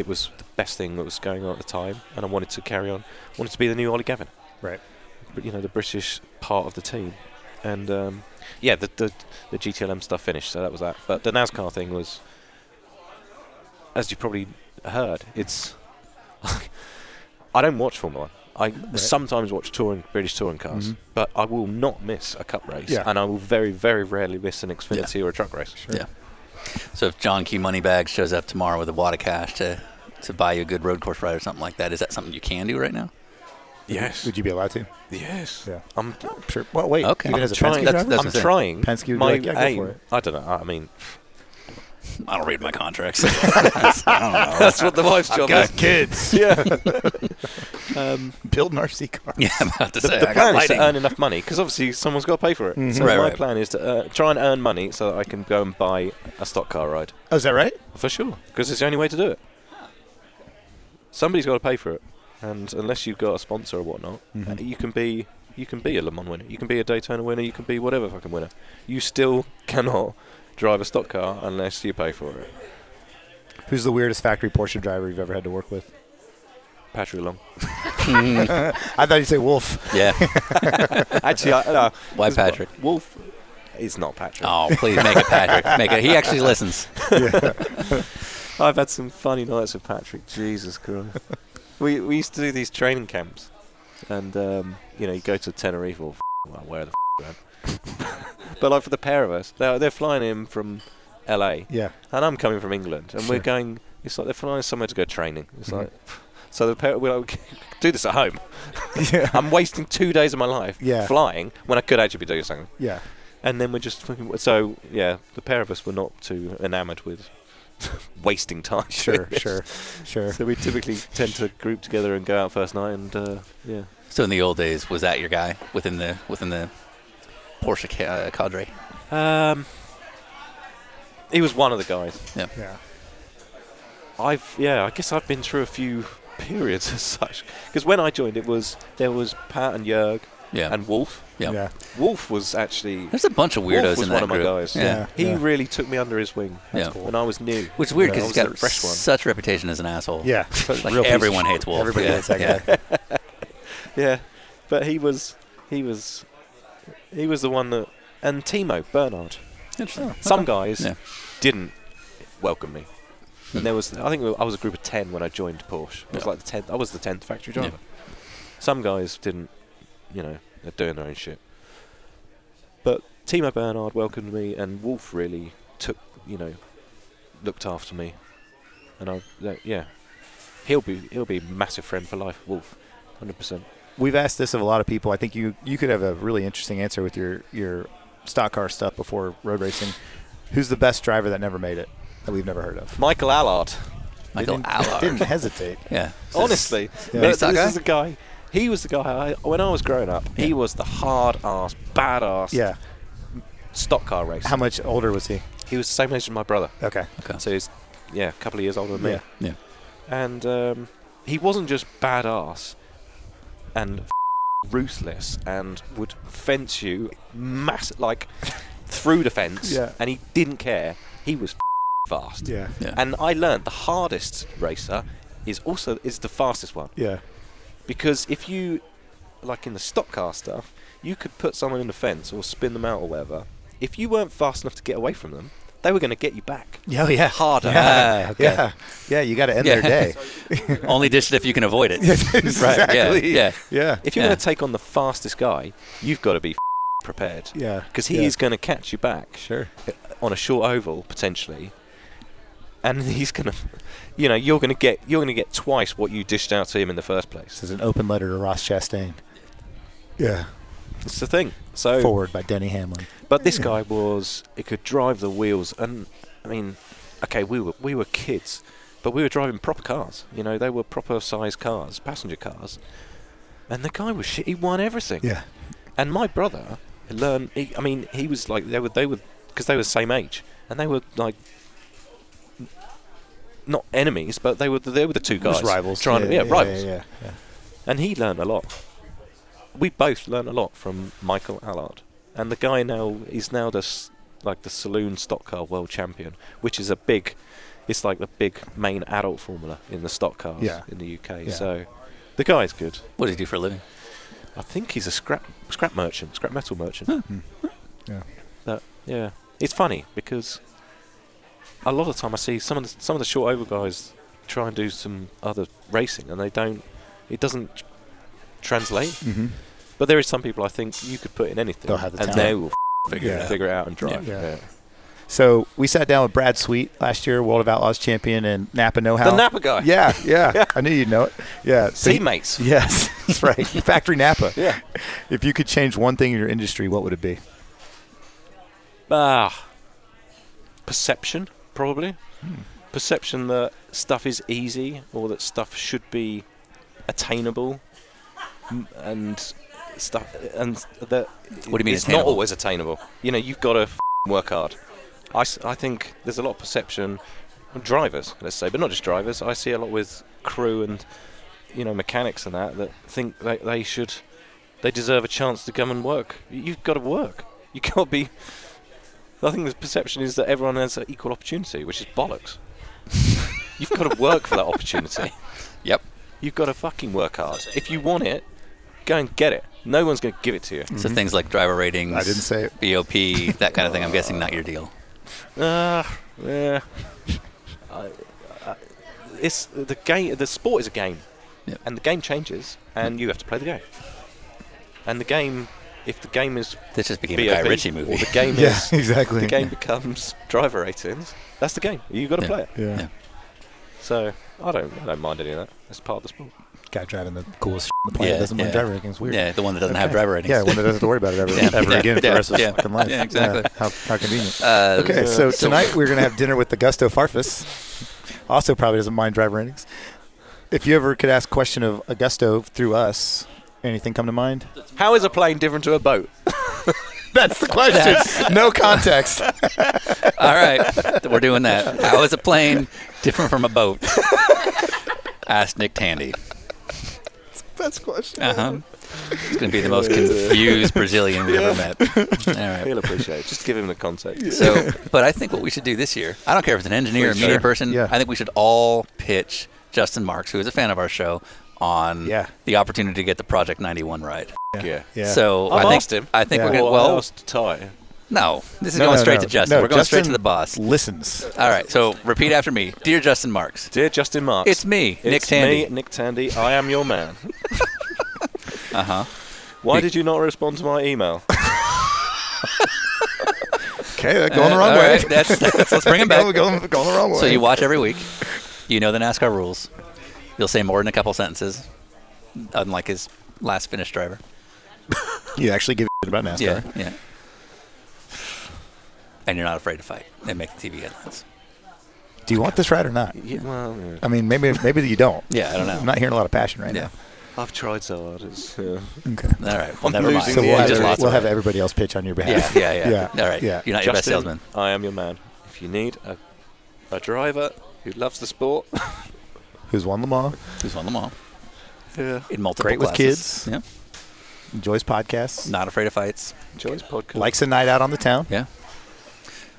It was the best thing that was going on at the time, and I wanted to carry on. I wanted to be the new Ollie Gavin,
Right.
But, you know the British part of the team, and um, yeah, the, the the GTLM stuff finished, so that was that. But the NASCAR thing was, as you probably heard, it's I don't watch Formula One. I sometimes watch touring British touring cars,
Mhm.
but I will not miss a cup race,
Yeah.
and I will very very rarely miss an Xfinity or a truck race.
Yeah. So if John Q Moneybag shows up tomorrow with a wad of cash to to buy you a good road course ride or something like that, is that something you can do right now?
Yes,
Would you be allowed to?
yes.
Yeah.
I'm
Sure. Well, wait.
Okay.
Even
I'm
as a
trying.
Penske
That's- that's-
driver?
what
I'm
I'm saying.
trying.
Penske would be
My
like, yeah, go
aim-
for it.
I don't know. I mean,
I don't read my contracts. I don't know.
that's what the wife's job
Got kids.
yeah.
Building RC cars.
Yeah, I'm about to say.
the
I got
plan is to
lighting. Mm-hmm.
earn enough money because obviously someone's got to pay for it. So
Right,
my
right.
plan is to uh, try and earn money so that I can go and buy a stock car ride
Oh, is that right?
for sure because it's the only way to do it. Somebody's got to pay for it, and unless you've got a sponsor or whatnot, uh,
Mm-hmm.
you can be you can be a Le Mans winner, you can be a Daytona winner, you can be whatever fucking winner. You still cannot drive a stock car unless you pay for it.
Who's the weirdest factory Porsche driver you've ever had to work with?
Patrick Long.
I thought you'd say Wolf.
Yeah.
Actually, I, no,
Why
'cause
Patrick?
Wolf is not Patrick.
Oh, please make it Patrick. Make it. He actually listens.
I've had some funny nights with Patrick. Jesus Christ. we we used to do these training camps, and um, you know you go to Tenerife or well, where the f- man. but like for the pair of us, they're they're flying in from L.A.
Yeah.
and I'm coming from England, and we're
Sure.
going. It's like they're flying somewhere to go training. It's
Mhm.
like. So the pair, we're like, do this at home.
Yeah.
I'm wasting two days of my life
Yeah.
flying when I could actually be doing something.
Yeah.
And then we're just fucking. So yeah, the pair of us were not too enamoured with wasting time.
Sure.
doing this.
Sure. Sure.
So we typically tend to group together and go out first night, and uh, yeah.
So in the old days, was that your guy within the within the Porsche ca- uh, cadre?
Um, he was one of the guys.
Yeah.
I've yeah, I guess I've been through a few periods as such. Because when I joined, it was there was Pat and Jörg
Yeah.
and Wolf.
yeah.
Yeah.
Wolf was actually
There's a bunch of weirdos
Wolf was
in that
one of my
group.
guys.
Yeah.
Yeah.
he really took me under his wing.
That's cool.
When I was new,
Which is weird
Yeah,
because
I
he's
was
got
a fresh one.
such reputation as an asshole.
Yeah.
Like
Real piece of
everyone
shit.
hates Wolf.
Everybody
yeah.
hates that
yeah.
guy.
Yeah, but he was he was he was the one that and Timo Bernard.
Interesting.
Some guys
Yeah.
didn't welcome me. And there was I think I was a group of ten when I joined Porsche. I was
Hmm. Yeah.
like the tenth. I was the tenth factory
Yeah.
driver. Some guys didn't, you know, they're doing their own shit. But Timo Bernard welcomed me, and Wolf really took, you know, looked after me, and I that- yeah, he'll be he'll be a massive friend for life. Wolf, hundred percent.
We've asked this of a lot of people. I think you you could have a really interesting answer with your your stock car stuff before road racing. Who's the best driver that never made it that we've never heard of?
Michael Allard.
Michael
Oh.
didn't,
Allard.
didn't hesitate.
Yeah.
Honestly,
Yeah.
this,
He's that
this
guy?
is the guy. He was the guy. I, when I was growing up, he
Yeah.
was the hard ass, badass
Yeah.
stock car racer.
How much older was he?
he was the same age as my brother,
Okay.
Okay.
so he's yeah, a couple of years older than me.
Yeah.
Yeah.
And um, he wasn't just badass and ruthless and would fence you mass like through the fence,
Yeah.
and he didn't care. He was fast.
Yeah.
Yeah.
And I learned the hardest racer is also is the fastest one.
Yeah.
because if you like in the stock car stuff you could put someone in the fence or spin them out or whatever if you weren't fast enough to get away from them they were going to get you back
Yeah, oh, yeah.
harder
Yeah. Ah, okay.
Yeah. Yeah, you got to end
Yeah.
their day.
Only dish it if you can avoid it. right.
exactly.
Yeah.
yeah.
if you're
Yeah.
going to take on the fastest guy you've got to be prepared
Yeah.
because he
Yeah.
is going to catch you back
Sure.
on a short oval potentially and he's going to you know you're going to get you're going to get twice what you dished out to him in the first
This
place
is an open letter to Ross Chastain. Yeah.
it's the thing so
Forward by Denny Hamlin.
But
Hmm.
this guy was it could drive the wheels and I mean okay we were we were kids but we were driving proper cars you know they were proper sized cars passenger cars and the guy was shit he won everything
Yeah.
and my brother learned he, I mean he was like they were they were because they were the same age and they were like n- not enemies but they were they were the two guys
Just rivals.
trying to yeah, rivals
Yeah, yeah, yeah.
and he learned a lot. We both learned a lot from Michael Allard, and the guy now is now the s- like the saloon stock car world champion, which is a big, it's like the big main adult formula in the stock cars
Yeah.
in the UK.
Yeah.
So the guy's good.
What does he do for a living?
I think he's a scrap scrap merchant, scrap metal merchant.
Hmm. Yeah.
That yeah, it's funny because a lot of the time I see some of the, some of the short over guys try and do some other racing and they don't. It doesn't tr- translate.
Mm-hmm.
But there is some people I think you could put in anything,
They'll have the
and
talent.
they will f- figure, it
Yeah.
out. figure it out and drive.
Yeah.
Yeah.
So we sat down with Brad Sweet last year, World of Outlaws champion and Napa Know How.
The Napa guy,
Yeah, yeah. I knew you'd know it. Yeah. So he-
teammates.
Yes, that's right. Factory Napa.
Yeah.
If you could change one thing in your industry, what would it be?
Ah, perception probably.
Hmm.
Perception that stuff is easy or that stuff should be attainable, m- and stuff and that.
What do you mean
It's
attainable?
not always attainable. You know, you've got to f- work hard. I, s- I think there's a lot of perception. of Drivers, let's say, but not just drivers. I see a lot with crew and you know mechanics and that that think they, they should they deserve a chance to come and work. Y- You've got to work. You can't be. I think the perception is that everyone has an equal opportunity, which is bollocks. You've got to work for that opportunity.
Yep.
You've got to fucking work hard. If you want it, go and get it. No one's going to give it to you.
So things like driver ratings,
Mm-hmm. I didn't say it.
BOP, that kind of thing. I'm guessing not your deal.
Uh, yeah. I, I, it's the game. The sport is a game,
Yeah.
and the game changes, and you have to play the game. And the game, if the game is
This just became a
BOP,
Guy Ritchie movie.
or the game
Yeah,
is
exactly.
the game becomes driver ratings. That's the game. You got to
Yeah.
play it.
Yeah.
Yeah.
So I don't, I don't mind any of that. It's part of the sport.
Guy driving the coolest shit on the planet
Yeah,
doesn't win
yeah.
driver rankings. Weird.
Yeah, the one that doesn't have driver ratings.
Yeah, one that doesn't have to worry about it ever,
Yeah.
ever
Yeah.
again for
Yeah.
the rest of
Yeah.
his fucking life.
Yeah, exactly.
How, how convenient.
Uh,
Okay, so tonight we're gonna have dinner with the Gusto Farfus. Also, probably doesn't mind driver ratings. If you ever could ask a question of Augusto through us, anything come to mind?
How is a plane different to a boat?
That's the question. no context.
All right, we're doing that. How is a plane different from a boat? Ask Nick Tandy.
That's the question.
Uh huh. He's going to be the most confused Brazilian we've ever met. All right.
He'll appreciate it. Just give him the context.
So, but I think what we should do this year, I don't care if it's an engineer, or media person,
Yeah.
I think we should all pitch Justin Marks, who is a fan of our show, on
Yeah.
the opportunity to get the Project 91 right.
Yeah.
Yeah. Uh-huh.
So
I've
I think,
asked him.
I think
Yeah.
we're
Well,
going,
I
well,
asked Ty.
no, this is
No,
going
no,
straight
no.
to Justin.
No,
we're going straight to
Justin-
the boss.
Listens.
All right, so repeat after me. Dear Justin Marks,
Dear Justin Marks.
it's me, Nick
it's
Tandy.
me, Nick Tandy. I am your man. uh huh.
Uh-huh.
Why did you not respond to my email?
Okay, they're going the
Uh,
wrong
all
way.
right, that's- that's- let's bring him
Going-
back.
going, going the wrong way.
So you watch every week. You know the NASCAR rules. You'll say more than a couple sentences, unlike his last Finnish driver.
You actually give a shit about NASCAR.
Yeah, yeah. And you're not afraid to fight and make the TV headlines.
Do you want this right or not?
Yeah, well, yeah.
I mean, maybe maybe you don't.
Yeah, I don't know.
I'm not hearing a lot of passion right
Yeah.
I've tried so hard. It's, yeah.
now. Okay.
All right. Well, never mind.
losing
So
the
You
we'll, have,
just lost
we'll
it.
have everybody else pitch on your
yeah,
behalf.
yeah, yeah,
Yeah,
All right.
yeah.
You're not your best
Justin,
salesman.
I am your man. If you need a, a driver who loves the sport,
Who's won Le Mans,
Who's won them all
yeah.
in multiple
Great with
classes. kids. Yeah.
enjoys podcasts,
Not afraid of fights.
enjoys podcast.
likes a night out on the town.
Yeah.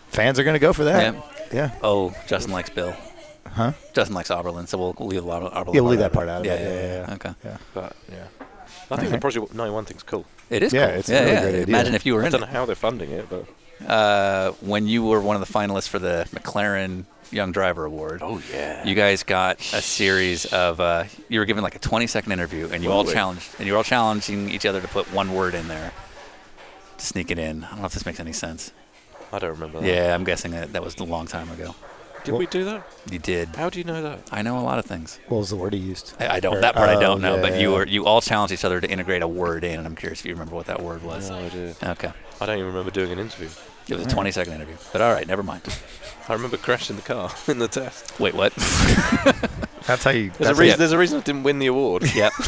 Fans are going to go for that.
Yeah.
Yeah.
Oh, Justin likes Bill.
Huh?
Justin likes Oberlin, so we'll, we'll leave a lot of Oberlin.
Yeah, we'll leave that part out of
Yeah,
it.
yeah,
Yeah,
yeah,
yeah, yeah.
Okay.
Yeah.
But yeah, I think the
Alright.
Project 91 thing's cool.
It is.
Yeah,
cool.
it's a
yeah,
really
yeah.
good idea.
Imagine if you were
I
in
don't know
it.
how they're funding it, but
Uh, when you were one of the finalists for the McLaren Young Driver Award. Oh yeah. You guys got a series of. Uh, you were given like a 20 second interview, and you all
Whoa.
challenged, and you were all challenging each other to put one word in there. To sneak it in. I don't know if this makes any sense.
I don't remember. That.
Yeah, I'm guessing that that was a long time ago.
Did we do that?
You did.
How do you know that?
I know a lot of things.
What was the word he used?
I I don't. That part I
Oh,
don't know.
yeah,
but you
yeah.
were you all challenged each other to integrate a word in, and I'm curious if you remember what that word was.
No idea.
Okay.
I don't even remember doing an interview.
It was a 20 second interview. But all right, never mind.
I remember crashing the car in the test.
Wait, what?
That's how you.
There's
That's
a reason.
it.
There's a reason I didn't win the award.
yep.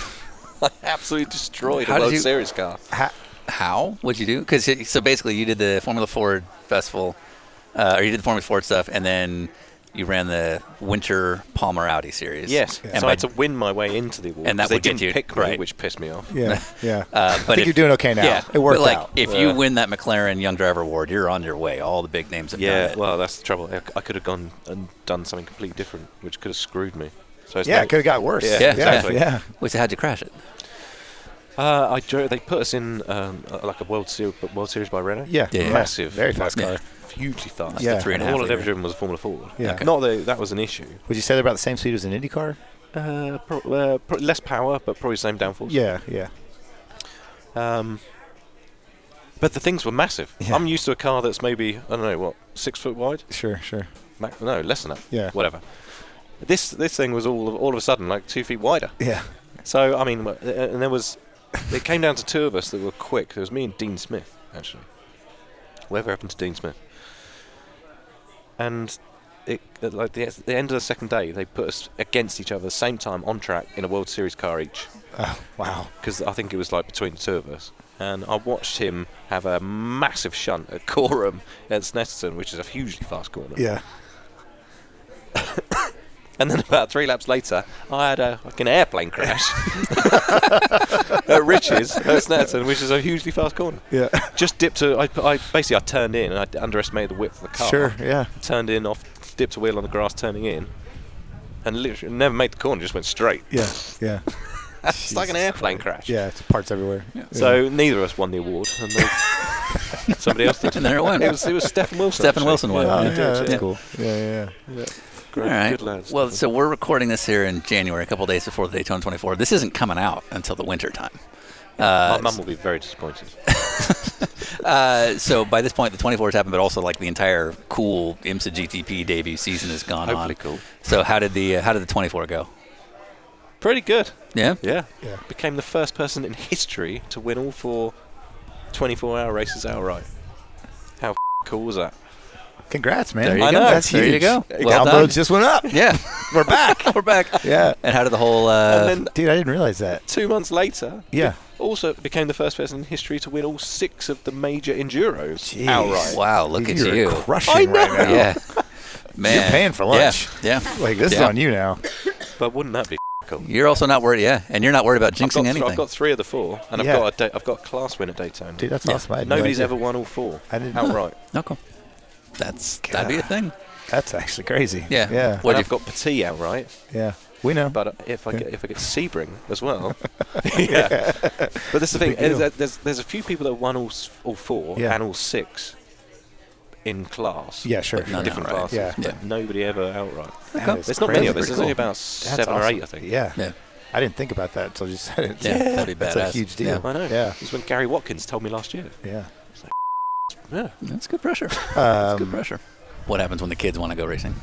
I absolutely destroyed
How
a
did
World
you-
Series car.
How? What'd you do? Because so basically, you did the Formula Ford Festival, uh, or you did the Formula Ford stuff, and then you ran the Winter Palmer Audi series.
Yes,
And
so I
by- uh,
had to win my way into the award.
And that
'cause they
would get
didn't
you-
pick me,
right.
which pissed me off.
yeah. Yeah.
uh, but
I think
if-
you're doing okay now.
Yeah,
It worked
but like,
out.
If you win that McLaren Young Driver Award, you're on your way. All the big names have done
Yeah,
it.
well, that's the trouble. I, I could have gone and done something completely different, which could have screwed me. So it's
yeah,
no-
it could have got worse.
Yeah,
yeah,
exactly.
yeah.
Wait, so how'd you crash it?
Uh, I drove, they put us in um, uh, like a World Series, World Series by Renault.
Yeah.
Yeah.
massive,
Very fast car.
like, hugely fast.
Yeah.
The three and a
all
half.
I'd ever
liter.
driven was a Formula Ford.
Yeah.
Not that that was an issue.
Would you say they're about the same speed as an Indy car?
Uh, pro- uh, pro- less power, but probably same downforce.
Yeah, yeah.
Um, but the things were massive.
Yeah.
I'm used to a car that's maybe I don't know what six foot wide.
Sure, sure.
Ma- No, less than that.
Yeah.
Whatever. This this thing was all of, all of a sudden like two feet wider.
Yeah.
So I mean, uh, and there was, it came down to two of us that were quick. It was me and Dean Smith actually. Whatever happened to Dean Smith? And it at like the, the end of the second day, they put us against each other, same time on track in a World Series car each,
Oh, wow.
because I think it was like between the two of us. And I watched him have a massive shunt at Coram at Snetterton, which is a hugely fast corner.
Yeah.
And then about three laps later, I had a like an airplane crash at Rich's, at Snetterton, which is a hugely fast corner.
Yeah.
Just dipped to, I, I basically I turned in and I d- underestimated the width of the car.
Sure, yeah.
Turned in off, dipped a wheel on the grass, turning in, and literally never made the corner, just went straight.
Yeah. Yeah.
It's like an airplane crash.
Yeah. It's parts everywhere. Yeah.
So neither of us won the award, and they- somebody else did.
And there it went.
It was, it was Stefan Wilson.
Stefan
actually.
Wilson won.
Oh,
Yeah.
yeah,
he did,
that's
yeah.
cool. Yeah, yeah, yeah.
Great,
All right.
good lads.
Well, so we're recording this here in January, a couple days before the Daytona 24. This isn't coming out until the winter time.
my
Uh,
mum will be very disappointed.
uh, so by this point, the 24 has happened, but also like the entire cool IMSA GTP debut season has gone
Hopefully
on.
cool.
So how did the uh, how did the 24 go?
Pretty good.
Yeah.
Yeah.
Yeah.
Became the first person in history to win all four 24 hour races outright. How cool was that?
Congrats, man.
There you
I
go.
know.
That's
there
huge.
you go. Well
Downloads
done.
just went up.
Yeah.
We're back.
We're back.
yeah.
And how did the whole uh,
and then
Dude, I didn't realize that.
two months later,
Yeah.
also became the first person in history to win all six of the major enduros outright.
Wow, look at
You're
you.
crushing
I
right now.
Yeah. Man.
You're paying for lunch.
Yeah. yeah.
Like this is
Yeah.
on you now.
But wouldn't that be cool?
You're also not worried, yeah, and you're not worried about
I've
jinxing
got, th-
anything.
I've got three of the four, and
Yeah.
I've got a da- I've got a class win at Daytona.
Dude, that's awesome. I had no
Nobody's
idea.
ever won all four
I didn't-
outright.
Okay. That's that'd be a thing.
That's actually crazy.
Yeah.
Yeah.
What
and
do
I've got Petit outright,
Yeah. We know.
but if I get if I get Sebring as well, yeah. But that's the thing.
deal.
There's, a- there's there's a few people that won all s- all four
Yeah.
and all six in class.
yeah, sure.
No, no,
different
right.
classes.
Yeah.
but Nobody ever outright.
That is
There's not many
crazy.
of us. There's
cool.
only about
That's
seven or
awesome.
eight, I think.
Yeah.
Yeah.
I didn't think about that until you said it.
Yeah, that'd be
That's a
badass.
huge deal.
Yeah.
I know.
Yeah.
It was when Gary Watkins told me last year.
Yeah.
Yeah.
That's good pressure. That's good
Um,
pressure. What happens when the kids want to go racing?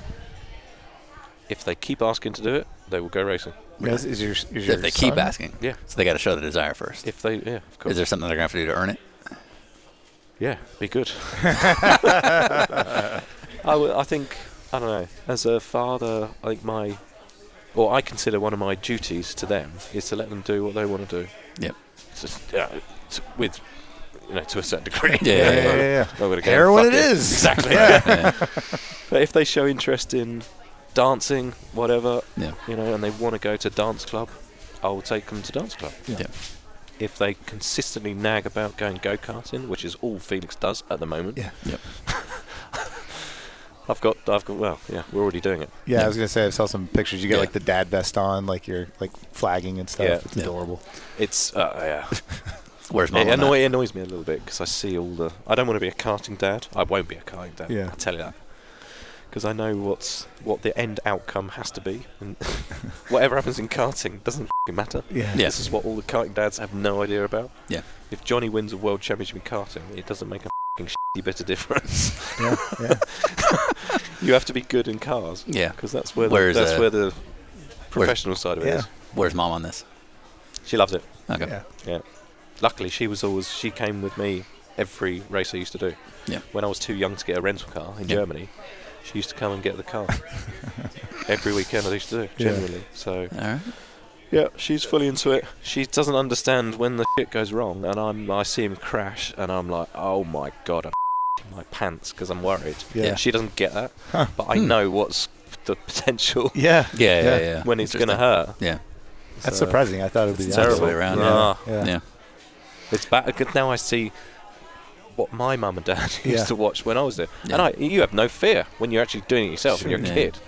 If they keep asking to do it, they will go racing.
Um, is, is your, is your
If they keep
son-
asking.
Yeah.
So they got to show the desire first.
If they, yeah, of course.
Is there something they're going to have to do to earn it?
Yeah, be good. I, w- I think I don't know. As a father, I think my, or I consider one of my duties to them is to let them do what they want to do.
Yep.
Just, uh, t- with, you know, to a certain degree.
Yeah, yeah,
Yeah, yeah, yeah.
Not gonna go,
Heroin
"Fuck
it is.
Exactly.
Yeah.
But if they show interest in dancing, whatever,
Yeah.
you know, and they want to go to dance club, I will take them to dance club.
Yeah.
If they consistently nag about going go karting, which is all Felix does at the moment,
Yeah.
Yep.
I've got, I've got, well, yeah, we're already doing it.
Yeah, I was gonna say I saw some pictures. You got
Yeah.
like the dad vest on, like you're like flagging and stuff.
Yeah.
It's
Yeah.
adorable.
It's, uh, yeah,
Where's my
it, annoy, it annoys me a little bit because I see all the. I don't want to be a karting dad. I won't be a karting dad.
Yeah.
I tell you that because I know what's what the end outcome has to be, and whatever happens in karting doesn't fing matter.
Yeah.
Yeah.
This is what all the karting dads have no idea about.
Yeah.
If Johnny wins a world championship in karting, it doesn't make a fing shitty bit of difference.
Yeah. yeah.
you have to be good in cars
Yeah.
because that's where the,
Where's
that's
the-
where the professional side of it
Yeah.
is.
Where's mom on this?
She loves it.
Okay.
Yeah.
Luckily, she was always she came with me every race I used to do.
Yeah.
When I was too young to get a rental car in
Yeah.
Germany, she used to come and get the car every weekend. I used to do
Yeah.
generally. So
All right.
yeah, she's fully into it. She doesn't understand when the shit goes wrong, and I'm I see him crash, and I'm like, oh my god, I'm in my pants because I'm worried.
Yeah. Yeah.
She doesn't get that,
Huh.
but I
Hmm.
know what's the potential
Yeah.
Yeah, yeah, yeah.
when it's going to
Interesting.
hurt.
Yeah.
That's
uh,
So-
surprising. I thought it'd be
It's
the opposite.
terrible.
way around,
Yeah.
Yeah.
Yeah.
It's bad. 'cause Now I see what my mum and dad
Yeah.
used to watch when I was there.
Yeah.
And I, you have no fear when you're actually doing it yourself when
Sure.
you're a
Yeah.
kid.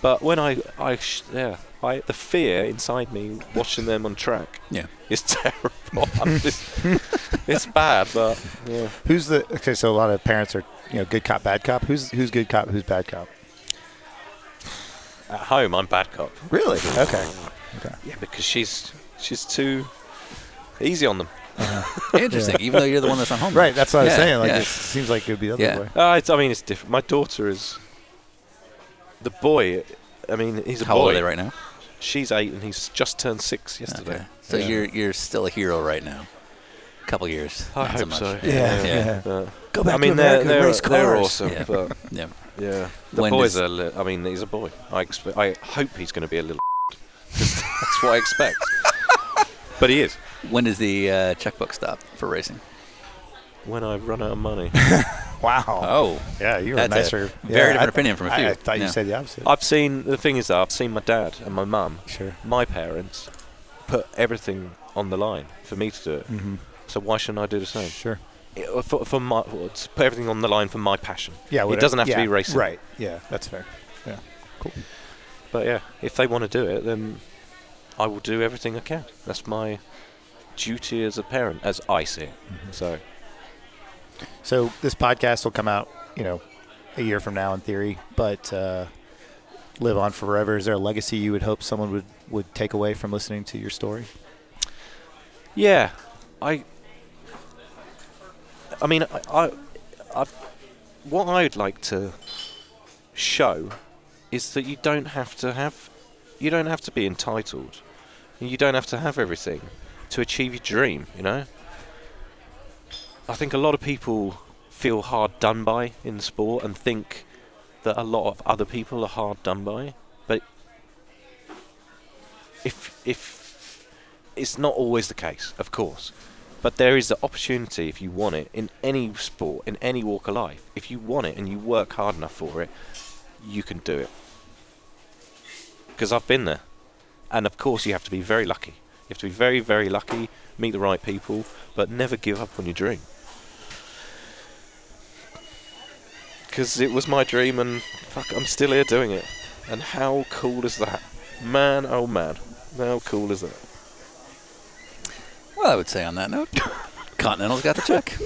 But when I, I sh- yeah, I, the fear inside me watching them on track
Yeah.
is terrible. I'm just, it's bad, but yeah.
Who's the okay? So a lot of parents are you know good cop, bad cop. Who's who's good cop? Who's bad cop?
at home I'm bad cop.
Really? Okay.
Yeah, because she's she's too easy on them.
Interesting. Even though you're the one that's on home.
Right. That's what I was
Yeah,
saying. Like
yeah.
it seems like it would be the other
Yeah.
way.
Uh, it's, I mean, it's different. My daughter is the boy. I mean, he's a
How
boy.
old are they right now?
She's eight, and he's just turned six yesterday.
Okay. So
Yeah.
you're you're still a hero right now. Couple years.
I
not so
hope
much.
so.
Yeah. Yeah. Yeah.
But-
Go back
I mean,
to
they're,
America.
they're,
race cars.
they're awesome,
Yeah.
but yeah, the
When
boys
does-
are. Li- I mean, he's a boy. I expe- I hope he's going to be a little. that's what I expect. but he is.
When does the uh, checkbook stop for racing?
When I run out of money,
Wow.
Oh,
Yeah, you were
that's a
nicer.
very
Yeah,
different
I-
opinion from a
I-
few.
I thought you
Yeah.
said the opposite.
I've seen the thing is that I've seen my dad and my mum,
Sure.
my parents, put everything on the line for me to do it.
Mm-hmm.
So why shouldn't I do the same?
Sure.
It- For, for my, to put everything on the line for my passion.
Yeah.
it doesn't have to
yeah,
be racing.
Right. Yeah. That's fair.
But yeah, if they want to do it, then I will do everything I can. That's my duty as a parent, as I see it. So
So this podcast will come out, you know, a year from now in theory, but uh, live on forever. Is there a legacy you would hope someone would would take away from listening to your story?
yeah, I. I mean, I, I, I've, what I'd like to show is that you don't have to have, you don't have to be entitled, you don't have to have everything to achieve your dream. You know, I think a lot of people feel hard done by in sport and think that a lot of other people are hard done by. But if if it's not always the case, of course. But there is the opportunity if you want it in any sport, in any walk of life. If you want it and you work hard enough for it, you can do it. Because I've been there. And of course, you have to be very lucky. You have to be very, very lucky, meet the right people, but never give up on your dream. Because it was my dream, and fuck, I'm still here doing it. And how cool is that? Man, oh man. How cool is that?
Well, I would say on that note, Continental's got the check.